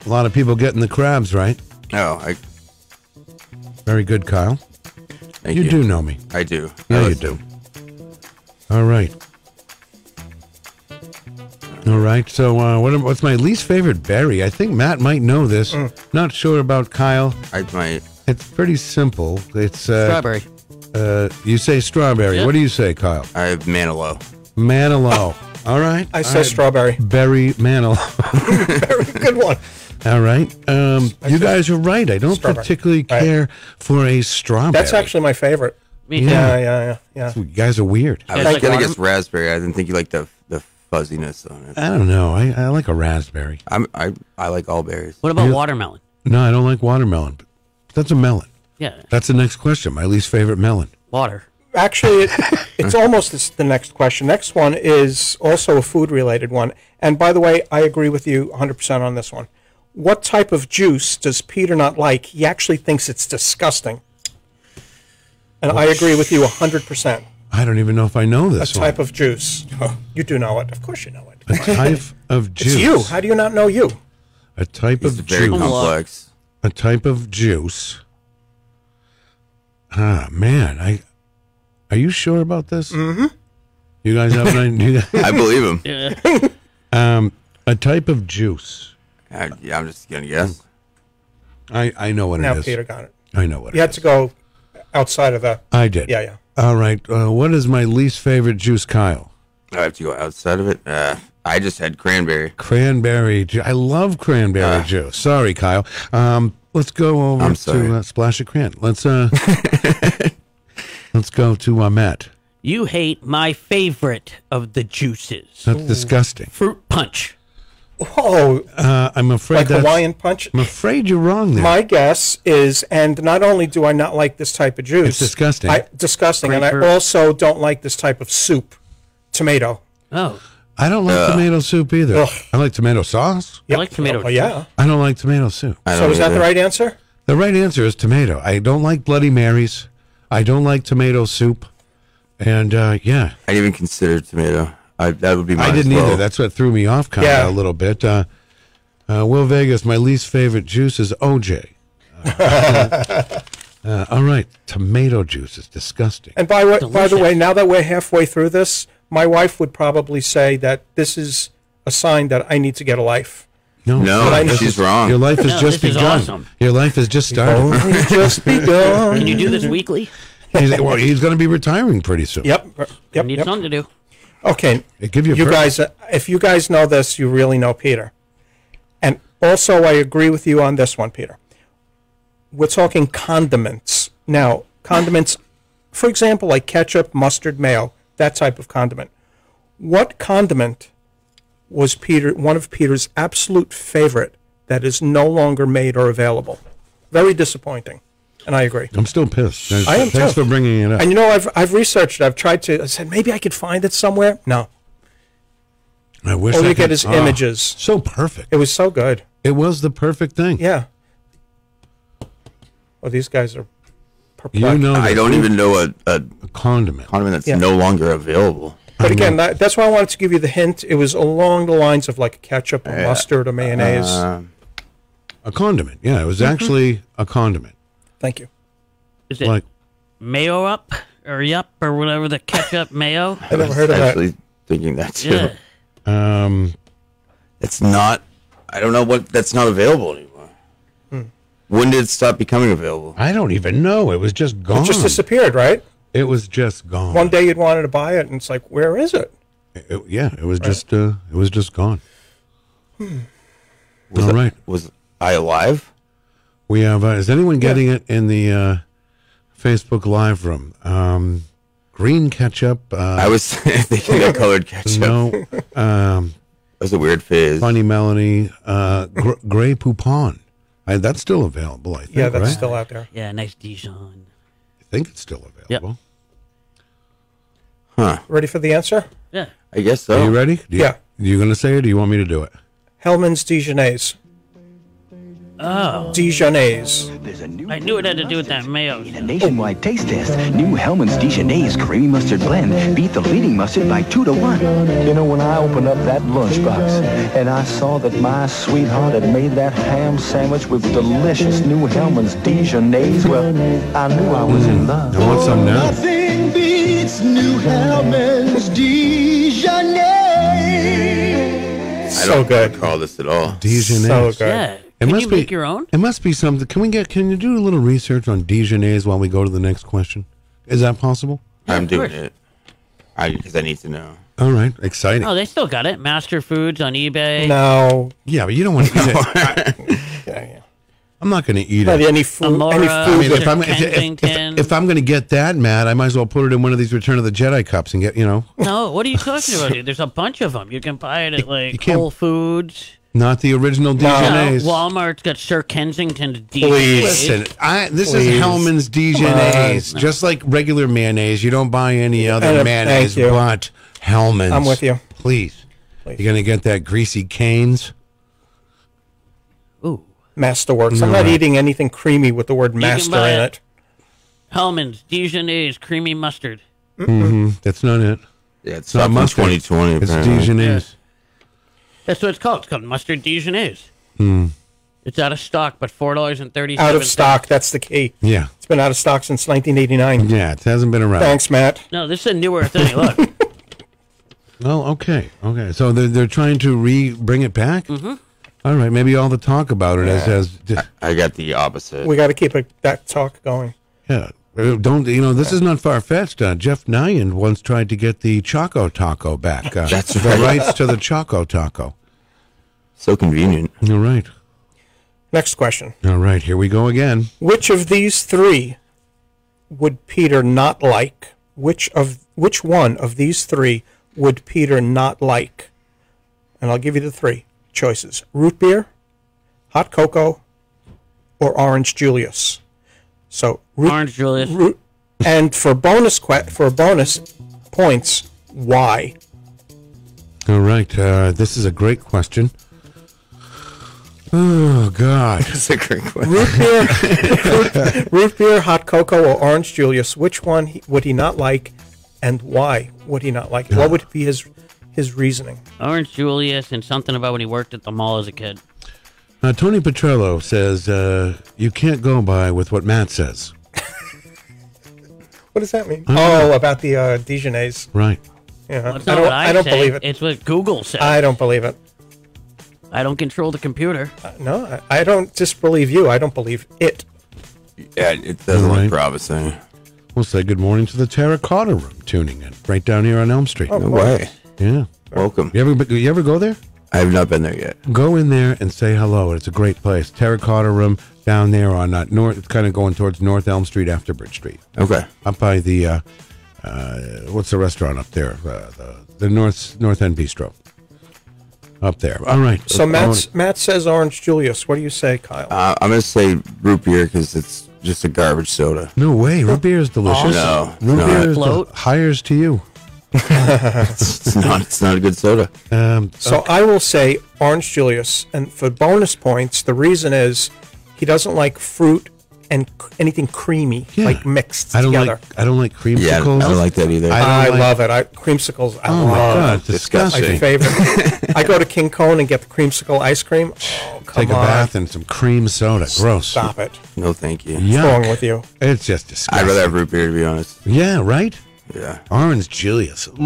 C: A lot of people getting the crabs right.
L: No, I.
C: Very good, Kyle.
L: Thank
C: you,
L: you.
C: do know me.
L: I do.
C: Yeah,
L: I
C: you do. All right. All right. So, uh, what, am- what's my least favorite berry? I think Matt might know this.
H: Mm.
C: Not sure about Kyle.
L: I might.
C: It's pretty simple. It's uh,
L: Strawberry.
C: Uh, you say strawberry.
L: Yeah.
C: What do you say, Kyle?
L: I have Manilow.
C: Manilow. All right.
L: I
C: All
L: say
C: right.
L: strawberry.
C: Berry Manilow.
H: Good one.
C: All right. Um, you guys are right. I don't
H: Strawberry.
C: particularly
H: All right.
C: care for a strawberry.
H: That's actually my favorite.
D: Me
C: too.
H: Yeah, yeah, yeah.
C: You guys are weird.
L: I was
H: Like
L: gonna
H: water-
L: guess raspberry. I didn't think you liked the the fuzziness on it.
C: I don't know. I, I like a raspberry.
L: I'm, I I like all berries.
D: What about
C: You-
D: watermelon?
C: No, I don't like watermelon. But that's a melon.
D: Yeah,
C: That's the next question. My least favorite melon.
D: water.
H: Actually, it, it's almost this- the next question. Next one is also a food related one. And by the way, I agree with you 100% on this one. What type of juice does Peter not like? He actually thinks it's disgusting. And I agree with you 100%.
C: I don't even know if I know
H: A
C: this one.
H: type of juice. You do know it. Of course you know it.
C: A type of juice.
H: It's you. How do you not know you?
C: A type
L: It's
C: of
L: very
C: juice.
L: complex.
C: A type of juice. Ah man, I. Are you sure about this? Mm-hmm. You guys have an idea?
L: I believe him.
C: Um, a type of juice.
L: I, yeah, I'm just gonna guess.
C: I I know what
H: now
C: it is.
H: Peter got it.
C: I know what
H: You had to go outside of the.
C: I did.
H: Yeah, yeah.
C: All right. Uh, what is my least favorite juice, Kyle?
L: I have to go outside of it. Uh, I just had cranberry.
C: Cranberry. Ju- I love cranberry juice. Sorry, Kyle. Um, let's go over
L: I'm sorry.
C: to uh, Splash of Cran. Let's uh, let's go to uh, Matt.
D: You hate my favorite of the juices.
C: That's disgusting.
D: Fruit punch.
H: Whoa.
C: Uh, I'm afraid
H: Like
C: that's-
H: Hawaiian punch?
C: I'm afraid you're wrong there.
H: My guess is, and not only do I not like this type of juice,
C: It's disgusting.
H: I, disgusting, and
C: Grapefruit.
H: I also don't like this type of soup, tomato.
D: Oh,
C: I don't like
H: Ugh.
C: tomato soup either.
H: Ugh.
C: I like tomato sauce.
H: I like tomato. Oh, yeah.
C: I don't like tomato soup.
H: So is that the right answer?
C: The right answer is tomato. I don't like Bloody Marys. I don't like tomato soup. And uh, yeah,
L: I didn't even consider tomato. I that would be. Mine
C: I
L: as
C: didn't
L: well.
C: either. That's what threw me off kind of
L: Yeah.
C: a little bit. Uh, uh, Will Vegas, my least favorite juice is OJ. Uh, all right, tomato juice is disgusting.
H: And by wa- by the way, now that we're halfway through this, my wife would probably say that this is a sign that I need to get a life
C: No,
L: No,
C: Your life
L: she's
C: is-
L: wrong.
C: Your life has
D: No,
C: just
D: this is
C: begun.
D: awesome.
C: Your life has just started.
D: only just begun. Can you do this weekly?
C: He's- well, he's going to be retiring pretty soon.
H: Yep. Yep.
D: I need
H: yep.
D: something to do.
H: Okay.
C: give you a
H: you
C: break.
H: guys, uh, if you guys know this, you really know Peter. And also, I agree with you on this one, Peter. We're talking condiments. Now, condiments, for example, like ketchup, mustard, mayo, that type of condiment. What condiment was Peter one of Peter's absolute favorite that is no longer made or available? Very disappointing. And I agree.
C: I'm still pissed. Thanks,
H: I am
C: thanks
H: too.
C: for bringing it up.
H: And you know, I've I've researched it. I've tried to. I said maybe I could find it somewhere. No,
C: I wish
H: all
C: I
H: you
C: could-
H: get is
C: ah,
H: images.
C: So perfect.
H: It was so good.
C: It was the perfect thing.
H: Yeah. Well, Oh, these guys are perplexed.
C: You know,
L: I
C: that
L: don't
C: you-
L: even know a, a,
C: condiment.
L: Condiment that's
H: Yeah.
L: no longer available.
H: But again, that, that's why I wanted to give you the hint. It was along the lines of like ketchup, or mustard, or mayonnaise.
C: Uh, a condiment. Yeah, it was actually a condiment.
H: Thank you.
D: Is it
C: Like-
D: mayo up or yup or whatever the ketchup mayo?
L: I was actually thinking that too.
D: Yeah.
C: Um,
L: it's not. I don't know what. That's not available anymore. When did it stop becoming available?
C: Hmm. I don't even know. It was just gone.
H: It just disappeared, right?
C: It was just gone.
H: One day you'd wanted to buy it, and it's like, where is it?
C: It- yeah, it was just uh, it was just gone.
L: Was
C: All
L: I-
C: right.
L: Hmm. Was I alive?
C: We have. Uh, is anyone getting it in the uh, Facebook Live room? Um, green ketchup. Uh,
L: I was thinking of colored ketchup.
C: No. Um,
L: That was a weird phase.
C: funny melody. Uh, gr- gray poupon. I, that's still available. I think.
H: Yeah, that's
C: right?
H: still out there.
D: Yeah, nice Dijon.
C: I think it's still available.
L: Huh.
H: Ready for the answer?
D: Yeah.
L: I guess so.
C: Are you ready? Do you,
H: Yeah.
C: You gonna say it? Or do you want me to do it?
H: Hellman's Dijonnaise.
D: Oh,
H: Dijonnaise.
D: I knew it had to do with that mayo.
O: Nationwide taste test. New Hellman's Dijonnaise creamy mustard blend beat the leading mustard by two to one. You know, when I opened up that lunchbox and I saw that my sweetheart had made that ham sandwich with delicious New Hellman's Dijonnaise, well, I knew I was in love.
C: I Mm. want some now.
J: Nothing beats New Hellman's Dijonnaise.
L: I don't recall this at all.
C: Dijonnaise.
H: So good. Yeah.
C: It
D: Can
C: must
D: you
C: be
D: make your own?
C: It must be something. Can we get? Can you do a little research on Dijonnaise while we go to the next question? Is that possible?
L: I'm
D: of
L: doing
D: course.
L: it. I because I need to know.
C: All right, exciting.
D: Oh, they still got it. Master Foods on eBay.
H: No.
C: Yeah, but you don't want to eat it.
H: Yeah, yeah.
C: I'm not going to eat
H: Not
C: it.
H: any food.
D: Amora,
H: any
C: I
H: food.
D: Is
C: mean, if
D: it
C: I'm if, if,
D: Kensington?
C: if, if I'm going to get that mad, I might as well put it in one of these Return of the Jedi cups and get you know
D: No, what are you talking about? dude? There's a bunch of them. You can buy it at like
C: can't-
D: Whole Foods.
C: not the original
D: No,
C: Dijonnaise.
D: Walmart's got Sir Kensington's
H: Please.
D: Dijonnaise.
C: Listen, I this
H: Please.
C: is Hellman's Dijonnaise. Just like regular mayonnaise, you don't buy any other
H: And, uh,
C: mayonnaise
H: thank you.
C: but Hellman's.
H: I'm with you.
C: Please. You're going to get that greasy canes.
D: Ooh,
H: Masterworks. I'm not eating anything creamy with the word master
D: buy
H: in it.
D: it. Hellman's Dijonnaise creamy mustard.
C: Mm-hmm. That's not it.
L: Yeah, it's
C: It's not
L: not
C: mustard.
L: 2020.
C: It's
L: apparently.
C: Dijonnaise.
D: That's what it's called. It's called mustard Dijonnaise.
C: Hmm.
D: It's out of stock, but four dollars and thirty.
H: Out of stock. That's the key.
C: Yeah.
H: It's been out of stock since 1989.
C: Yeah, it hasn't been around.
H: Thanks, Matt.
D: No, this is a newer thing. Look,
C: Well, okay. Okay. So they're, they're trying to re bring it back? Mm-hmm. right. Maybe all the talk about it has. has just,
L: I got the opposite.
H: We got to keep it, that talk going.
C: yeah. Uh, Don't, you know, this is not far fetched. Uh, Jeff Nyan once tried to get the Choco Taco back. Uh,
L: That's
C: The
L: right.
C: rights to the Choco Taco.
L: so convenient.
C: All right.
H: Next question.
C: All right. Here we go again.
H: Which of these three would Peter not like? Which of which one of these three would Peter not like? And I'll give you the three choices: root beer, hot cocoa, or orange Julius. So root,
D: Orange Julius.
H: root, and for bonus que- for bonus points, why?
C: All right. Uh, this is a great question. Oh, God.
L: That's a great question.
H: root beer, root, root beer, hot cocoa, or orange Julius. Which one he- would he not like, and why would he not like? it? What would be his his reasoning?
D: Orange Julius and something about when he worked at the mall as a kid.
C: Now, Uh, Tony Petrello says, uh, you can't go by with what Matt says.
H: What does that mean? Oh, about the uh, Dijonnaise.
C: Right.
H: Yeah,
D: Well, it's
H: I
D: not
H: don't.
D: what
H: I,
D: I,
H: don't
D: say,
H: believe it.
D: It's what Google says.
H: I don't believe it.
D: I don't control the computer.
H: No, I- I don't disbelieve you. I don't believe it.
L: Yeah, it doesn't look promising.
C: We'll say good morning to the Terracotta Room tuning in right down here on Elm Street.
L: Oh, No way.
C: Yeah.
L: Welcome.
C: You ever, you ever go there?
L: I have not been there yet.
C: Go in there and say hello. It's a great place. Terracotta Room down there on uh, North. It's kind of going towards North Elm Street after Bridge Street.
L: Okay.
C: Up by the, uh, uh, what's the restaurant up there? Uh, the, the North North End Bistro. Up there. All right.
H: So
C: Oh,
H: Matt's, Matt says Orange Julius. What do you say, Kyle?
L: Uh, I'm gonna say root beer because it's just a garbage soda.
C: No way. Root beer is delicious.
L: No,
C: Root
L: no.
C: beer is
L: Float.
C: the hires to you.
L: It's not. It's not a good soda.
C: Um,
H: So I will say Orange Julius, and for bonus points, the reason is he doesn't like fruit and c- anything creamy, like mixed
C: I don't
H: together.
C: like. I don't like creamsicles.
L: Yeah, I don't like that either.
H: I,
C: I don't like-
H: love it. I creamsicles. I
C: Oh my
H: love
C: God,
H: it.
C: disgusting.
H: My favorite. I go to King Cone and get the creamsicle ice cream. Oh, come
C: Take a
H: on.
C: bath in some cream soda. Gross.
H: Stop it.
L: No, thank you.
C: Yuck.
H: wrong with you?
C: It's just disgusting.
L: I'd rather have root beer to be honest.
C: Yeah, right?
L: Yeah.
C: Orange Julius.
L: Ugh.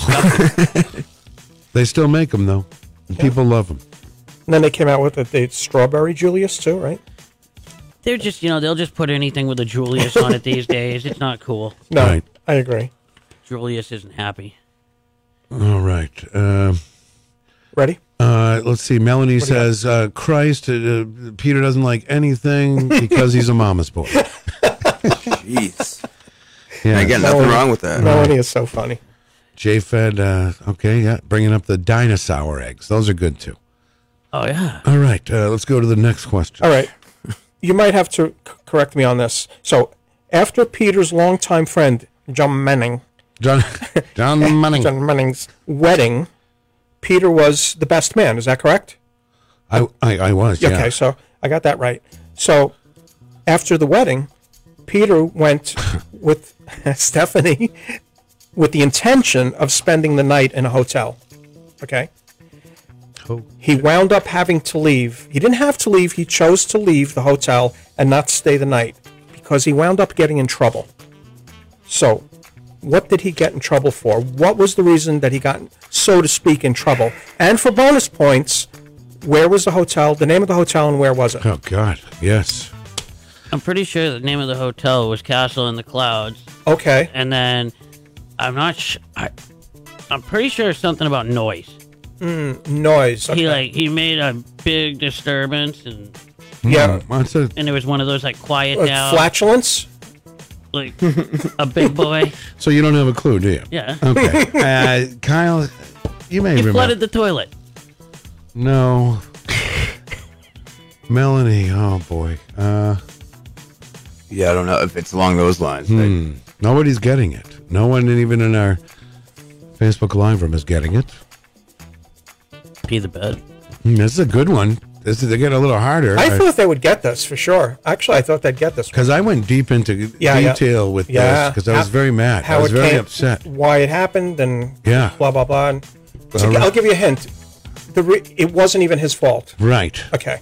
C: Ugh. they still make them, though. And People love them.
H: And then they came out with the, the strawberry Julius too, right?
D: They're just, you know, they'll just put anything with a Julius on it these days. It's not cool.
H: No, I agree.
D: Julius isn't happy.
C: All right. Um
H: Ready?
C: Uh, let's see. Melanie
D: What do you
C: says, uh, Christ, uh, uh, Peter doesn't like anything because he's a mama's boy.
L: Jeez.
C: Yeah.
L: And again, nothing
H: Melanie-
L: wrong with that.
H: Melanie is so funny.
C: J Fed, uh, okay, yeah, bringing up the dinosaur eggs. Those are good, too.
D: Oh yeah.
C: All right. Uh, let's go to the next question.
H: All right. You might have to c- correct me on this. So, after Peter's longtime friend, John Manning,
C: John, John Manning.
H: John Manning's wedding, Peter was the best man. Is that correct?
C: I, I, I was, yeah.
H: Okay, so I got that right. So, after the wedding, Peter went with Stephanie with the intention of spending the night in a hotel. Okay? He wound up having to leave. He didn't have to leave. He chose to leave the hotel and not stay the night because he wound up getting in trouble. So, what did he get in trouble for? What was the reason that he got, so to speak, in trouble? And for bonus points, where was the hotel, the name of the hotel, and where was it?
C: Oh, God. Yes.
D: I'm pretty sure the name of the hotel was Castle in the Clouds.
H: Okay.
D: And then I'm not sh- I, I'm pretty sure it's something about noise.
H: Mm, noise.
D: He
H: okay.
D: like he made a big disturbance and
H: Yeah.
C: Mm, that's a-
D: and it was one of those like quiet
H: Uh,
D: down
H: flatulence?
D: like a big boy.
C: So you don't have a clue, do you?
D: Yeah.
C: Okay. Uh, Kyle, you may
D: He
C: remember.
D: flooded the toilet.
C: No. Melanie, oh boy. Uh,
L: Yeah, I don't know if it's along those lines.
C: hmm. Nobody's getting it. No one, even in our Facebook Live room, is getting it. Hmm,
D: Pee the bed.
C: this is a good one. This is they get a little harder.
H: I thought they would get this for sure. Actually, I thought they'd get this.
C: because I went deep into
H: Yeah, yeah.
C: detail with
H: Yeah.
C: this because I was
H: How-
C: very mad. I was
H: it
C: very
H: came-
C: upset.
H: Why it happened and
C: Yeah.
H: blah blah blah. And so
C: All right.
H: I'll give you a hint. The re- it wasn't even his fault.
C: Right.
H: Okay.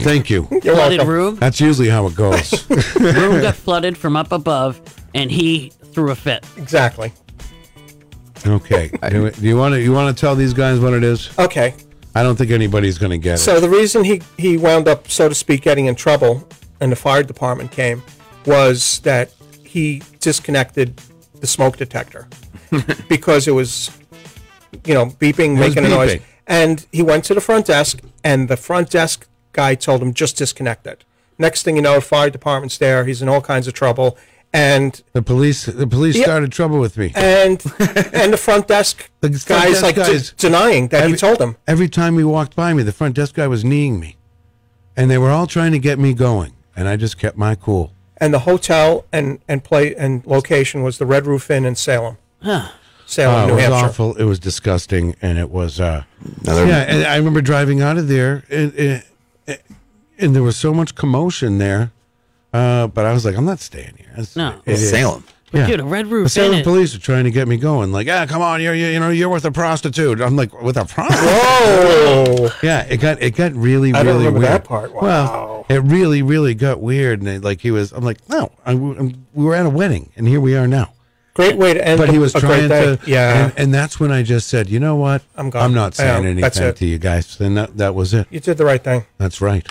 C: Thank you.
H: You're
D: Flooded
H: welcome.
D: room.
C: That's usually how it goes.
D: room got flooded from up above and he threw a fit.
H: Exactly.
C: okay. Do, do you want to you want to tell these guys what it is?
H: Okay.
C: I don't think anybody's going to get it.
H: So the reason he he wound up, so to speak, getting in trouble, and the fire department came, was that he disconnected the smoke detector because it was, you know, beeping,
C: It was
H: making a noise,
C: beeping.
H: and he went to the front desk, and the front desk guy told him just disconnect it. Next thing you know, fire department's there. He's in all kinds of trouble, and
C: The police the police
H: Yeah.
C: started trouble with me.
H: and and the front desk
C: front
H: guys
C: desk
H: like de-
C: guys-
H: denying that he told him.
C: Every time he walked by me, the front desk guy was kneeing me. And they were all trying to get me going. And I just kept my cool.
H: and the hotel and and play and location was the Red Roof Inn in Salem,
D: Huh.
H: Salem,
C: Oh, it
H: New
C: was
H: Hampshire.
C: awful. It was disgusting. And it was, uh,
L: Another-
C: yeah. And I remember driving out of there and, and, and there was so much commotion there. Uh, but I was like, I'm not staying here. It's-
D: No.
C: it is-
L: Salem.
D: But dude, a Red Roof
C: The Salem
D: Inn is-
C: police are trying to get me going. Like, ah, come on, you're you, you know you're with a prostitute. I'm like, with a prostitute.
H: Whoa!
C: Yeah, it got it got really
H: I don't
C: really
H: remember
C: weird.
H: that part.
C: Well, it really um, really got weird, and it, like he was, I'm like, no, I, am we were at a wedding, and here we are now.
H: Great way to end
C: But he
H: a-
C: was
H: a great
C: trying
H: day.
C: to,
H: Yeah.
C: And, and that's when I just said, you know what?
H: I'm gone.
C: I'm not saying
H: Yeah,
C: anything
H: that's it.
C: to you guys. Then that, that was it.
H: You did the right thing.
C: That's right.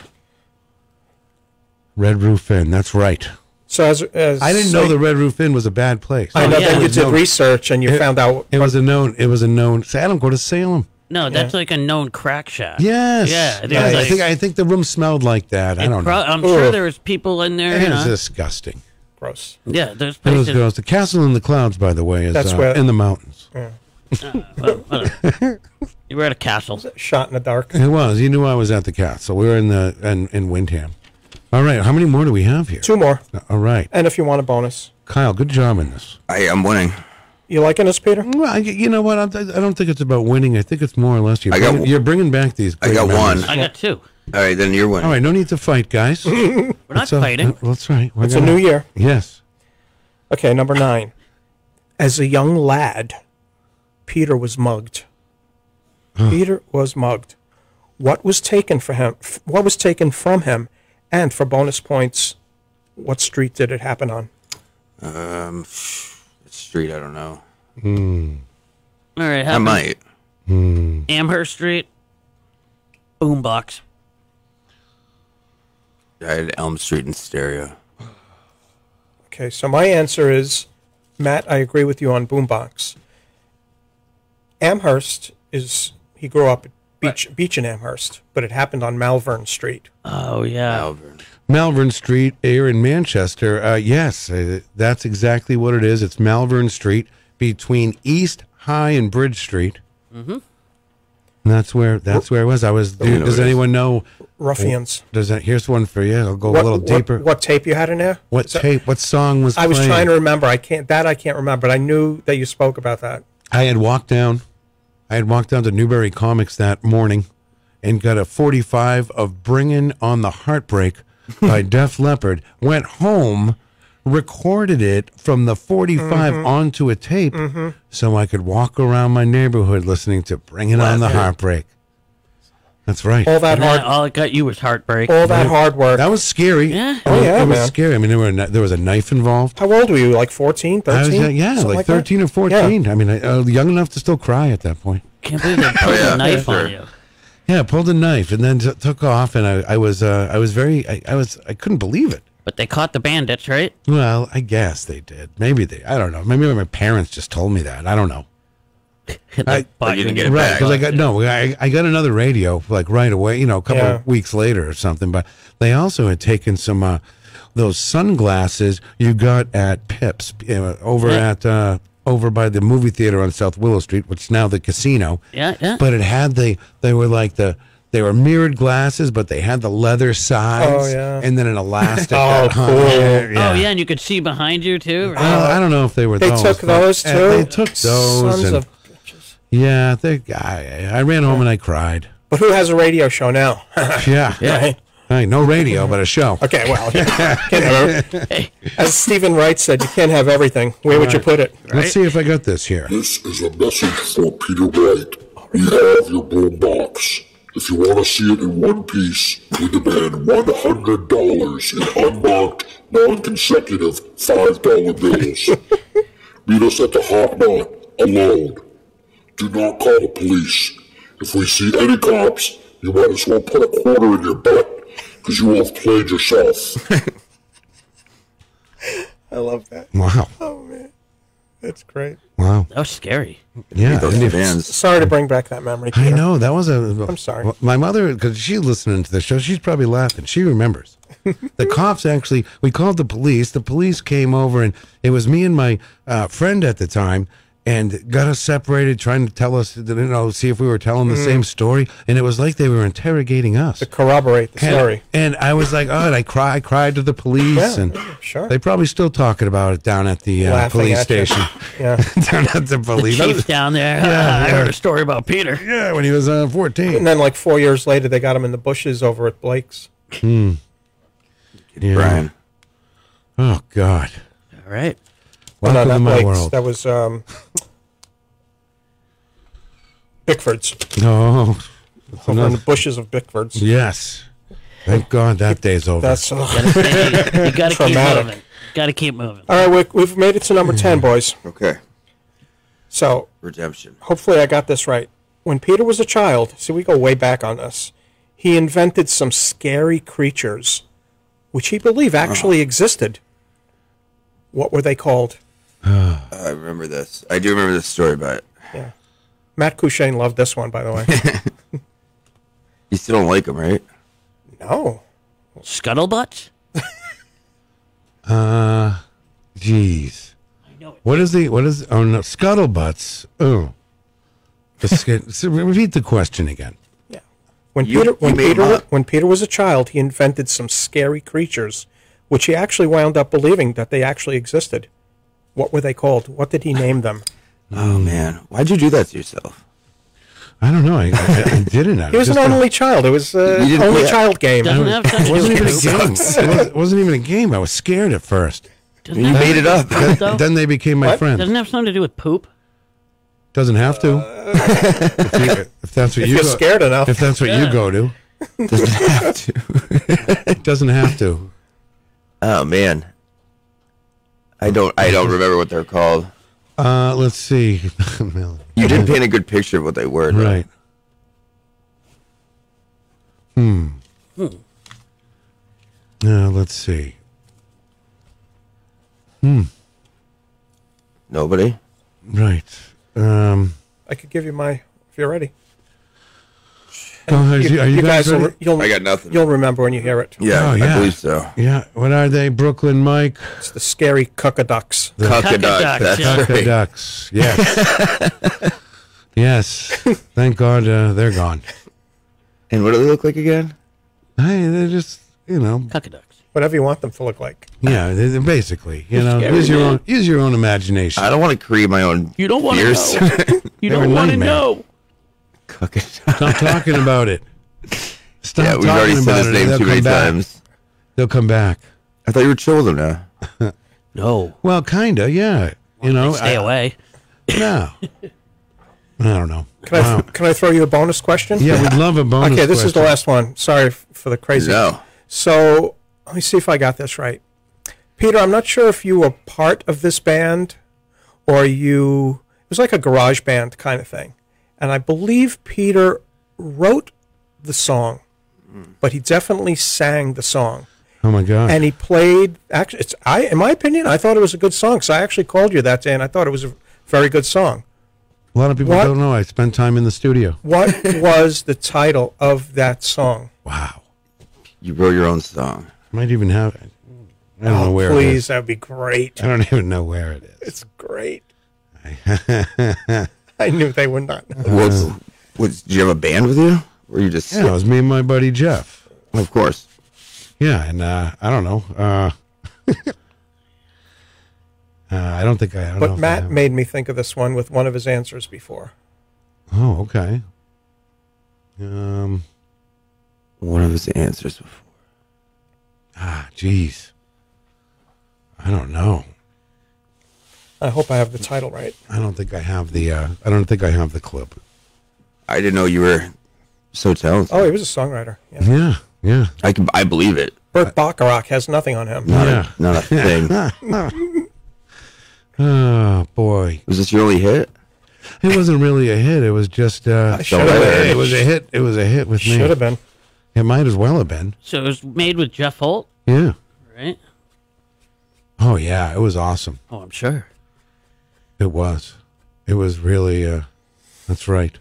C: Red Roof Inn. That's right.
H: So as, as
C: I didn't know
H: so-
C: the Red Roof Inn was a bad place.
H: I know
C: It
H: that you
C: was
H: did
C: known-
H: research and you
C: it-
H: found out.
C: It was a known. It was a known. Say, I don't go to Salem.
D: No, that's like a known crack shot.
C: Yes.
D: Yeah.
C: I,
D: there's
C: I
D: like-
C: think I think the room smelled like that. I
D: it
C: don't
D: pro-
C: know.
D: I'm sure there was people in there.
C: It
D: you
C: was
D: know.
C: disgusting.
H: Gross.
D: Yeah, there's
C: It was
D: places.
C: gross. The castle in the clouds, by the way, is
H: That's
C: uh,
H: where-
C: in the mountains.
D: Well, whatever. you were at a castle.
H: Shot in the dark.
C: It was. You knew I was at the castle. We were in the in, in Windham. All right. How many more do we have here? Uh,
H: Two more.
C: All right.
H: And if you want a bonus,
C: Kyle, good job in this.
L: I am winning.
H: you liking this, Peter?
C: Well, I, you know what? I, I don't think it's about winning. I think it's more or less you're,
L: I got
C: bringing,
L: w-
C: you're bringing back these.
L: I
C: great
L: got
C: memories.
L: one. I
D: got two.
L: All right, then you're winning.
C: All right. No need to fight, guys. We're
D: not fighting.
C: That's right. We're
H: It's a new year.
C: Yes.
H: Okay, number nine. As a young lad, Peter was mugged. Peter was mugged. What was taken for him? f- What was taken from him? And for bonus points, what street did it happen on?
L: Um, street, I don't know.
D: Hmm. All right.
L: I
D: happened.
L: might.
C: Hmm.
D: Amherst Street. Boombox.
L: I had Elm Street in stereo.
H: Okay, so my answer is, Matt, I agree with you on Boombox. Amherst is he grew up at beach beach in Amherst, but it happened on Malvern Street.
D: Oh yeah.
C: Malvern Street here in Manchester. Uh, yes, uh, that's exactly what it is. It's Malvern Street between East High and Bridge Street.
D: Mm-hmm.
C: And that's where that's where it was. I was.
H: Oh, you know
C: does
H: it is.
C: anyone know?
H: Ruffians.
C: Does that? Here's one for you. I'll go a little deeper.
H: What,
C: What,
H: tape you had in there? So-
C: tape? What song was?
H: I was
C: playing?
H: trying to remember. I can't. That I can't remember. But I knew that you spoke about that.
C: I had walked down. I had walked down to Newberry Comics that morning, and got a 45 of "Bringing on the Heartbreak" by Def Leppard. Went home, recorded it from the 45
H: Mhm.
C: onto a tape,
H: Mhm.
C: so I could walk around my neighborhood listening to "Bringing on the
D: Wow.
C: Heartbreak." That's right.
H: All that
D: And then
H: hard.
D: all it got you was heartbreak.
H: All that hard work.
C: That was scary.
D: Yeah.
C: I mean,
H: Oh, yeah,
C: it was
H: man.
C: scary. I mean, there were kni- there was a knife involved.
H: How old were you? Like 14, 13?
C: I was, uh, yeah,
H: Something
C: like,
H: that?
C: thirteen or fourteen. I mean, I, uh, young enough to still cry at that point.
D: Can't believe they put
L: yeah,
D: a knife
L: sure.
D: on you.
C: Yeah, pulled a knife and then t- took off, and I, I was uh, I was very I, I was I couldn't believe it.
D: But they caught the bandits, right?
C: Well, I guess they did. Maybe they. I don't know. Maybe my parents just told me that. I don't know. I,
D: But you didn't get it
C: right
D: back.
C: because I got no. I, I got another radio like right away. You know, a couple
H: Yeah.
C: of weeks later or something. But they also had taken some uh, those sunglasses you got at Pips uh, over
D: Yeah.
C: at uh, over by the movie theater on South Willow Street, which is now the casino.
D: Yeah, yeah.
C: But it had the they were like the. They were mirrored glasses, but they had the leather sides
H: Oh, yeah.
C: and then an elastic.
H: Oh,
C: that hung.
H: cool.
D: Oh yeah, and you could see behind you too. Right?
C: Oh, I, I don't know if they were
H: They
C: those.
H: took
C: but-
H: those,
C: eh,
H: too?
C: They took those.
H: Sons
C: and-
H: of
C: yeah, they, I, I ran home and I cried.
H: But who has a radio show now?
C: Yeah.
H: Yeah.
C: Hey, no radio, but a show.
H: okay, well, can't have every- as Stephen Wright said, you can't have everything. Where would you
C: Right.
H: put it?
C: Let's see if I got this here.
P: This is a message for Peter White. We have your boombox. If you want to see it in one piece, we demand $100 in unmarked, non-consecutive $5 bills. Meet us at the Hot Knot, alone. Do not call the police. If we see any cops, you might as well put a quarter in your butt, because you will have played yourself.
H: I love that.
C: Wow.
H: Oh, man. That's great.
C: Wow.
D: That was scary.
C: Yeah.
L: Those
C: and if-
L: fans.
H: Sorry to bring back that memory.
C: I
H: Peter.
C: know. That was a.
H: I'm sorry.
C: My mother, because she's listening to the show, she's probably laughing. She remembers. the cops actually, we called the police. The police came over, and it was me and my uh, friend at the time. And got us separated, trying to tell us, you know, see if we were telling the
H: Mm.
C: same story. And it was like they were interrogating us.
H: To corroborate the
C: And-
H: story.
C: And, I was like, oh, and I cry, I cried to the police,
H: Yeah,
C: and
H: sure.
C: they probably still talking about it down at the uh,
H: Laughing
C: police
H: at you.
C: station.
H: Yeah.
C: down at the
D: The
C: police.
D: chief down there.
C: Yeah,
D: I
C: yeah.
D: heard a story about Peter.
C: Yeah, when he was uh, fourteen.
H: And then, like four years later, they got him in the bushes over at Blake's.
C: Hmm. Yeah.
L: Brian.
C: Oh God.
D: All right.
H: Oh,
C: Welcome
H: no, not
C: to my
H: Blake's.
C: world.
H: That was um, Bickford's.
C: No. That's
H: Over in the
C: enough.
H: bushes of Bickford's.
C: Yes. Thank God that day's over.
H: That's uh,
D: You gotta keep
H: traumatic.
D: moving. Got to keep moving.
H: All right, we're, we've made it to number 10, boys.
L: Okay.
H: So,
L: Redemption.
H: hopefully, I got this right. When Peter was a child, see, we go way back on this, he invented some scary creatures, which he believed actually
C: Uh-huh.
H: existed. What were they called?
L: I remember this. I do remember this story about it.
H: Yeah. Matt Cushane loved this one, by the way.
L: You still don't like him, right?
H: no.
D: Scuttlebutt?
C: Uh, jeez. What is the what is oh no scuttlebutts? Oh, the sc- so repeat the question again.
H: When
C: You-
H: Peter
C: you
H: when
C: made
H: Peter
C: him
H: wa-
C: up.
H: when Peter was a child, he invented some scary creatures, which he actually wound up believing that they actually existed. What were they called? What did he name them?
L: Oh
C: Hmm.
L: man, why'd you do that to yourself?
C: I don't know. I, I, I didn't. I
H: He was an
C: just-
H: only child. It was uh,
C: You didn't
H: only
C: play-
H: child game.
C: I was- it wasn't even a game. It wasn't, it wasn't even a game. I was scared at 1st
D: Doesn't that-
C: Then,
D: though?
C: then they became my friend.
D: Doesn't have something to do with poop.
C: Doesn't have to. if, you, if that's what
D: If
C: you
D: you're
C: go,
D: scared enough.
C: If that's what
D: Yeah.
C: you go to. Doesn't have to. Doesn't have to.
L: Oh man, I don't. I don't remember what they're called.
C: Uh, let's see. Mel-
L: You did paint a good picture of what they were. though.
C: right. Hmm.
D: Hmm.
C: Uh, let's see. Hmm.
L: Nobody.
C: Right. Um.
H: I could give you my if you're ready.
C: Oh, are you- are you guys
H: will,
C: ready? Oh,
H: you'll,
L: I got nothing.
H: You'll remember when you hear it.
L: Yeah, I believe so.
C: Yeah. What are they? Brooklyn Mike.
H: It's the scary cuckaducks.
C: The-
L: Cuckaduck, that's right.
C: Cuckaducks, Yes. yes. Thank God uh, they're gone.
L: And what do they look like again?
C: Hey, they're just you know.
D: Cuckaducks.
H: Whatever you want them to look like.
C: Yeah, they- they're basically you
H: They're
C: know
H: scary,
C: use your
H: man.
C: own use your own imagination.
L: I don't want to create my own.
D: You don't want to
L: fears.
D: know. You
C: They're a
D: don't want to
C: nightmare.
D: know.
C: Stop talking about it. Stop
L: yeah, we've
C: talking
L: already said
C: about
L: his
C: it.
L: name
C: They'll
L: too many
C: come back.
L: times.
C: They'll come back.
L: I thought you were chill with him now.
D: No.
C: Well, kinda, yeah. you know,
D: stay away.
C: No. I don't know.
H: Can, I,
C: Wow.
H: can I throw you a bonus question?
C: Yeah, we'd love a bonus
H: Okay, this is the
C: question.
H: last one. Sorry f- for the crazy.
L: No.
H: So let me see if I got this right. Peter, I'm not sure if you were part of this band or you. It was like a garage band kind of thing. And I believe Peter wrote the song, but he definitely sang the song.
C: Oh my God.
H: And he played. Actually, it's I. In my opinion, I thought it was a good song. So I actually called you that day, and I thought it was a very good song.
C: a lot of people
H: What?
C: don't know. I spent time in the studio.
H: What was the title of that song?
L: You wrote your own song.
C: Might even have it. I don't know where
H: Oh, Please,
C: it is.
H: that would be great.
C: I don't even know where it
H: It's great.
C: is. yeah,
H: I knew they would not. know.
L: What's, what's, did you have a band with you? Or you just?
C: it was me and my buddy Jeff.
L: Of course.
C: Yeah, and uh, I don't know. Uh, uh, I don't think I, I don't know.
H: But
C: if I
H: Matt
C: have-
H: made me think of this one with one of his answers before.
C: oh, okay. Um.
L: One of his answers before.
C: Ah, jeez. I don't know.
H: I hope I have the title right.
C: I don't think I have the. Uh, I don't think I have the clip.
L: I didn't know you were so talented.
H: Oh, he was a songwriter. Yeah.
C: Yeah, yeah.
L: I can. I believe it.
H: Burt Bacharach has nothing on him.
L: Not a, not a thing.
C: Oh boy.
L: Was this your only hit?
C: It wasn't really a hit. It was just. Uh,
L: should've been.
C: It was a hit. It was a hit with me.
H: Should have been.
C: It might as well have been.
D: So it was made with Jeff Holt,
C: Yeah.
D: right?
C: Oh yeah. It was awesome.
D: Oh, I'm sure.
C: It was. It was really. Uh, that's right.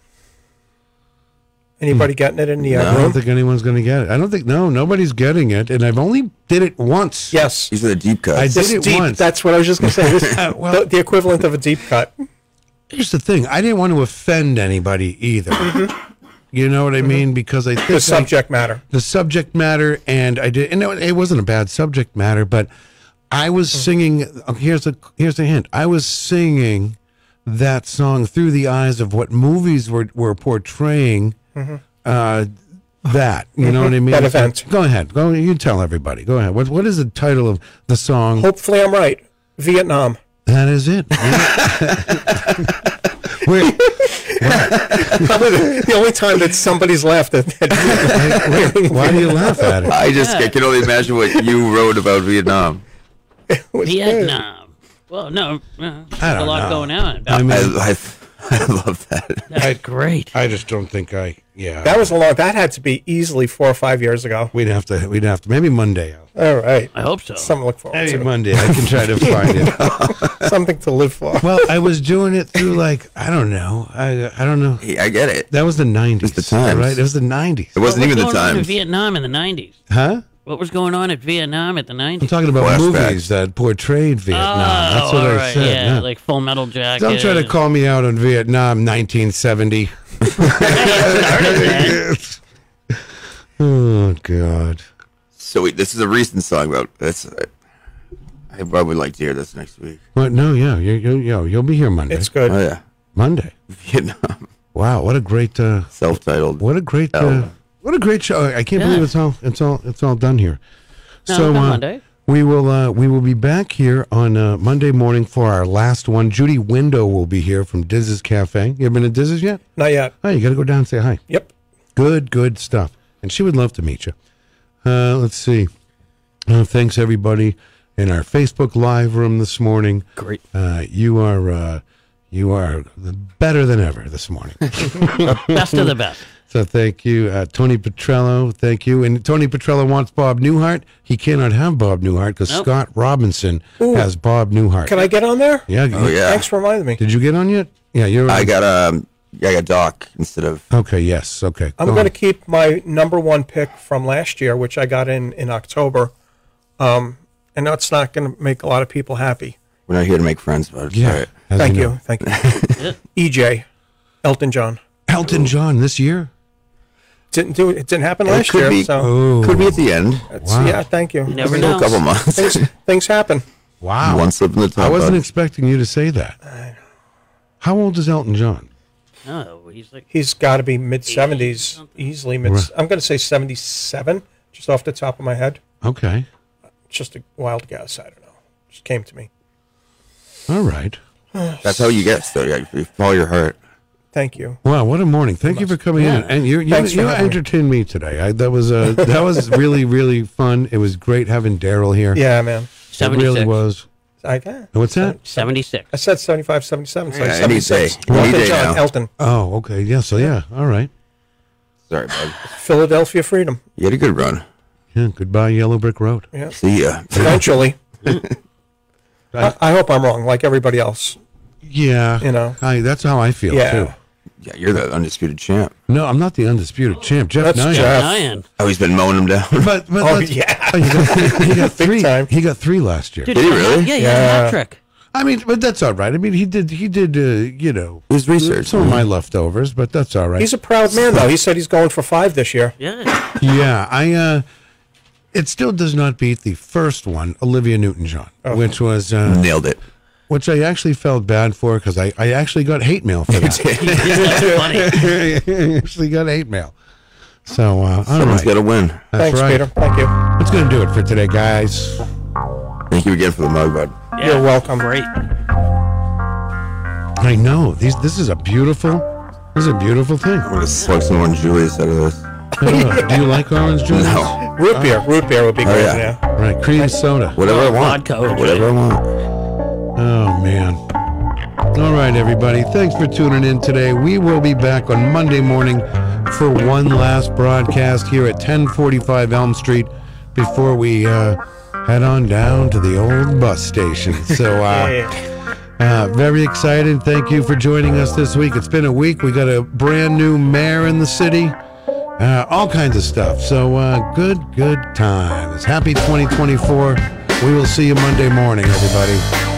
H: Anybody getting it in the
C: I
H: uh,
C: don't
H: room?
C: think anyone's going to get it. I don't think. No, nobody's getting it. And I've only did it once.
H: Yes.
L: These are the deep cuts.
C: I did
H: This
C: it
H: deep,
C: once.
H: That's what I was just going to say. This, the, the equivalent of a deep cut.
C: Here's the thing. I didn't want to offend anybody either. You know what I mean? Because I think
H: Mm-hmm. The
C: I-
H: subject matter.
C: the subject matter and I did and it it wasn't a bad subject matter but I was singing oh, here's a here's a hint I was singing that song through the eyes of what movies were were portraying uh that you know what I
H: Mhm.
C: mean
H: That event.
C: go ahead go you tell everybody go ahead what what is the title of the song
H: Hopefully, I'm right. Vietnam.
C: that is it We're-
H: Probably the, the only time that somebody's laughed at that.
C: why do you laugh at it
L: I just I can only imagine what you wrote about Vietnam.
H: was
D: Vietnam. Well, no, uh, there's a lot going on. About
C: I, mean,
L: I, love that.
D: That's great.
C: I just don't think I. Yeah.
H: That was a long. That had to be easily four or five years ago.
C: We'd have to. We'd have to. Maybe Monday.
H: All right.
D: I hope so.
H: Something to look forward
C: Maybe
H: to.
C: Monday. I can try to find it.
H: Something to live for.
C: Well, I was doing it through like I don't know. I I don't know.
L: I get it.
C: That was the nineties. It was the
L: times.
C: right? It was the nineties.
L: It wasn't
D: What was
L: even the
D: going on in
L: times.
D: Vietnam in the '90s.
C: Huh?
D: What was going on at Vietnam at the '90s?
C: I'm talking about
L: Flashbacks.
C: movies that portrayed Vietnam. That's what
D: all
C: I
D: right,
C: said.
D: Oh, Yeah,
C: yeah.
D: like Full Metal Jacket.
C: Don't try to call me out on Vietnam 1970. oh God.
L: So wait, this is a recent song about that's. I, I would like to hear this next week.
C: What? No, yeah, you you yo, you'll be here Monday.
H: It's good.
L: Oh yeah,
C: Monday.
L: Vietnam
C: Wow, what a great uh,
L: self-titled.
C: what a great uh,
L: album.
C: what a great show. I can't
D: Yeah.
C: believe it's all it's all it's all done here.
D: No,
C: so
D: not
C: uh,
D: Monday.
C: we will uh, we will be back here on uh, Monday morning for our last one. Judy Window will be here from Diz's Cafe. You ever been to Diz's yet?
H: Not yet.
C: Oh, you got to go down and say hi.
H: Yep.
C: Good, good stuff. And she would love to meet you. Uh, let's see. Uh, thanks, everybody, in our Facebook Live room this morning.
D: Great.
C: Uh, you are uh, you are better than ever this morning.
D: best of the best.
C: So thank you, uh, Tony Petrello. Thank you. And Tony Petrello wants Bob Newhart. He cannot have Bob Newhart because
D: Nope.
C: Scott Robinson
H: Ooh.
C: has Bob Newhart.
H: Can I get on there?
C: Yeah.
L: Oh yeah,
H: Thanks for reminding me.
C: Did you get on yet? Yeah, you're.
L: I got um, yeah, I got Doc instead of
C: Okay. Yes. Okay.
H: I'm
C: go
H: going to
C: on.
H: keep my number one pick from last year, which I got in in October. Um, and that's not going to make a lot of people happy.
L: we're not here to make friends, but
C: Yeah.
L: all right.
C: as
H: Thank
C: know.
H: you. Thank you. EJ, Elton John.
C: Elton John this year.
H: Didn't do it. It didn't happen
L: It
H: last
L: could
H: year.
L: be,
H: So
C: Oh.
L: could be at the end.
H: it's,
C: wow.
H: yeah, thank you.
D: never
H: I mean,
D: know.
L: A couple months.
H: Things, things happen.
C: Wow.
L: One slip in the top.
C: I wasn't
L: bud.
C: expecting you to say that. How old is Elton John?
D: No, he's like
H: He's got to be mid 70s, easily mid.
C: Right.
H: I'm going to say 77, just off the top of my head.
C: Okay.
H: Just a wild guess. I don't know. Just came to me.
C: All right.
L: That's how you get though. Yeah, you follow your heart.
H: Thank you.
C: Wow, what a morning! Thank you for coming in, and you you,
H: Thanks for
C: you
H: having me.
C: entertained me today. I, that was uh, that was really really fun. It was great having Daryl here.
H: Yeah, man.
C: it
D: 76.
C: really was.
H: I, yeah.
C: And What's that?
D: 76.
H: I said 75, 77. So
L: Yeah, any
H: 76.
L: day. Any
H: Elton
L: day
H: John,
L: now.
H: Elton.
C: Oh, okay. Yeah. So yeah. All right.
L: Sorry, bud.
H: Philadelphia Freedom.
L: You had a good run.
C: Yeah. Goodbye, Yellow Brick Road.
L: See ya.
H: Eventually. I,
C: Right.
H: I hope I'm wrong, like everybody else.
C: Yeah.
H: You know.
C: I, that's how I feel
H: Yeah.
C: too.
L: Yeah, you're the undisputed champ.
C: No, I'm not the undisputed champ, Jeff
H: That's
C: Nye.
H: Jeff.
D: Nyan.
L: Oh, he's been mowing him down.
C: But, but
H: Oh,
C: let's-
H: yeah.
C: oh, he got, he got three.
H: time.
C: He got three last year.
D: Dude,
L: Did he
D: had a-
L: really?
D: Yeah, he had a hat
H: Yeah.
D: trick.
C: I mean, but that's all right. I mean, he did. He did. Uh, you know,
L: His research.
C: some of my leftovers, but that's all right.
H: He's a proud man, though. He said he's going for five this year.
D: Yeah.
C: Yeah, I. Uh, it still does not beat the first one, Olivia Newton-John,
H: Oh.
C: which was uh,
L: Nailed it.
C: which I actually felt bad for because I, I actually got hate mail for that.
D: Yeah, that's funny.
C: I actually got hate mail. So uh, all
L: Someone's
C: right.
L: got to win.
C: That's
H: Thanks,
C: right.
H: Peter. Thank you.
C: That's gonna do it for today, guys.
L: Thank you again for the mug, bud.
D: Yeah.
H: You're welcome.
D: Great.
C: I know these. This is a beautiful. This is a beautiful thing.
L: I'm gonna slug some orange Julius out of this.
C: I don't know. do you like orange juice?
L: No,
H: Root beer. Root beer would be
L: Oh,
H: great.
L: yeah.
H: yeah.
C: All Right, cream soda.
L: whatever I want.
D: Vodka orange
L: Whatever I
D: juice.
L: want.
C: Oh, man. All right, everybody. Thanks for tuning in today. We will be back on Monday morning for one last broadcast here at 1045 Elm Street before we uh, head on down to the old bus station. So, uh, uh, very excited. Thank you for joining us this week. It's been a week. We got a brand new mayor in the city. Uh, all kinds of stuff. So uh, good, good times. Happy 2024. We will see you Monday morning, everybody.